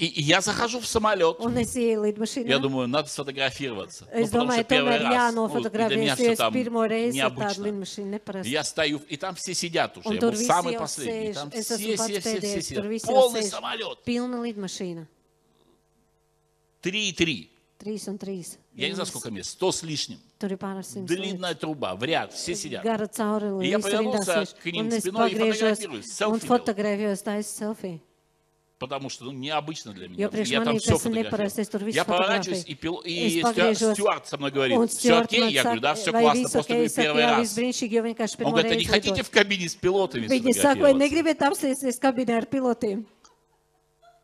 S1: И, и я захожу в самолет,
S2: Un es ieeju lidmašīnā.
S1: я думаю, надо сфотографироваться. Ну,
S2: Es
S1: потому
S2: domāju,
S1: что первый
S2: tomēr
S1: раз, ну, и для меня
S2: jānofotografējas, jo
S1: все
S2: es
S1: там
S2: pirmo reizi ar tādu
S1: необычно.
S2: lidmašīnu neparasti.
S1: Я стою, и там все сидят уже.
S2: Un
S1: Я
S2: tur
S1: был
S2: visi
S1: самый
S2: jau
S1: последний.
S2: sēž.
S1: Там
S2: Es
S1: все,
S2: esmu
S1: все,
S2: pats
S1: все, все,
S2: pēdējais. Tur
S1: сидят.
S2: visi jau
S1: Полный
S2: sēž.
S1: самолет.
S2: Pilna lidmašīna.
S1: Три и три.
S2: 3 un 3.
S1: Я не знаю, сколько мест. Сто с лишним.
S2: Tur ir pāris simti.
S1: Длинная труба. В ряд. Все сидят.
S2: Gara cauri, lai
S1: Ja
S2: visi
S1: pavēlos,
S2: rindās sēž.
S1: ka viņiem
S2: Un es
S1: spinoj
S2: pagriežos
S1: fotografēju,
S2: un
S1: selfie
S2: fotografējos taisu selfiju.
S1: Потому что ну, необычно для меня.
S2: Я пришла,
S1: Я там
S2: мне
S1: все
S2: кажется, мне пора, если я
S1: фотографирую.
S2: турист
S1: Я поворачиваюсь,
S2: фотографии.
S1: и, пил-
S2: Из
S1: и
S2: погрежу-
S1: стюард, стюард со мной
S2: Un
S1: говорит, все
S2: Stuart
S1: окей?
S2: man
S1: Я говорю, да, все
S2: saka, vai
S1: классно,
S2: viss
S1: просто
S2: ok,
S1: вы
S2: es saku,
S1: первый
S2: jā,
S1: раз.
S2: viss brīnišķīgi, jo vienkārši
S1: Он
S2: pirmo
S1: говорит, а не
S2: reizi
S1: хотите
S2: lidot.
S1: в кабине с пилотами
S2: Viņi saka, vai
S1: сфотографироваться?
S2: negribiet apsēsties kabinē ar pilotiem?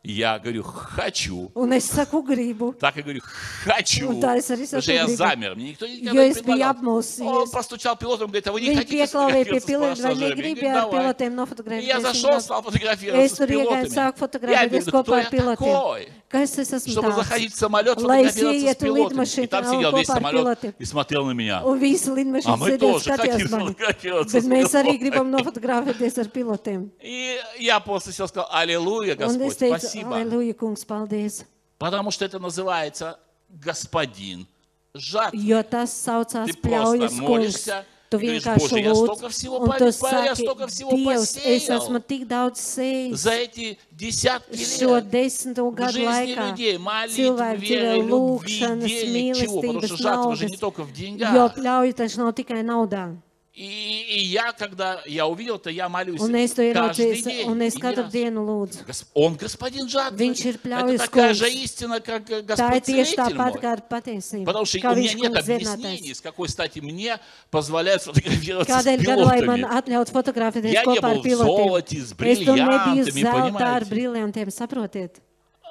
S1: Я говорю, хочу.
S2: Un es saku, gribu.
S1: Так я говорю, хочу.
S2: Ну, да, смотри,
S1: Потому что я
S2: смотри,
S1: замер. Мне никто никогда
S2: Я
S1: не
S2: из
S1: предлагал.
S2: Биабмоса,
S1: Он
S2: из-
S1: постучал пилотом, говорит, а вы не
S2: Viņi
S1: хотите
S2: pieklāvēja pie
S1: сфотографироваться
S2: pilota,
S1: с
S2: vai ne
S1: пассажирами? Я
S2: gribēja ar
S1: говорю, «Давай».
S2: pilotiem
S1: И
S2: nofotografēt.
S1: я зашел, стал
S2: Es
S1: фотографироваться с
S2: tur iegāju, sāku
S1: пилотами. Я
S2: fotografēties
S1: говорю, «Да кто
S2: kopā
S1: я
S2: ar pilotiem.
S1: такой?
S2: Kas es esmu
S1: Чтобы заходить в
S2: tāds?
S1: самолет,
S2: Lai
S1: фотографироваться с
S2: sieietu
S1: пилотами. И там
S2: lidmašīnā
S1: сидел
S2: un
S1: весь
S2: kopā ar
S1: самолет
S2: pilotiem.
S1: и смотрел на меня.
S2: Un visi
S1: А
S2: lidmašīnas
S1: мы
S2: sēdēja un
S1: тоже хотим
S2: skatījās mani.
S1: фотографироваться
S2: Bet
S1: с
S2: mēs
S1: пилотами.
S2: arī gribam nofotografēties ar pilotiem.
S1: И я после всего сказал, аллилуйя,
S2: Un
S1: Господь,
S2: es teicu,
S1: спасибо.
S2: aleluja, kungs, paldies.
S1: Потому что это называется господин жат.
S2: Jo tas saucās
S1: Ты просто
S2: pļaujas kungs.
S1: молишься,
S2: Tu
S1: говоришь,
S2: vienkārši
S1: «Боже, я столько
S2: lūdz,
S1: всего
S2: un tu
S1: пали- пали- я
S2: saki,
S1: столько всего
S2: Dievs, es
S1: посеял».
S2: esmu tik daudz sējis
S1: За эти десятки
S2: šo
S1: лет
S2: desmito
S1: в
S2: gadu
S1: жизни
S2: laikā.
S1: людей, молитвы,
S2: cilvēku dzīvē
S1: веры, любви,
S2: lūkšanas,
S1: денег, чего, потому
S2: mīlestības,
S1: что жатва же не
S2: naudas.
S1: только в
S2: Jo
S1: деньгах.
S2: pļauju taču nav tikai naudā.
S1: И, и я, когда я увидел это, я молюсь
S2: Un es to
S1: каждый
S2: ieraudzīju,
S1: день.
S2: un es
S1: и не
S2: katru
S1: раз.
S2: dienu lūdzu.
S1: Гос- Он господин жатвы.
S2: Винчер
S1: Это
S2: Пляуис
S1: такая
S2: Колс.
S1: же истина, как э,
S2: Tā ir
S1: Господь целитель
S2: tieši tāpat kā
S1: мой.
S2: ar patiesību.
S1: Потому что
S2: kā
S1: у меня
S2: viņš
S1: нет
S2: kungs
S1: объяснений,
S2: zinātājs.
S1: с какой стати мне позволяют фотографироваться с
S2: Kādēļ gadu lai man
S1: пилотами.
S2: atļaut fotografēties
S1: Ja
S2: kopā ar
S1: nebūtu
S2: pilotiem?
S1: zoloti s
S2: Es tur nebiju
S1: briljantami,
S2: zelta ar
S1: понимаете?
S2: briljantiem, saprotiet?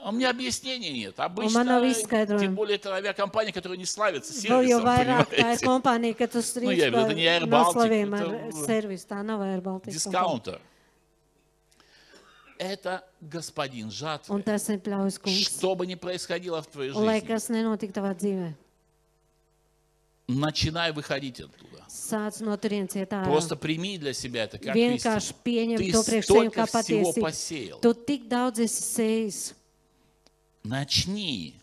S1: А У меня объяснений нет.
S2: У меня
S1: Обычно, э,
S2: новый скайдрон.
S1: тем более, это авиакомпания, которая не славится
S2: Vēl jau
S1: сервисом,
S2: vairāk tā ir
S1: понимаете?
S2: kompānija, ka tu strīd
S1: Nu, jā, bet
S2: par
S1: tad ja Air nu, Baltica,
S2: noslaviem ar
S1: tad-
S2: servisu. Tā nav Air Baltica. kompānija.
S1: Дискаунтер. Это господин жатвы.
S2: Un tas ir pļaujas kungs.
S1: Что бы ни происходило в твоей
S2: Un lai
S1: жизни,
S2: kas nenotika tavā dzīvē,
S1: начинай выходить оттуда.
S2: sāc no turienes iet ārā.
S1: Просто прими для себя это как
S2: Vienkārši
S1: истину.
S2: pieņem
S1: Ты
S2: to priekš sevi kā
S1: столько всего
S2: patiesību.
S1: посеял.
S2: Tu tik daudz esi sējis.
S1: Начни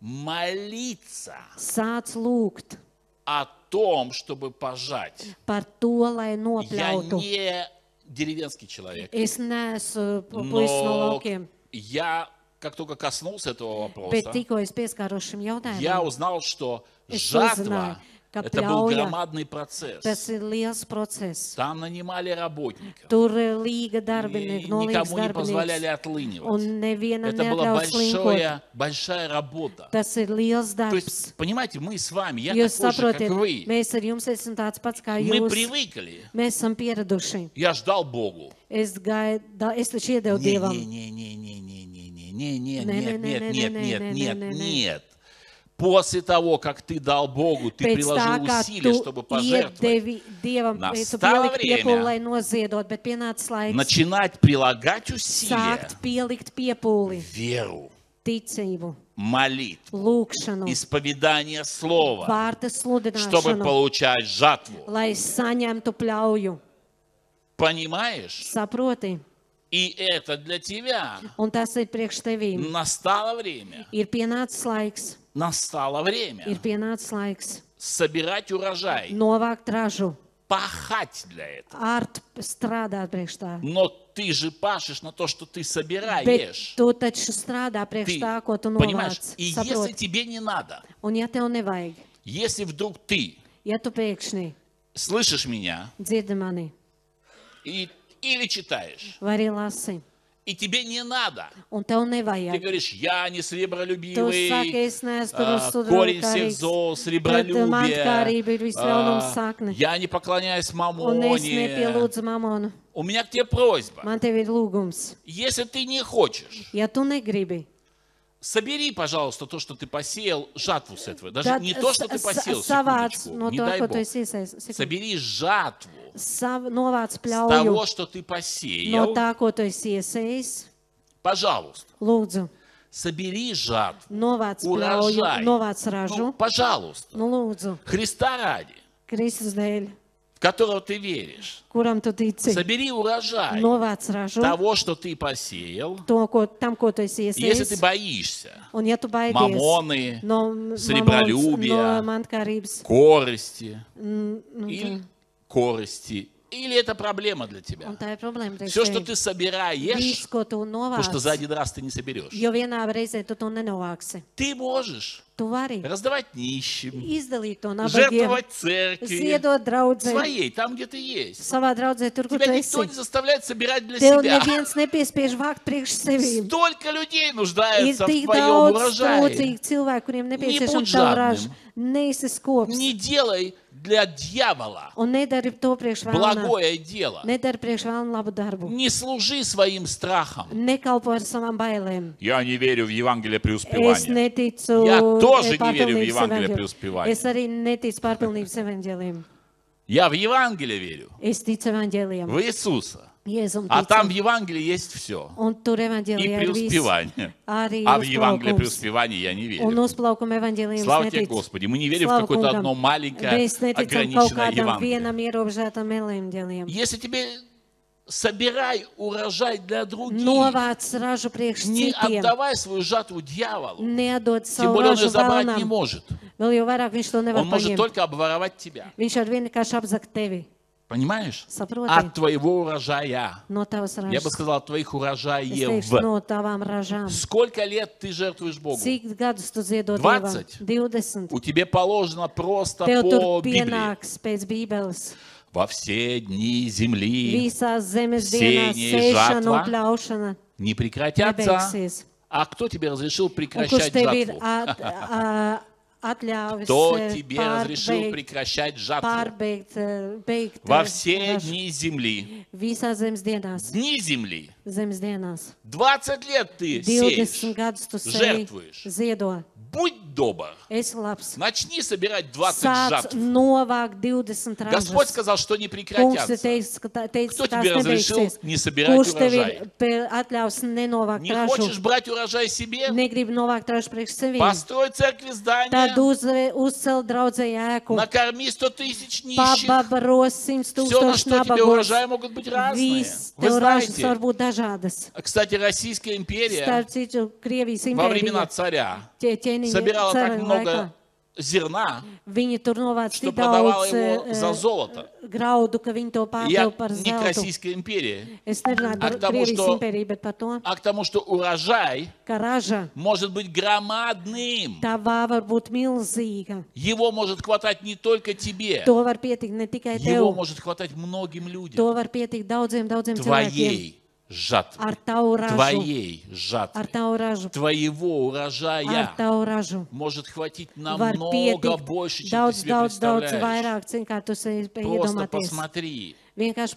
S1: молиться
S2: Sāc lūgt
S1: о том, чтобы пожать.
S2: par to, lai
S1: Я
S2: nopļautu.
S1: не деревенский человек,
S2: Es neesmu puisis no
S1: но
S2: laukiem,
S1: я, как только коснулся этого
S2: bet
S1: вопроса,
S2: tikko es pieskāros šim
S1: я
S2: jautājumam,
S1: узнал, что
S2: es uzzināju,
S1: жатва Это был
S2: kapļauja.
S1: громадный процесс.
S2: Tas ir liels process.
S1: Там нанимали работников.
S2: Tur ir līga
S1: И
S2: darbinieki, nolīgas
S1: никому не позволяли
S2: darbinieki.
S1: отлынивать.
S2: Un nevienam
S1: Это была
S2: neļauj slinkot.
S1: большая, большая работа.
S2: Tas ir liels
S1: То
S2: darbs.
S1: есть, понимаете, мы с вами, я
S2: Jūs
S1: такой же, как
S2: saprotiet,
S1: вы.
S2: mēs ar jums esam tāds pats kā
S1: Мы
S2: jūs.
S1: привыкли.
S2: Mēs esam pieraduši.
S1: Я ждал Богу.
S2: Es gaidu, es taču iedevu
S1: Не,
S2: Dievam.
S1: не, не, не, не, не, не, не, не, не,
S2: Не,
S1: нет,
S2: не, не,
S1: нет,
S2: не,
S1: нет,
S2: не,
S1: нет,
S2: не,
S1: нет,
S2: не, не, не.
S1: нет. После того, как ты дал Богу, ты
S2: Pēc tā,
S1: приложил
S2: kā
S1: усилия, чтобы
S2: tu
S1: пожертвовать.
S2: iedevi Dievam,
S1: Nā,
S2: tu
S1: stāv
S2: pieliki piepūli,
S1: vremja.
S2: lai noziedot, bet pienācis laiks
S1: Начинать прилагать усилия,
S2: sākt pielikt piepūli,
S1: веру,
S2: ticību,
S1: молитву,
S2: lūkšanu,
S1: исповедание слова,
S2: vārta
S1: чтобы
S2: sludināšanu,
S1: получать жатву.
S2: lai saņemtu pļauju.
S1: Понимаешь?
S2: Saproti?
S1: И это для тебя.
S2: Un tas ir priekš
S1: Mm.
S2: tevīm.
S1: Настало время.
S2: Ir pienācis laiks,
S1: Настало
S2: ir
S1: время
S2: pienācis laiks
S1: собирать урожай,
S2: novākt ražu,
S1: пахать для этого.
S2: ārt strādāt priekš tā.
S1: Но ты же пашешь на то, что ты
S2: Bet
S1: собираешь.
S2: tu taču strādā priekš
S1: Ты,
S2: tā, ko tu
S1: понимаешь?
S2: novāc.
S1: И если
S2: Saproti?
S1: тебе не надо,
S2: Un ja tev nevajag,
S1: если вдруг ты
S2: ja tu pēkšņi
S1: слышишь меня
S2: dzirdi mani
S1: и, или читаешь,
S2: vai arī lasi,
S1: и тебе не надо,
S2: un tev
S1: ты
S2: nevajag,
S1: говоришь, я не
S2: tu saki,
S1: сребролюбивый,
S2: es neesmu
S1: а, корень всех
S2: sudrabkārīgs,
S1: зол,
S2: pret mantkārību ir
S1: сребролюбие,
S2: visļaunums
S1: а,
S2: sakne,
S1: я не поклоняюсь
S2: un es
S1: мамоне.
S2: nepielūdzu mamonu.
S1: У меня к тебе просьба.
S2: Man tev ir lūgums.
S1: Если ты не хочешь,
S2: Ja tu negribi,
S1: собери, пожалуйста, то, что ты посеял, жатву э, с этого. Даже
S2: tad
S1: не то, что ты
S2: sa- sa-
S1: посеял,
S2: savāc
S1: секундочку,
S2: no
S1: не
S2: to,
S1: дай
S2: ko tu
S1: бог.
S2: esi iesaistīts.
S1: Собери жатву
S2: Sav, novāc
S1: с того,
S2: pļauju
S1: что ты
S2: no
S1: посеял.
S2: tā, ko tu esi iesaistīts.
S1: Пожалуйста,
S2: Lūdzu,
S1: собери жатву.
S2: novāc pļauju,
S1: Урожай.
S2: novāc ražu.
S1: Ну, пожалуйста.
S2: Nu, lūdzu,
S1: Христа ради,
S2: Kristus dēļ,
S1: в которого ты веришь.
S2: kuram tu tici,
S1: Собери урожай
S2: novāc ražu
S1: того, что ты посеял.
S2: to, ko, tam, ko tu esi
S1: Если ты
S2: iesaistīts.
S1: боишься
S2: Un, ja tu baidies
S1: мамоны,
S2: no m-
S1: srebralūbija.
S2: mamonas, no mantkārības,
S1: корости,
S2: nu,
S1: или корости, или это проблема для тебя.
S2: un tā ir problēma. priekš
S1: Все, что
S2: tevi.
S1: ты собираешь,
S2: Viss, ko tu
S1: потому что за
S2: novāc,
S1: один раз ты не соберешь.
S2: jo vienā reizē tu to nenovāksi.
S1: Ты можешь
S2: Tu vari
S1: раздавать нищим,
S2: izdalīt to nabagiem,
S1: жертвовать церкви,
S2: ziedot draudzē,
S1: своей, там, где ты есть.
S2: savā draudzē, tur, kur tu
S1: Тебя никто
S2: esi.
S1: не заставляет собирать для
S2: Tev
S1: себя.
S2: neviens nepiespiež vākt priekš sevi.
S1: Столько людей
S2: Ir
S1: нуждается в
S2: tik
S1: твоем
S2: daudz
S1: урожае.
S2: trūcīgi cilvēku, kuriem nepieciešams
S1: Nebūti
S2: tavu
S1: žādnim.
S2: ražu. Neesi skops.
S1: Не делай для дьявола
S2: Un nedari to priekš vēlna.
S1: благое дело.
S2: Nedari priekš vēlna labu darbu.
S1: Не служи своим страхам.
S2: Nekalpo ar savām bailēm.
S5: Я не верю в Евангелие
S2: Es
S5: преуспевания.
S2: neticu.
S5: Jā, toži
S2: eh, pārpilnības
S5: nevieru Evangelija
S2: evaņģēlim.
S5: priuspīvāņiem.
S2: Es arī neticu pārpilnības evaņģēliem.
S1: Я в Евангелие верю,
S2: Es ticu evaņģēliem.
S1: в Иисуса.
S2: Jēzum
S1: А там в
S2: ticu.
S1: Евангелии есть все.
S2: Un tur
S5: И
S2: evaņģēlijā ir viss.
S5: преуспевание.
S2: Arī
S5: А в Евангелие
S2: uzplaukums.
S5: преуспевания я не верю.
S2: Un uzplaukuma evaņģēlījums
S5: Слава тебе, Господи. Мы не верим в какое-то одно маленькое,
S2: Mēs neticam kaut
S5: ограниченное
S2: kādam
S5: Евангелие.
S2: vienam ierobežotam evaņģēlijam.
S1: Если тебе собирай урожай для
S2: Ну,
S1: других,
S2: Novāc ražu priekš
S1: не
S2: citiem.
S1: отдавай свою жатву
S2: Ну,
S1: дьяволу.
S2: Neatdod
S1: Тем
S2: savu
S1: более он ее
S2: ražu
S1: забрать не
S2: vēlnam.
S1: может.
S2: Vēl jau vairāk viņš to nevar
S1: Он может
S2: paņemt.
S1: только обворовать тебя.
S2: Viņš ar vienu vienkārši apzakt tevi
S1: Понимаешь?
S2: Сопротив.
S1: От твоего урожая.
S2: no tavas
S1: Я бы
S2: ražas.
S1: сказал, от твоих
S2: Es teikšu,
S1: урожаев.
S2: no tavām ražām.
S1: Сколько лет ты жертвуешь Богу?
S2: Cik gadus tu ziedot
S1: 20?
S2: Dievam? 20.
S1: У тебе положено просто
S2: Tev
S1: по
S2: tur
S1: Библии.
S2: pienāks pēc Bībeles.
S1: Во все дни земли
S2: Visās zemes
S1: Sēņa
S2: dienās
S1: ir
S2: sēšana
S1: žatva.
S2: un pļaušana
S1: не прекратятся.
S2: beigsies.
S1: А кто тебе разрешил
S2: Un kurš
S1: прекращать
S2: tev ir
S1: жатву?
S2: at, a, atļāvis
S1: Кто
S2: eh,
S1: тебе разрешил
S2: pārbeigt,
S1: прекращать жатву?
S2: pārbeigt, eh, beigt
S1: Во
S2: eh,
S1: все
S2: ražu?
S1: дни земли.
S2: visās zemes dienās?
S1: Дни земли.
S2: Zemes dienās.
S1: 20 лет ты
S2: 20
S1: сеешь.
S2: gadus tu sēji,
S1: Žertvojuši.
S2: ziedo.
S1: Будь добр.
S2: Esi labs.
S1: Начни собирать 20
S2: Sāc
S1: жатв.
S2: novākt 20
S1: Господь
S2: ražas.
S1: сказал, что не
S2: Kungs ir
S1: прекратятся.
S2: teicis, ka tā, teicis,
S1: Кто
S2: ka
S1: тебе
S2: tās
S1: разрешил
S2: nebeigsies.
S1: не собирать
S2: Kurš tev ir
S1: урожай?
S2: pe- atļaus nenovākt
S1: Не хочешь
S2: ražu?
S1: брать урожай себе?
S2: Negribu novākt ražu priekš sevis.
S1: Построй церкви
S2: Tad
S1: здание,
S2: uzve- uzcel draudzēju ēku.
S1: накорми 100 тысяч нищих.
S2: Pabaros 100
S1: Все, на
S2: tūkstoši
S1: что тебе
S2: nabagos.
S1: урожаи могут быть разные.
S2: Viss
S1: Вы
S2: tev ražas var
S1: знаете,
S2: būt dažādas.
S1: кстати, Российская империя
S2: Starp citu, Krievijas
S1: во времена
S2: impērija
S1: царя
S2: ķē- ķēniņa
S1: собирала
S2: cara
S1: так много
S2: laikā
S1: zirnā,
S2: Viņi tur novāca
S1: что
S2: tik
S1: продавала
S2: daudz
S1: его за
S2: eh,
S1: золото.
S2: graudu, ka viņi to
S1: Я
S2: pārdeva par
S1: не к
S2: zeltu.
S1: Российской империи,
S2: Es nerunāju par
S1: Ar tavu,
S2: Krievijas
S1: što-
S2: impēriju, bet par to,
S1: а к тому, что урожай
S2: ka raža
S1: может быть громадным.
S2: tavā var būt milzīga.
S1: Его может хватать не только тебе,
S2: To var pietikt ne tikai
S1: его
S2: tev,
S1: может хватать многим людям.
S2: to var pietikt daudziem, daudziem cilvēkiem.
S1: Твоей жатвы,
S2: Ar tavu ražu,
S1: твоей
S2: ar
S1: жатвы,
S2: tavu ražu,
S1: твоего
S2: ar
S1: урожая
S2: tavu ražu.
S1: может хватить
S2: Var
S1: намного
S2: pietikt
S1: больше, чем ты
S2: daudz,
S1: себе
S2: daudz, daudz
S1: представляешь.
S2: vairāk, nekā tu sevi
S1: Просто
S2: iedomājies.
S1: посмотри.
S2: Vienkārši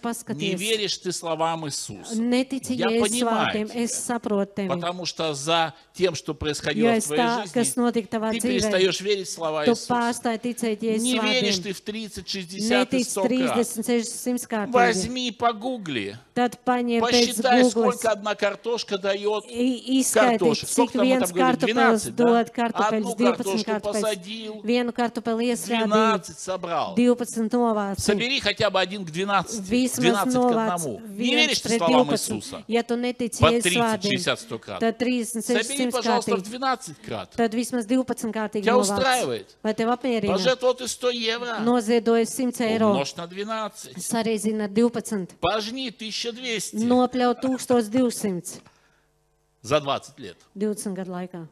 S1: Не
S2: paskaties.
S1: веришь ты словам Иисуса,
S2: Netici
S1: Ja
S2: Jēzus
S1: paņemāju
S2: vārdiem,
S1: tevi.
S2: es saprotu tevi.
S1: потому что за тем, что
S2: Jo
S1: происходило в
S2: es tā,
S1: твоей
S2: kas
S1: жизни,
S2: notika tavā
S1: ты
S2: dzīvē,
S1: перестаешь верить в слова
S2: tu
S1: Иисуса.
S2: pārstāji ticēt
S1: Не
S2: Jēzus
S1: веришь
S2: vārdiem.
S1: ты в 30, 60 и
S2: Netici
S1: 100 крат.
S2: 30, 60 kārtīgi.
S1: Возьми, погугли,
S2: Tad paņem pēc
S1: посчитай,
S2: Google.
S1: сколько одна картошка дает
S2: I- Izskaidrot,
S1: картошек.
S2: cik
S1: Сколько там мы
S2: viens
S1: там говорим,
S2: kartupelis
S1: 12, да?
S2: dod kartupeļus,
S1: Одну
S2: 12
S1: картошку
S2: kartupeļus.
S1: посадил,
S2: Vienu kartupeli iestrādīju,
S1: 12 собрал.
S2: 12 novācu.
S1: Собери хотя бы один к 12, 12
S2: Vismaz
S1: к
S2: novāc
S1: 1. Не verишь
S2: viens
S1: ты
S2: pret
S1: словам
S2: 12.
S1: Иисуса?
S2: Ja tu netici
S1: По
S2: Jēzus
S1: 30,
S2: vārdiem,
S1: 60, 100 крат.
S2: tad 36
S1: Собери,
S2: simts
S1: пожалуйста, в
S2: kārtīgi.
S1: 12 крат.
S2: Tad vismaz 12 kārtīgi
S1: Tev
S2: novāc.
S1: uztraivojiet.
S2: Vai tev apmierina?
S1: Пожертвовал ты 100
S2: Ну,
S1: евро,
S2: Noziedoja 100 eiro,
S1: умножь на 12.
S2: sareizina ar 12,
S1: Пожни 1200
S2: nopļaut 1200
S1: за 20 лет.
S2: 20 gadu laikā.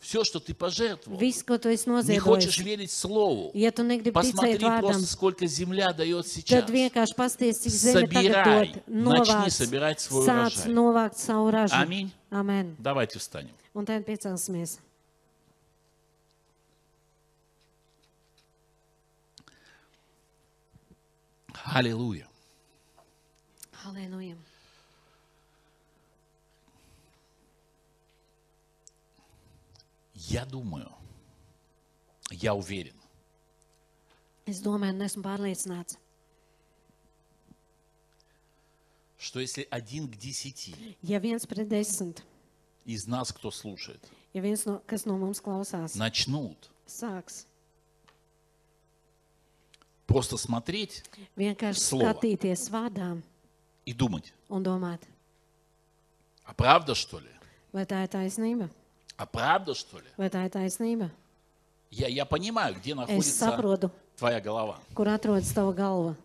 S1: Все, что ты пожертвовал,
S2: Viss, ko tu esi
S1: не хочешь
S2: noziedojis,
S1: верить слову,
S2: ja tu negribi
S1: посмотри
S2: ticēt vārdam,
S1: просто, сколько земля дает сейчас.
S2: Tad vienkārši pasties, cik zeme tagad
S1: Sabirāj,
S2: dod
S1: načni sabirāt
S2: novākt,
S1: svoju
S2: sāc
S1: ražai.
S2: novākt savu ražu.
S1: Amin.
S2: Amen.
S1: Давайте встанем.
S2: Un tad piecelsimies.
S1: Аллилуйя.
S2: Halēluja.
S1: Я думаю, я уверен,
S2: Es domāju, un esmu pārliecināts,
S1: что если один к десяти
S2: ja viens pret desmit,
S1: из нас, кто слушает,
S2: ja viens, no, kas no mums klausās,
S1: начнут
S2: sāks
S1: просто смотреть
S2: vienkārši
S1: Slova.
S2: skatīties vārdām
S1: и думать,
S2: un domāt,
S1: а правда что ли?
S2: vai tā ir taisnība,
S1: А правда что ли?
S2: vai tā ir taisnība.
S1: Я, я понимаю, где
S2: Es
S1: находится
S2: saprotu,
S1: твоя голова.
S2: kur atrodas tava galva.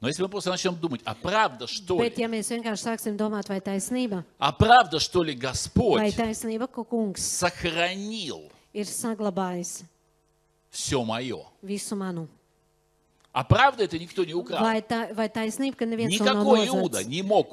S1: Но если мы просто начнем думать, а правда что
S2: Bet,
S1: ли?
S2: ja mēs vienkārši sāksim domāt, vai taisnība,
S1: А правда что ли
S2: vai
S1: Господь
S2: taisnība, ka kungs
S1: сохранил
S2: ir saglabājis
S1: все мое?
S2: visu manu.
S1: А правда это никто не украл?
S2: Vai, tā, vai taisnība, ka neviens to nav
S1: Никакой Иуда
S2: nozadzis?
S1: не мог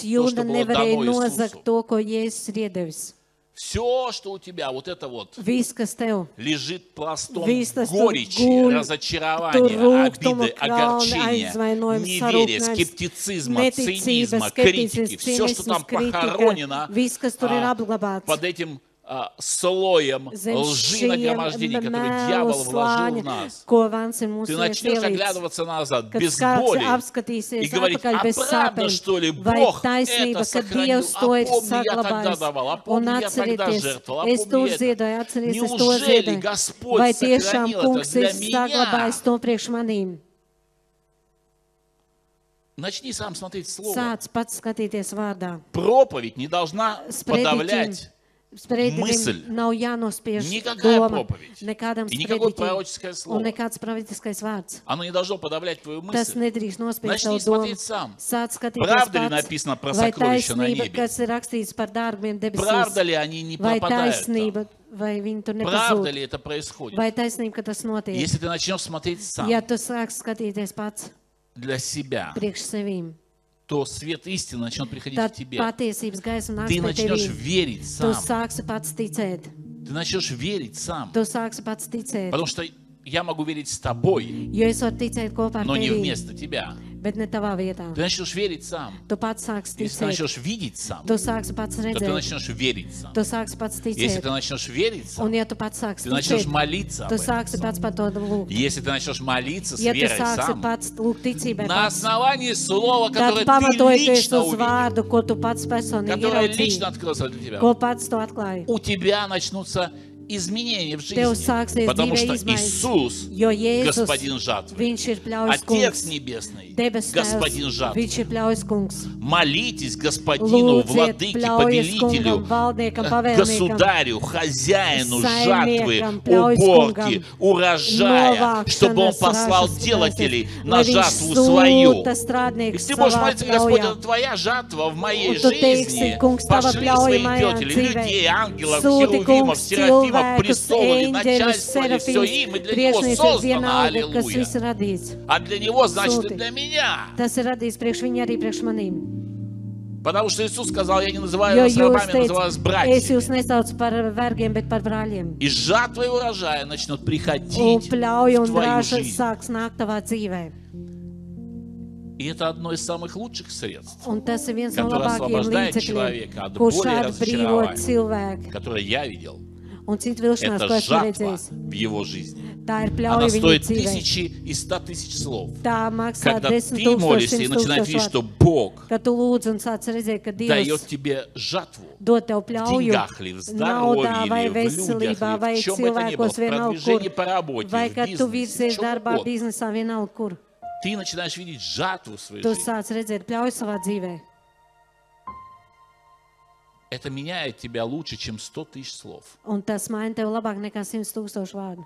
S1: украсть то,
S2: jūda
S1: что было
S2: nevarēja
S1: дано
S2: nozagt
S1: Иисусу.
S2: to, ko Jēzus ir iedevis.
S1: Все, что у тебя, вот это вот,
S2: Viss, kas tev
S1: лежит пластом
S2: Вистас тут
S1: горечи,
S2: гуль,
S1: разочарования,
S2: tur
S1: обиды,
S2: rūkstomu kalnu
S1: огорчения,
S2: aizvainojums,
S1: неверия,
S2: sarūknājums,
S1: скептицизма,
S2: neticības,
S1: цинизма, критики.
S2: skepticisms,
S1: Все, что
S2: cinisms,
S1: там
S2: kritika,
S1: похоронено
S2: viss, kas tur ir
S1: а,
S2: apglabāts.
S1: под этим а, слоем
S2: Zem
S1: лжи
S2: šiem
S1: нагромождения, которые
S2: mēlu
S1: дьявол вложил в
S2: slāņa,
S1: нас.
S2: ko Vans ir mūsu
S1: Ты начнешь
S2: ielicis.
S1: оглядываться назад
S2: Kad
S1: без
S2: kāds
S1: боли и
S2: apskatīsies
S1: говорить,
S2: atpakaļ
S1: а
S2: bez
S1: правда, что ли,
S2: sāpēm, vai
S1: Бог
S2: taisnība,
S1: это
S2: ka
S1: сохранил?
S2: Dievs
S1: А
S2: to ir
S1: помни, я тогда
S2: saglabājis,
S1: давал, а
S2: un
S1: помни, я тогда
S2: atcerieties,
S1: жертвовал, а
S2: es to
S1: помни это.
S2: ziedoju, atcerieties, es to
S1: Неужели
S2: ziedoju,
S1: Господь
S2: vai tiešām
S1: сохранил это
S2: kungs
S1: для
S2: ir
S1: меня?
S2: saglabājis to priekš manīm.
S1: Начни сам смотреть Слово.
S2: Sāc pats skatīties vārdā.
S1: Проповедь не должна подавлять мысль.
S2: Sprediķim nav jānospiež
S1: Никакая
S2: doma
S1: проповедь.
S2: nekādam
S1: И никакое
S2: sprediķim
S1: пророческое слово.
S2: un nekāds pravitiskais vārds.
S1: Оно не должно подавлять твою
S2: Tas
S1: мысль.
S2: nedrīkst nospiež
S1: Начни
S2: savu domu.
S1: смотреть сам.
S2: Sāc skatīties
S1: Правда ли
S2: pats,
S1: написано про
S2: vai
S1: сокровища на
S2: taisnība,
S1: небе?
S2: kas ir rakstīts par dārgiem
S1: Правда
S2: debesīs,
S1: ли они не
S2: vai
S1: пропадают? там?
S2: taisnība, vai viņi tur
S1: Правда
S2: nepazūd,
S1: ли это происходит?
S2: vai taisnība, ka tas notiek.
S1: Если ты начнешь смотреть сам
S2: Ja tu sāks skatīties pats
S1: для себя,
S2: priekš sevīm,
S1: то свет истины начнет приходить
S2: tad
S1: к тебе.
S2: patiesības gaisa nāks
S1: Ты
S2: pie
S1: начнешь
S2: tevīm.
S1: верить сам.
S2: Tu sāksi pats ticēt.
S1: Ты начнешь верить сам.
S2: Tu sāksi pats ticēt.
S1: Потому что я могу верить с тобой,
S2: Jo es varu ticēt kopā ar
S1: но не
S2: tevi,
S1: вместо тебя.
S2: bet ne tavā vietā.
S1: Ты начнешь верить сам.
S2: Tu pats sāksi
S1: Если ты
S2: ticēt,
S1: начнешь видеть сам,
S2: tu sāksi pats
S1: то ты
S2: redzēt,
S1: начнешь верить сам.
S2: tu сāksi pats
S1: Если
S2: ticēt.
S1: ты начнешь верить сам,
S2: Un ja tu pats sāksi
S1: ты начнешь
S2: ticēt,
S1: молиться об
S2: tu
S1: этом.
S2: sāksi pats par to lūgt.
S1: Если ты начнешь молиться с
S2: Ja tu
S1: верой
S2: sāksi
S1: сам,
S2: pats lūgt ticībai,
S1: на
S2: pats,
S1: основании слова,
S2: tad
S1: которое ты
S2: pamatojoties
S1: лично
S2: uz
S1: увидел,
S2: vārdu, ko tu pats personīgi
S1: которое лично
S2: ieraudzīji,
S1: открылось для тебя,
S2: ko pats tu atklāji,
S1: у тебя начнутся изменения в жизни.
S2: Tev sāksies
S6: Потому
S2: dzīvē
S6: что
S2: izmaiņas,
S6: Иисус,
S2: jo Jēzus,
S6: господин жатвы,
S2: viņš ir pļaujas
S1: Отец
S2: kungs,
S1: Небесный,
S2: debes
S1: господин
S2: tēvs,
S1: жатвы,
S2: viņš ir pļaujas kungs.
S1: молитесь господину,
S2: Lūdziet
S1: владыке,
S2: pļaujas kungam,
S1: повелителю, э,
S2: valdniekam, pavēlniekam,
S1: государю, хозяину жатвы,
S2: Saimniekam,
S1: уборки,
S2: pļaujas kungam,
S1: урожая, чтобы он
S2: novākšanas
S1: послал
S2: ražas
S1: делателей
S2: prasības,
S1: на
S2: lai viņš
S1: жатву свою.
S2: sūta
S1: И
S2: strādniekus
S1: ты можешь
S2: savā
S1: молиться, Господь,
S2: pļaujā.
S1: это твоя жатва в моей
S2: Un tu teiksi,
S1: жизни.
S2: kungs, tava
S1: Пошли своих
S2: pļaujamajā
S1: делателей,
S2: dzīvē.
S1: людей, ангелов,
S2: Sūti,
S1: херувимов,
S2: kungs,
S1: серафимов,
S2: cilvēkus,
S1: престолы,
S2: eņģeļus,
S1: начальство, и все
S2: serafīns,
S1: им, и для него
S2: priekšniecības
S1: создано,
S2: vienalga, kas
S1: аллилуйя.
S2: viss ir radīts.
S1: А для него, значит, и
S2: Sūti.
S1: для меня.
S2: Tas ir radīts priekš viņa arī priekš manīm.
S1: Потому что Иисус сказал, я не называю
S2: Jo
S1: вас
S2: jūs
S1: рабами, я называю вас
S2: teicat, es
S1: братьями.
S2: jūs nesaucu par vergiem, bet par brāļiem.
S1: И жатва и урожая начнут
S2: Un
S1: приходить
S2: pļauja
S1: в
S2: un
S1: твою
S2: drāža
S1: жизнь.
S2: sāks nākt tavā dzīvē.
S1: И это одно из самых лучших средств,
S2: Un tas ir viens no
S1: Kad tu
S2: labākajiem
S1: aslabazdaji cilvēku
S2: līdzekļiem,
S1: kādu
S2: kurš
S1: bolē
S2: atbrīvo
S1: razčarāvājumu.
S2: cilvēku
S1: которое я видел.
S2: un citu vilšanās,
S1: Это
S2: ko esmu
S1: жатва
S2: redzējis.
S1: в его жизни.
S2: Tā ir
S1: Она
S2: pļauja viņa
S1: стоит
S2: dzīvē.
S1: тысячи и ста тысяч слов.
S2: Tā maksā
S1: Когда
S2: 10
S1: ты молишься и
S2: tūkstoši
S1: начинаешь видеть, что
S2: simtus.
S1: Бог
S2: Kad tu lūdz un sāc redzēt, ka Dievs
S1: дает тебе жатву.
S2: dod tev
S1: деньгах ли, в
S2: pļauju naudā
S1: здоровье
S2: vai
S1: ли, в
S2: veselībā
S1: людях ли,
S2: vai
S1: в чем бы это ни было, в
S2: cilvēkos vienalga
S1: продвижении по
S2: kur.
S1: работе,
S2: Vai
S1: в
S2: kad tu
S1: бизнесе,
S2: virzies
S1: чем
S2: darbā,
S1: угодно.
S2: biznesā vienalga kur.
S1: Ты начинаешь видеть жатву в своей
S2: Tu
S1: жизни.
S2: sāc redzēt pļauju savā dzīvē.
S1: Это меняет тебя лучше, чем сто тысяч слов.
S2: Un tas maina tev labāk nekā 100 tūkstošu vārdu.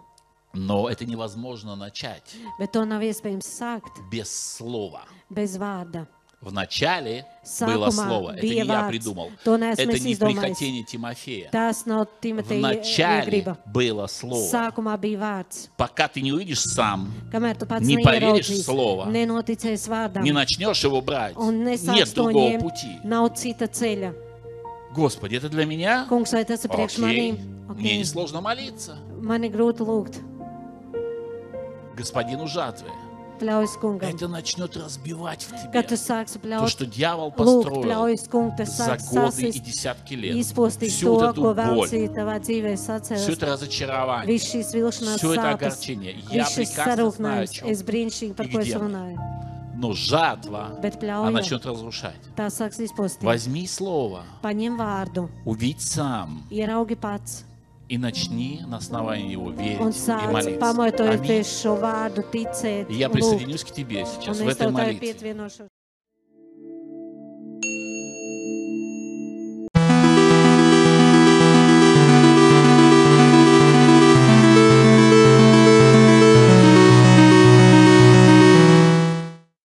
S1: Но это невозможно начать
S2: Bet to nav iespējams sākt
S1: без слова.
S2: bez vārda.
S1: В начале
S2: Сакума,
S1: было слово. Это не я
S2: Биевац,
S1: придумал.
S2: то нас
S1: Это не
S2: Мессис Домайс.
S1: прихотение Тимофея.
S2: Tas nav
S1: В
S2: Timoteja
S1: начале
S2: griba.
S1: было слово.
S2: Sākumā bija vārds.
S1: Пока ты не увидишь сам,
S2: Kamēr tu pats
S1: Не поверишь
S2: neieraudzīsi,
S1: slova.
S2: nenoticēsi vārdam
S1: не начнешь его брать,
S2: un
S1: нет
S2: nesāks to
S1: другого
S2: ņemt,
S1: пути.
S2: nav cita ceļa.
S1: Господи, это для меня?
S2: Kungs, vai tas ir priekš
S1: Окей.
S2: manīm?
S1: Мне
S2: Okay.
S1: несложно молиться.
S2: Man ir grūti lūgt,
S1: Господину жатвы.
S2: pļaujas kungam.
S1: Это начнет разбивать в
S2: Kad tu
S1: тебе
S2: sāksi
S1: то,
S2: pļaut,
S1: что дьявол
S2: lūgt
S1: построил
S2: pļaujas kungu, tas
S1: за
S2: sāks
S1: годы и
S2: sasist,
S1: десятки лет.
S2: izpostīt
S1: Всю
S2: to,
S1: вот
S2: ko
S1: эту боль,
S2: vēlcīja tavā dzīvē sacēlus.
S1: все это разочарование,
S2: Viss šīs vilšanās
S1: Всё это
S2: sāpes,
S1: огорчение. Я
S2: viss šis
S1: прекрасно
S2: sarūknājums,
S1: знаю, о чём.
S2: es brīnišķīgi par
S1: И
S2: ko es
S1: где мы?
S2: runāju.
S1: но жатва,
S2: Bet
S1: она
S2: pļauja,
S1: начнет разрушать.
S2: tā sāks izpostīt.
S1: Возьми слово,
S2: Paņem vārdu,
S1: увидь сам
S2: ieraugi pats
S1: и начни на основании его
S2: un
S1: верить и
S2: sāc
S1: молиться. Аминь.
S2: pamatojoties šo vārdu ticēt.
S1: И я
S2: lūgt.
S1: присоединюсь к тебе сейчас
S2: Un
S1: в
S2: es
S1: этой
S2: tev tā
S1: молитве.
S2: pietvienošu.